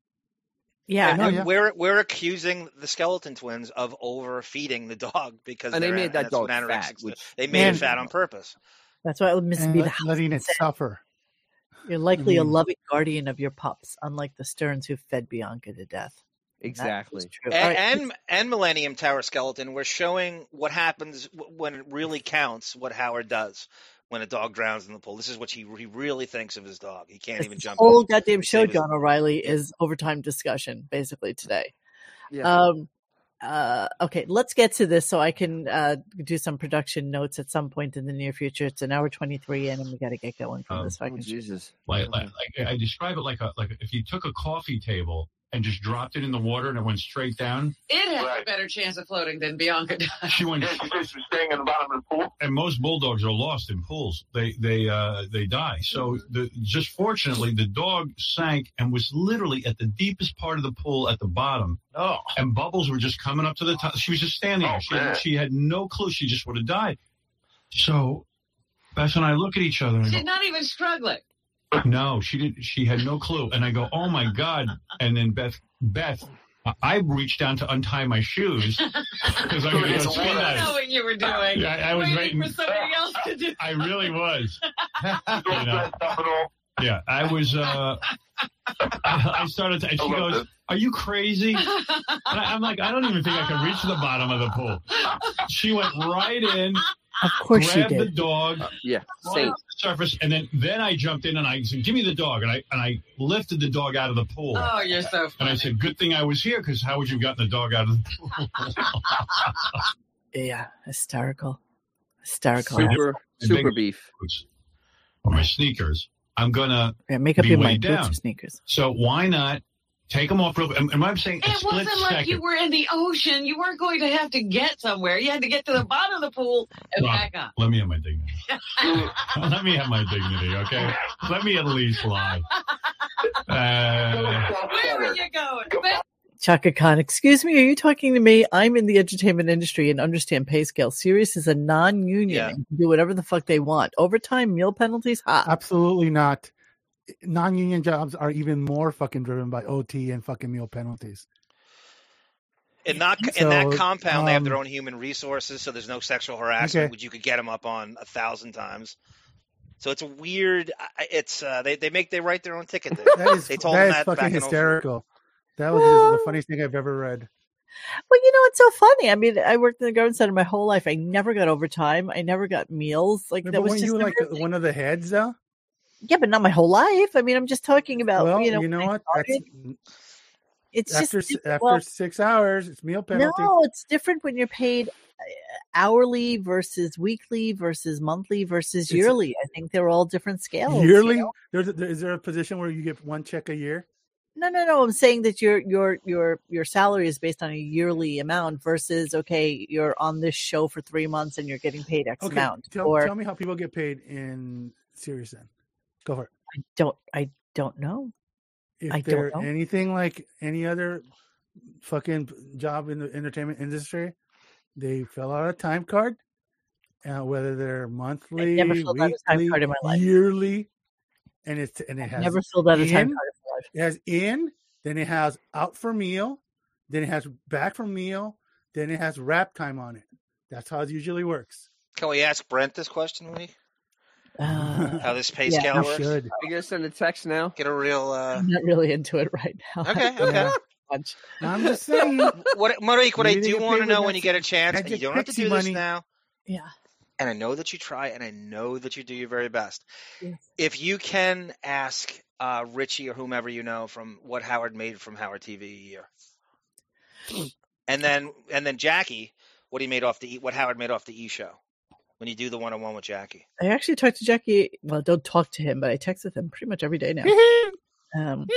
S3: Yeah,
S4: And
S6: no, yeah.
S4: We're we're accusing the skeleton twins of overfeeding the dog because
S5: And they
S4: they're
S5: made
S4: an-
S5: that
S4: that's what
S5: dog
S4: anorexics
S5: fat,
S4: do.
S5: which-
S4: they made
S6: Man.
S4: it fat on purpose.
S3: that's why I would miss
S6: And
S3: me.
S6: let- letting it suffer.
S3: You're likely a
S6: mean-
S3: loving guardian of your pups, unlike the Stearns who fed Bianca to death. That is
S5: Exactly.
S3: true. All
S4: And,
S3: right,
S4: and and Millennium Tower skeleton. We're showing what happens w- when it really counts. What Howard does when a dog drowns in the pool. This is what he he really thinks of his dog. He can't
S3: this
S4: even jump.
S3: whole
S4: in.
S3: goddamn
S4: Save
S3: show,
S4: his-
S3: John O'Reilly, is overtime discussion basically today.
S5: Yeah.
S3: Um, uh, okay, let's get to this so I can uh, do some production notes at some point in the near future. It's an hour 23 in, and we got to get going from
S1: Um,
S3: this. So I
S5: Oh,
S3: can
S5: Jesus.
S1: Like, like, like I describe it like a like if you took a coffee table and just dropped it in the water and it went straight down.
S11: It
S10: has a Right.
S11: better chance of floating than Bianca does.
S1: <laughs>
S7: <laughs>
S1: She went,
S10: Yeah, she said she was staying in the bottom of the pool.
S1: and most bulldogs are lost in pools. They they uh, they die. So the, just fortunately, the dog sank and was literally at the deepest part of the pool at the bottom,
S10: Oh.
S1: and bubbles were just coming up to the top. She was just standing there.
S10: Oh,
S1: She,
S10: man.
S1: she had no clue. She just would have died. So Beth and I look at each other and I go,
S11: not even struggling.
S1: No, she didn't. She had no clue. And I go, oh my god! And then Beth, Beth, I- I reached down to untie my
S10: <laughs>
S1: shoes because I was going to
S10: It's
S1: spin
S10: water.
S1: out.
S11: what you were doing.
S1: <laughs> Yeah, I, I was waiting.
S11: somebody else to do.
S1: I really was.
S10: She
S1: You
S10: was
S1: know,
S10: dressed up and all.
S1: yeah, I was. <laughs> Uh, <laughs> I started. To, and
S10: I
S1: she
S10: love
S1: goes,
S10: this.
S1: "Are you crazy?" And I, I'm like, "I don't even think I can reach the bottom of the pool." She went right in.
S3: Of course she
S12: grabbed the
S3: did.
S7: Uh,
S12: dog.
S5: yeah,
S12: brought it to the surface, and then then I jumped in and I said, "Give me the dog," and I and I lifted the dog out of the pool.
S7: Oh, you're so
S12: And I said, "Good thing I was here, because how would you have gotten the dog out of the pool?"
S3: Yeah, hysterical. Hysterical.
S12: Super- super beef. or my sneakers. I'm gonna
S3: Yeah, make up
S12: be
S3: your
S12: way
S3: mind. Boots
S12: down.
S3: or sneakers.
S12: So why not take them off real quick? And, and what I'm saying, a
S7: It
S12: split
S7: wasn't like
S12: second.
S7: you were in the ocean. You weren't going to have to get somewhere. You had to get to the bottom of the pool and
S12: Rob,
S7: back up.
S12: Let me have my dignity. <laughs> let me have my dignity, okay? Let me at
S7: <laughs>
S12: least lie. Uh,
S7: Where were you going?
S3: Chaka Khan, excuse me, are you talking to me? I'm in the entertainment industry and understand pay scale. Sirius is a non union and can do whatever the fuck they want. Overtime, meal penalties, hot.
S6: Absolutely not. Non-union jobs are even more fucking driven by OT and fucking meal penalties.
S4: In that in that
S6: So,
S4: compound, they have their
S6: um,
S4: own human resources, so there's no sexual harassment,
S6: Okay.
S4: which you could get them up on a thousand times. So it's a weird. I- I- It's uh, they they make they write their own ticket.
S6: <laughs>
S4: They,
S6: That
S3: <laughs>
S6: is,
S4: they told
S6: that
S4: them
S6: is
S4: that
S6: fucking
S4: back in 04.
S6: hysterical. That was the funniest thing I've ever read.
S3: Well, you know, it's so funny. I mean, I worked in the garden center my whole life. I never got overtime. I never got meals. Like that
S6: Remember
S3: was
S6: when
S3: just
S6: you were like
S3: never-
S6: one of the heads, though?
S3: yeah, but not my whole life. I mean, I'm just talking about
S6: well,
S3: you know, when I
S6: what? That's,
S3: started, it's
S6: after s-
S3: just
S6: after
S3: well,
S6: six hours, it's meal penalty.
S3: No, it's different when you're paid uh, hourly versus weekly versus monthly versus
S6: It's-
S3: yearly. I think they're all different scales. you
S6: Yearly?
S3: know?
S6: There's a, there, is there a position where you get one check a year?
S3: No, no, no. I'm saying that your your your your salary is based on a yearly amount versus okay, you're on this show for three months and you're getting paid X
S6: Okay,
S3: amount.
S6: tell,
S3: or
S6: tell me how people get paid in Sirius then. Go for it.
S3: I don't I don't know.
S6: If
S3: I don't
S6: they're
S3: know.
S6: anything like any other fucking job in the entertainment industry, they fill out a time card, uh, whether they're monthly,
S3: never filled out a time
S6: weekly,
S3: card in my life.
S6: yearly, and it's and it has
S3: never filled out a time
S6: in,
S3: card
S6: It has in, then it has out for meal, then it has back for meal, then it has wrap time on it. That's how it usually works.
S4: Can we ask Brent this question, Lee?
S3: Uh,
S6: <laughs>
S4: How this pay
S6: Yeah,
S4: scale
S6: you
S4: works?
S6: should.
S5: I guess send a text now.
S4: Get a real.
S3: <laughs>
S4: Uh...
S3: I'm not really into it right now. <laughs>
S4: Okay, okay.
S3: Bunch.
S6: I'm
S4: <laughs>
S6: just saying.
S4: What Monique? What I
S3: Maybe they
S4: do
S3: get
S4: want
S3: paid
S4: to know
S3: with
S4: when you get a
S3: magic-
S4: chance, and you
S3: magic
S4: don't have to
S3: pixie
S4: do
S3: money.
S4: this now.
S3: Yeah.
S4: And I know that you try, and I know that you do your very best.
S3: Yes.
S4: If you can ask uh, Richie or whomever you know from what Howard made from Howard TV
S3: <sniffs>
S4: a year, and then and then Jackie, what he made off the E- what Howard made off the E show when you do the one on one with Jackie.
S3: I actually talk to Jackie. Well, don't talk to him, but I text with him pretty much every <laughs> day now. um,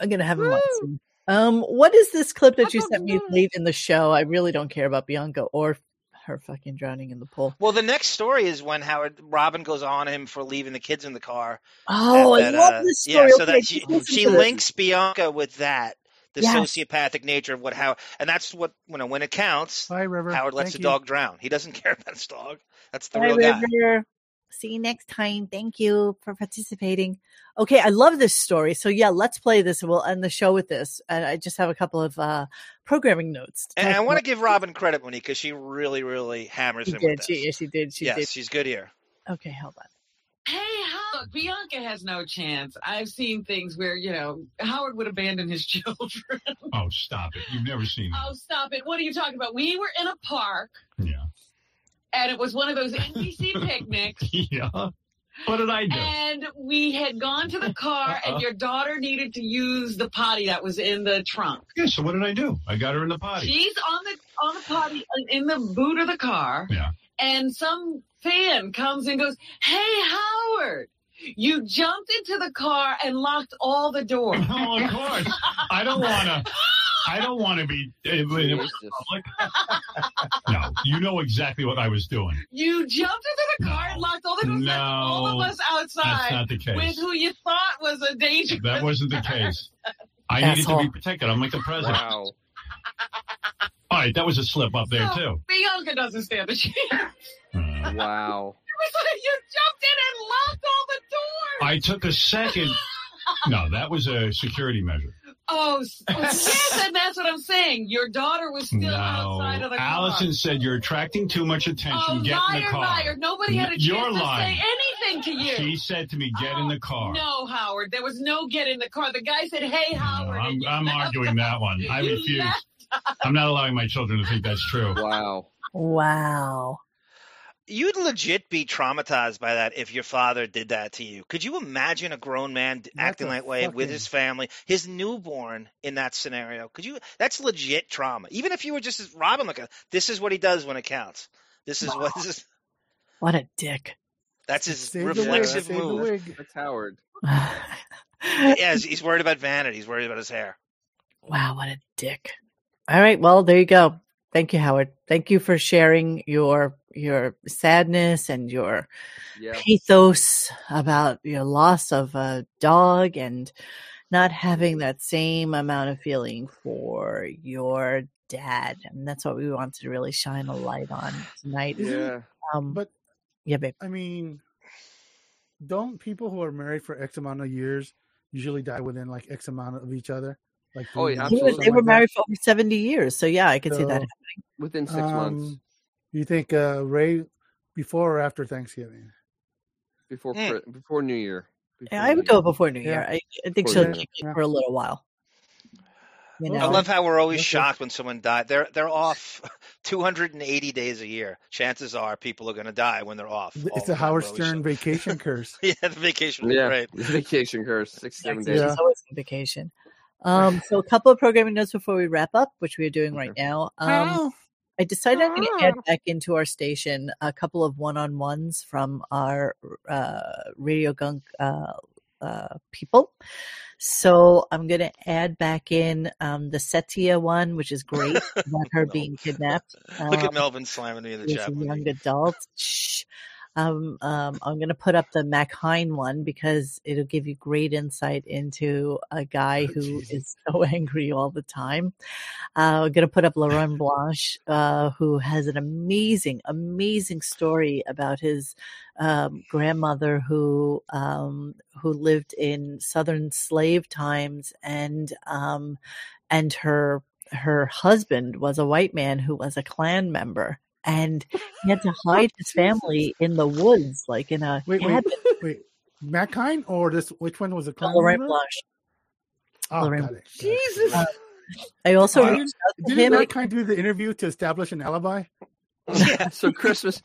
S3: I'm gonna have him on soon. Um, what is this clip that you sent me late in the show? I really don't care about Bianca or her fucking drowning in the pool.
S4: Well, the next story is when Howard Robin goes on him for leaving the kids in the car.
S3: Oh,
S4: And
S3: I
S4: that,
S3: love
S4: uh,
S3: this
S4: Yeah,
S3: story.
S4: so
S3: Okay,
S4: that
S3: just
S4: she,
S3: listen
S4: she
S3: to this.
S4: links Bianca with that the
S3: Yes.
S4: sociopathic nature of what how and that's what you know when it counts.
S6: Bye, River.
S4: Howard lets
S6: Thank
S4: the
S6: you.
S4: dog drown. He doesn't <laughs> care about his dog. That's the
S3: Bye,
S4: real guy.
S3: River. See you next time. Thank you for participating. Okay, I love this story. So yeah, let's play this and we'll end the show with this. And I just have a couple of uh programming notes.
S4: And I
S3: talk
S4: want to
S3: about-
S4: give Robin credit, Monique, because she really, really hammers
S3: She
S4: him
S3: did.
S4: with
S3: She,
S4: this.
S3: yeah, she did. She
S4: yes,
S3: did.
S4: she's good here.
S3: Okay, hold on.
S7: Hey, Howard, Bianca has no chance. I've seen things where, you know, Howard would abandon his <laughs> children.
S12: oh, stop it! You've never seen that.
S7: oh, stop it. What are you talking about? We were in a park.
S12: Yeah.
S7: And it was one of those NBC picnics.
S12: <laughs> yeah. What did I do?
S7: And we had gone to the car,
S12: Uh-uh.
S7: and your daughter needed to use the potty that was in the trunk.
S12: <laughs> Yeah. So what did I do? I got her in the potty.
S7: She's on the on the potty uh, in the boot of the car.
S12: Yeah.
S7: And some fan comes and goes, "Hey, Howard, you jumped into the car and locked all the doors."
S12: <laughs> Oh, of course. I don't want to. I don't want to be. It, it was public. No, you know exactly what I was doing.
S7: You jumped into the car and locked all the doors. left all of
S12: No,
S7: us outside
S12: that's not the case.
S7: with who you thought was a dangerous.
S12: That
S7: <laughs>
S12: wasn't the case. I needed to be protected. I'm like the president. Wow. All right, that was a slip up there too.
S7: Bianca doesn't stand a chance. <laughs> It
S12: Wow.
S7: was like you jumped in and locked all the doors.
S12: I took
S7: <laughs>
S12: a second. No, that was a security measure.
S7: Oh, s- <laughs> yes, and that's what I'm saying. Your daughter was still
S12: No.
S7: outside of the car.
S12: Allison said you're attracting too much attention.
S7: Oh,
S12: Get in the
S7: liar,
S12: car.
S7: liar. Nobody had a chance
S12: You're
S7: to
S12: lying.
S7: say anything to you.
S12: She said to me, "Get in the car."
S7: No, Howard. There was no get in the car. The guy said, hey, Howard.
S12: I'm, I'm arguing that one.
S7: <laughs>
S12: I
S7: You
S12: refuse.
S7: left.
S12: I'm not allowing my children to think that's true. Wow.
S3: Wow.
S4: You'd legit be traumatized by that if your father did that to you. Could you imagine a grown man d- acting
S13: a
S4: that way with
S13: fucking-
S4: his family, his newborn in that scenario? Could you? That's legit trauma. Even if you were just robbing like a, this is what he does when it counts. This is what this is,
S3: What a <laughs> dick.
S4: that's his
S3: Save the wig,
S4: reflexive
S3: save the
S4: move.
S5: That's Howard.
S4: yeah, he's, he's worried about vanity. He's worried about his hair.
S3: <laughs> Wow, what a dick. All right, well, there you go. Thank you, Howard. Thank you for sharing your your sadness and your
S5: Yeah.
S3: pathos about your loss of a dog and not having that same amount of feeling for your dad. And that's what we wanted to really shine a light on tonight.
S6: Yeah.
S3: Um,
S6: but
S3: yeah, babe.
S6: I mean, don't people who are married for X amount of years usually die within like X amount of each other? Like
S5: Oh, yeah,
S6: three years
S3: They were-
S6: or something
S3: they were
S6: like that?
S3: married for over 70 years. So, yeah, I could see that.
S6: So,
S5: Within six months.
S6: um, You think uh, Ray before or after Thanksgiving?
S5: Before Chri- before New Year. Before
S3: Yeah, I would
S5: New Year.
S3: go before New Year. I,
S6: Yeah.
S3: I think
S5: Before
S3: she'll
S5: New
S3: keep it
S5: Year.
S3: for a little while. You
S4: I
S3: know?
S4: love how we're always shocked when someone died. They're they're off <laughs> 280 days a year. Chances are people are going to die when they're off. all
S6: It's
S4: the time.
S6: a Howard
S4: We're always
S5: <laughs>
S6: Stern vacation curse.
S4: shocked. <laughs> yeah, the vacation was
S5: Yeah,
S4: great.
S5: <laughs> vacation curse, six seven
S3: Exactly.
S5: days.
S3: She's always on vacation. Um, so a couple of programming notes before we wrap up, which we are doing right now. Um,
S7: Oh,
S3: I decided I'm going to add back into our station a couple of one-on-ones from our uh, Radio Gunk uh, uh, people. So I'm going to add back in um, the Setia one, which is great about her being kidnapped.
S4: Look
S3: Um,
S4: at Melvin slamming me in the
S3: is
S4: chat.
S3: a young adult. Shh. Um, um, I'm going to put up the Mac Hine one because it'll give you great insight into a
S4: Oh,
S3: guy who is so <laughs> angry all the time. Uh, I'm going to put up Laurent Blanche, uh, who has an amazing, amazing story about his um, grandmother who um, who lived in Southern slave times and um, and her her husband was a white man who was a Klan member, and he
S6: <laughs>
S3: had to hide his family in the woods, like in a
S6: Oh, Wait, wait,
S3: cabin.
S6: wait. Matt Kine or this? Which one was the clan?
S3: Lorraine
S6: member?
S3: Blanche.
S6: Oh,
S3: Lorraine
S6: got it.
S3: Jesus. I also
S6: Why
S3: reached out to
S6: Didn't
S3: him.
S6: Matt Kine do the interview to establish an alibi?
S4: <laughs>
S3: <laughs>
S5: Yeah. so Christmas,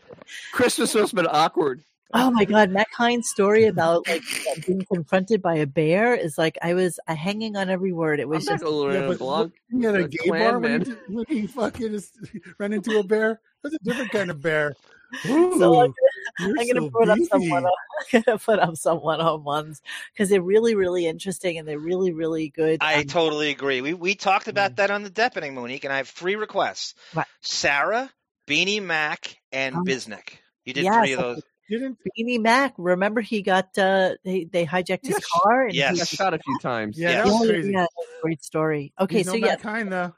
S5: Christmas must have been awkward.
S3: Oh my God, Matt Kine's story about like being confronted by a bear is like I was uh, hanging on every word.
S6: Oh
S3: It was <laughs>
S5: not
S3: just
S5: gonna learn
S6: Yeah, but
S5: Blanc
S6: looking at a
S5: was a
S6: gay bar
S5: Klan
S6: when
S5: man.
S6: he, when he fucking is, <laughs> ran into a bear. That's a different kind of bear. <laughs> Ooh,
S3: So I'm
S6: you're
S3: I'm gonna
S6: so
S3: put up some
S6: beefy.
S3: one. I'm gonna put up some one-on-ones because they're really, really interesting and they're really, really good. um,
S4: I totally agree. We we talked about that on the Depening Monique, and I have three requests:
S3: Right.
S4: Sarah, Beanie Mac, and
S3: Um,
S4: Bisnick. You did
S3: yes,
S4: three of those.
S3: <laughs>
S6: Didn't
S3: Beanie Mac? Remember, he got uh, they they hijacked his car and
S4: Yes.
S3: he
S5: Got shot a few times.
S6: Yeah,
S3: Yeah,
S6: that was
S3: yeah,
S6: crazy.
S3: yeah, great story. Okay,
S6: There's
S3: so
S6: no
S3: yeah,
S6: Matt Kine though.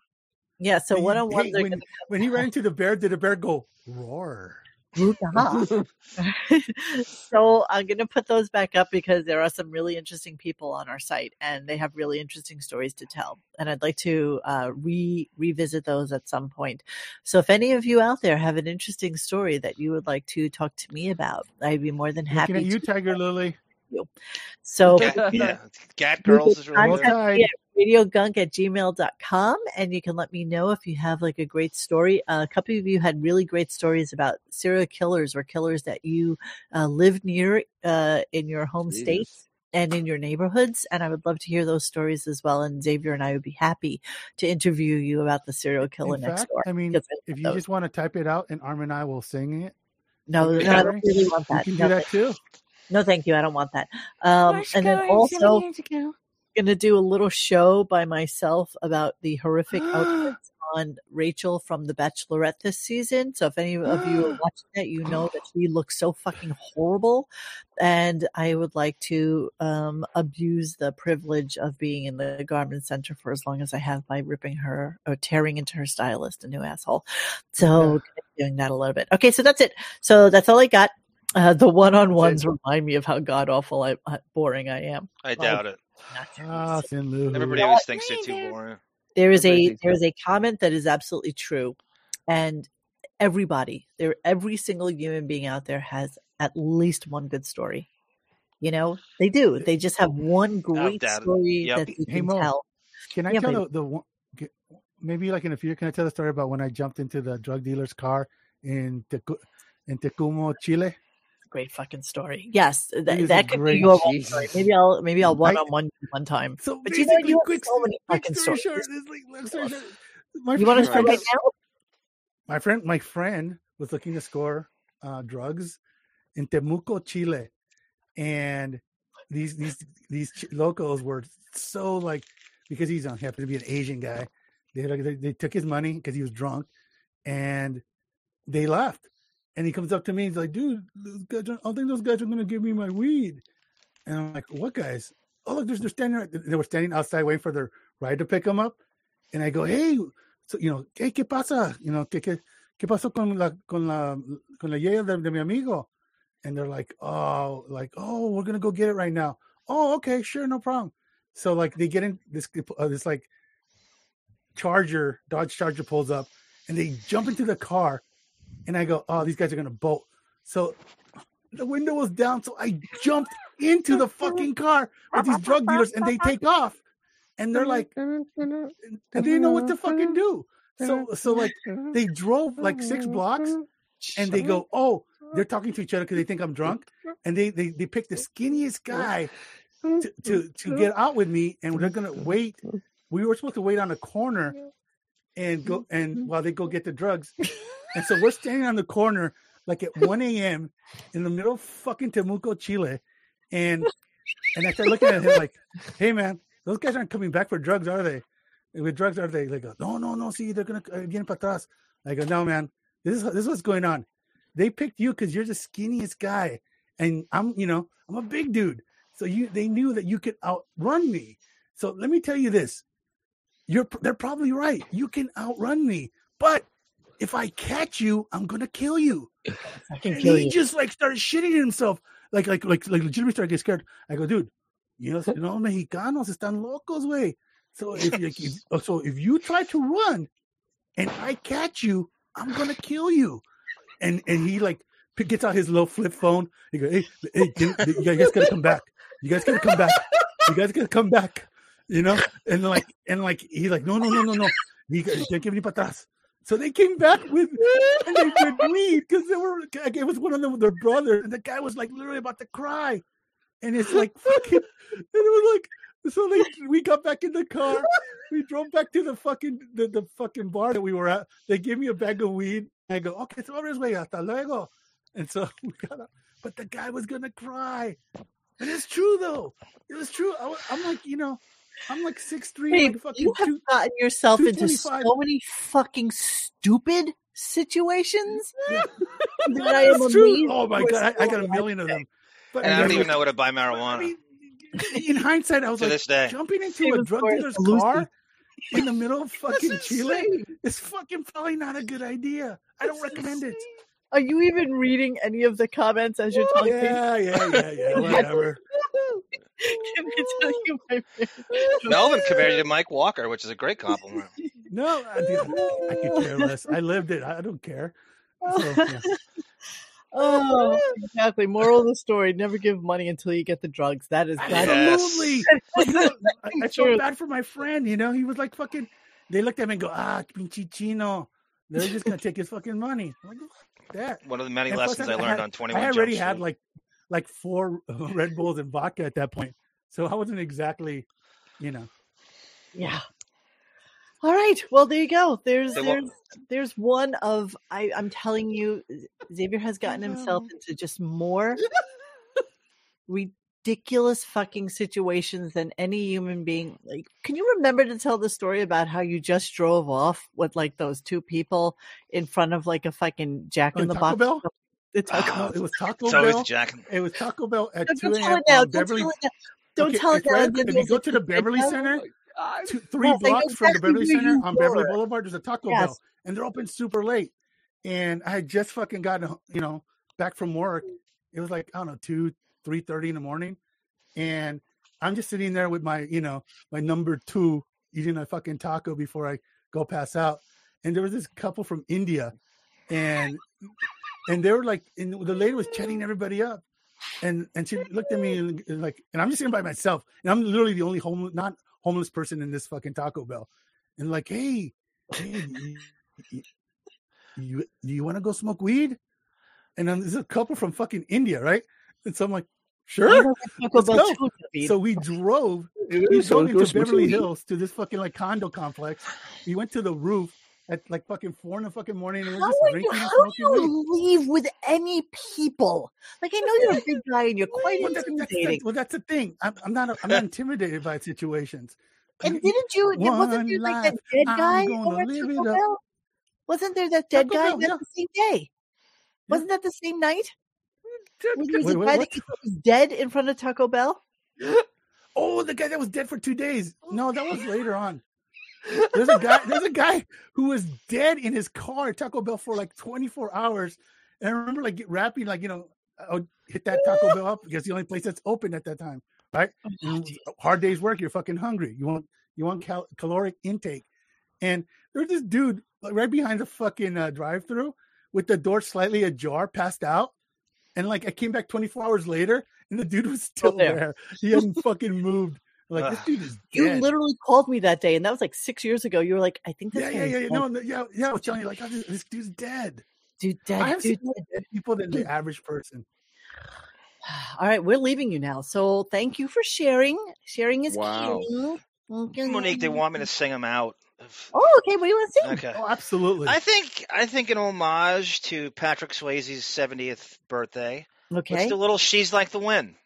S3: yeah. So
S6: But you
S3: one on
S6: date
S3: ones are
S6: when,
S3: gonna
S6: when he ran into the bear, did the bear go roar?
S3: <laughs>
S6: <laughs>
S3: Hoo-ha. <laughs> so I'm going to put those back up because there are some really interesting people on our site, and they have really interesting stories to tell. And I'd like to uh, re revisit those at some point. So if any of you out there have an interesting story that you would like to talk to me about, I'd be more than happy.
S6: Looking at you,
S3: to <laughs>
S6: Tiger Lily.
S3: you.
S6: <laughs>
S3: So
S4: Gat, yeah, Gat Girls is really good.
S3: contact me at radiogunk at gmail.com and you can let me know if you have like a great story Uh, a couple of you had really great stories about serial killers or killers that you uh, live near uh, in your home
S13: Jesus.
S3: state and in your neighborhoods and i would love to hear those stories as well and xavier and i would be happy to interview you about the serial killer
S6: In
S3: next
S6: fact,
S3: door
S6: I mean,
S3: because I love
S6: if you
S3: those.
S6: just want to type it out and Arm and I will sing it.
S3: no,
S6: Okay,
S3: no, I
S6: Mary?
S3: don't really want that.
S6: You can
S3: No,
S6: do that
S3: thank-
S6: too.
S3: no, thank you. I don't want that. Um, and then also, going to do a little show by myself about the horrific outfits on Rachel from The Bachelorette this season. So if any of you are watching that, you know that she looks so fucking horrible. And I would like to um, abuse the privilege of being in the Garmin Center for as long as I have by ripping her or tearing into her stylist, a new asshole. So doing that a little bit. Okay, so that's it. So that's all I got. Uh, the one-on-ones remind me of how god awful I uh, boring I am.
S4: I doubt it.
S6: Ah, Sin Lou.
S4: Everybody always thinks they're too boring.
S3: There is
S4: Everybody
S3: a
S4: thinks
S3: there is a comment that is absolutely true, and everybody there, every single human being out there has at least one good story. You know, they do. They just have one great
S6: doubt it.
S3: story
S6: Yep.
S3: that they
S6: Hey,
S3: can
S6: Mo,
S3: tell.
S6: Can I
S3: Yeah,
S6: tell
S3: but-
S6: the, the one? g- Maybe like in the future, can I tell the story about when I jumped into the drug dealer's car in the in Tecumo, Chile.
S3: Great fucking story. Yes, th-
S6: It is a
S3: that could
S6: great-
S3: be your one
S6: Jesus.
S3: story. Maybe I'll maybe I'll
S6: I-
S3: one on one one time.
S6: So
S3: but you know
S6: basically,
S3: you have
S6: quick-
S3: so
S6: <laughs>
S3: many
S6: quick
S3: fucking
S6: story
S3: stories.
S6: short, it's <laughs> like, long story short, my
S3: you want to
S6: friend-
S3: start right now?
S6: My friend, my friend was looking to score uh, drugs in Temuco, Chile, and these these these ch- locals were so like because he's on happened to be an Asian guy. They like, they, they took his money because he was drunk, and they left. And he comes up to me. He's like, "Dude, those guys are, I think those guys are gonna give me my weed." And I'm like, "What guys? Oh look, they're, they're standing. right- They were standing outside waiting for their ride to pick them up." And I go, "Hey, so you know, hey, qué pasa? You know, qué qué qué pasó con la con la con la yaya de, de mi amigo?" and they're like, oh, like, oh, we're gonna go get it right now. Oh, okay, sure, no problem. So like they get in this uh, this like Charger Dodge Charger pulls up, and they jump into the car, and I go, oh, these guys are gonna bolt. So the window was down, so I jumped into the fucking car with these drug dealers, and they take off, and they're like, they didn't know what to fucking do. So so like they drove like six blocks and they go, Oh, they're talking to each other because they think I'm drunk. And they they, they pick the skinniest guy to, to, to get out with me and they're gonna wait. We were supposed to wait on a corner and go and while they go get the drugs. And so we're standing on the corner like at 1 a.m. in the middle of fucking Temuco, Chile. And and I started looking at him like, hey man, those guys aren't coming back for drugs, are they? With drugs, are they? They go, no, no, no, see, they're gonna uh, vienen para atrás. I go, no, man, this is this is what's going on. They picked you because you're the skinniest guy, and I'm, you know, I'm a big dude. So you, they knew that you could outrun me. So let me tell you this: you're pr- they're probably right. You can outrun me, but if I catch you, I'm gonna kill you.
S3: can
S6: And
S3: kill
S6: he
S3: you.
S6: just like started shitting himself, like like like like legitimately started getting scared. I go, dude, you know,
S3: <laughs>
S6: you know Mexicanos están locos, way. So if, you- if oh, so, if you try to run, and I catch you, I'm gonna kill you. And and he like p- gets out his little flip phone. He goes, hey, hey, dude, you guys gotta come back. You guys gotta come back. You guys gotta come back. You know, and like and like he like no no no no no. You guys can't give me patas. So they came back
S3: <laughs>
S6: with and they with weed because they were like, it was one of them with their brother and the guy was like literally about to cry, and it's like fucking and it was like so they we got back in the car we drove back to the fucking the, the fucking bar that we were at they gave me a bag of weed and i go okay so this way hasta luego and so <laughs> we got up but the guy was gonna cry and it's true though it was true I, am like you know i'm like six three
S3: Babe,
S6: like fucking
S3: you have
S6: two,
S3: gotten yourself into
S6: 225.
S3: so many fucking stupid situations.
S6: <laughs>
S3: that I am
S6: it's true
S3: amazed
S6: oh my
S3: you are
S6: god I, I got a
S3: still
S6: million of them but
S4: And I don't even know where to buy marijuana.
S6: in hindsight i was
S4: To
S6: like
S4: this day.
S6: jumping into
S3: Even
S6: a drug
S3: for
S6: dealer's
S3: Lucy.
S6: car in the middle <laughs> of fucking Chile
S3: insane.
S6: is fucking probably not a good idea. I don't recommend it.
S3: Are you even reading any of the comments as you're talking? <laughs>
S6: <laughs> Yeah, yeah, yeah, yeah. Whatever.
S3: Can I tell you my
S4: Melvin compared you to Mike Walker, which is a great compliment.
S6: No, I, dude, I could care less. I lived it. I don't care. <laughs> So, yeah.
S3: Oh, exactly. Moral of the story: Never give money until you get the drugs. That
S6: <laughs>
S3: is that.
S4: Yes.
S6: Absolutely.
S3: <laughs>
S6: But, you know, I, I
S3: True.
S6: felt bad for my friend. You know, he was like fucking. They looked at me and go, ah, pinche chino. They're just gonna take his fucking money. I'm like, "Fuck that.
S4: One of the many
S6: And plus,
S4: lessons I, learned
S6: had-
S4: on 21
S6: I
S4: Jump
S6: already had
S4: Street.
S6: like like four <laughs> Red Bulls and vodka at that point, so I wasn't exactly, you know.
S3: Yeah. All right. Well, there you go. There's
S4: They
S3: there's
S4: won't-
S3: there's one of I I'm telling you, Xavier has gotten himself into just
S6: <laughs>
S3: more ridiculous fucking situations than any human being. Like, can you remember to tell the story about how you just drove off with like those two people in front of like a fucking Jack
S6: Oh,
S3: in the
S6: Taco
S3: Box?
S6: Bell? Ah,
S3: The Taco <laughs>
S6: No, it was Taco
S4: It's always
S6: Bell.
S4: the Jack.
S6: It was Taco Bell at
S3: No,
S6: two
S3: don't tell
S6: a.m.
S3: it now.
S6: on
S3: Don't
S6: Beverly.
S3: tell it now. Don't
S6: Okay,
S3: tell it
S6: if,
S3: now.
S6: right-
S3: Then
S6: if
S3: you'll
S6: you go
S3: get
S6: to the
S3: kicked
S6: Beverly
S3: out.
S6: Center, two, three
S3: Yes, I know
S6: blocks from the
S3: exactly
S6: Beverly
S3: where
S6: Center
S3: you
S6: on Beverly
S3: were.
S6: Boulevard, there's a Taco Bell,
S3: Yes.
S6: and they're open super late. And I had just fucking gotten, ho- you know, back from work. It was like I don't know, two, three thirty in the morning, and I'm just sitting there with my, you know, my number two eating a fucking taco before I go pass out. And there was this couple from India, and and they were like, and the lady was chatting everybody up, and and she looked at me and, and like, and I'm just sitting by myself, and I'm literally the only homeless, not homeless person in this fucking Taco Bell, and like, hey, hey, you, you, you want to go smoke weed? and then there's a couple from fucking India, right? And so I'm like, sure, let's
S3: about
S6: go.
S3: children, Pete.
S6: So we drove.
S13: It
S6: We
S13: was so
S6: drove into
S13: close,
S6: Beverly
S13: Matilda.
S6: Hills to this fucking like condo complex. We went to the roof at like fucking four in the fucking morning, and we're
S3: How
S6: just
S3: would you,
S6: drinking and
S3: how do
S6: smoking weed.
S3: you leave with any people? Like I know you're a big guy and you're quite
S6: Well, that- that's the-
S3: intimidating.
S6: well, that's the thing. I'm, I'm not. I'm not intimidated by situations.
S3: And didn't you? did-
S6: One
S3: Wasn't there like that
S6: life,
S3: dead
S6: I'm
S3: guy
S6: gonna
S3: over at
S6: live
S3: Taco
S6: it up.
S3: Bell? Wasn't there that dead
S6: Taco
S3: guy
S6: Bell,
S3: that
S6: yeah.
S3: the same day? Wasn't that the same night? When there was
S6: Wait,
S3: a
S6: wait,
S3: guy
S6: what?
S3: that you thought was dead in front of Taco Bell.
S6: Oh, the guy that was dead for two days. No, that was later on. There's a guy. There's a guy who was dead in his car at Taco Bell for like 24 hours. And I remember like rapping, like you know, I would hit that Taco Bell up because it's the only place that's open at that time, right? And hard day's work. You're fucking hungry. You want you want cal- caloric intake. And there's this dude like, right behind the fucking uh, drive-through with the door slightly ajar, passed out. And like I came back 24 hours later, and the dude was still
S3: there.
S6: there. He hadn't fucking moved. I'm like this
S3: Ugh.
S6: dude is
S3: You
S6: dead.
S3: literally called me that day, and that was like six years ago. You were like, "I think this
S6: yeah,
S3: guy
S6: yeah,
S3: is
S6: yeah, yeah.
S3: dead.
S6: No, no, yeah, yeah. I was telling you, like, oh, this, this dude's dead.
S3: Dude, dead. <sighs>
S6: I have seen
S3: dude,
S6: more dead people than the average person.
S3: All right, we're leaving you now. So thank you for sharing. Sharing is
S4: Wow.
S3: key. Okay.
S4: Monique, they want me to sing them out.
S3: Oh, okay. What do you want to sing?
S4: Okay.
S6: Oh, absolutely.
S4: I think I think an homage to Patrick Swayze's 70th birthday.
S3: Okay.
S4: Let's do a little "She's Like the Wind." <laughs>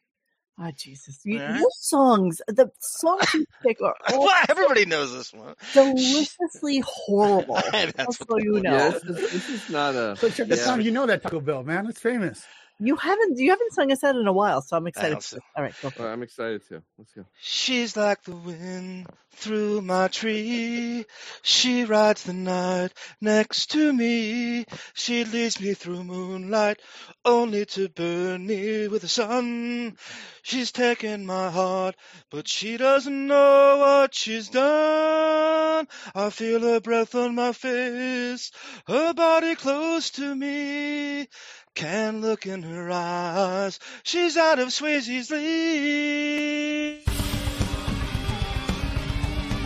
S3: Oh, Jesus. You,
S4: Yeah.
S3: Your songs, the songs you pick <laughs> are all
S4: Everybody knows this one.
S3: deliciously <laughs> horrible. Just so you know.
S5: Yeah, this is, this is not a.
S6: So check this
S5: yeah.
S6: out. You know that Taco Bell man? It's famous.
S3: You haven't you haven't sung us out in a while, so I'm excited.
S4: don't
S3: for it. All right, go for
S5: Well, I'm excited too. Let's go.
S4: She's like the wind through my tree. She rides the night next to me. She leads me through moonlight, only to burn me with the sun. She's taken my heart, but she doesn't know what she's done. I feel her breath on my face, her body close to me. Can't look in her eyes. She's out of Swayze's league.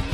S3: it.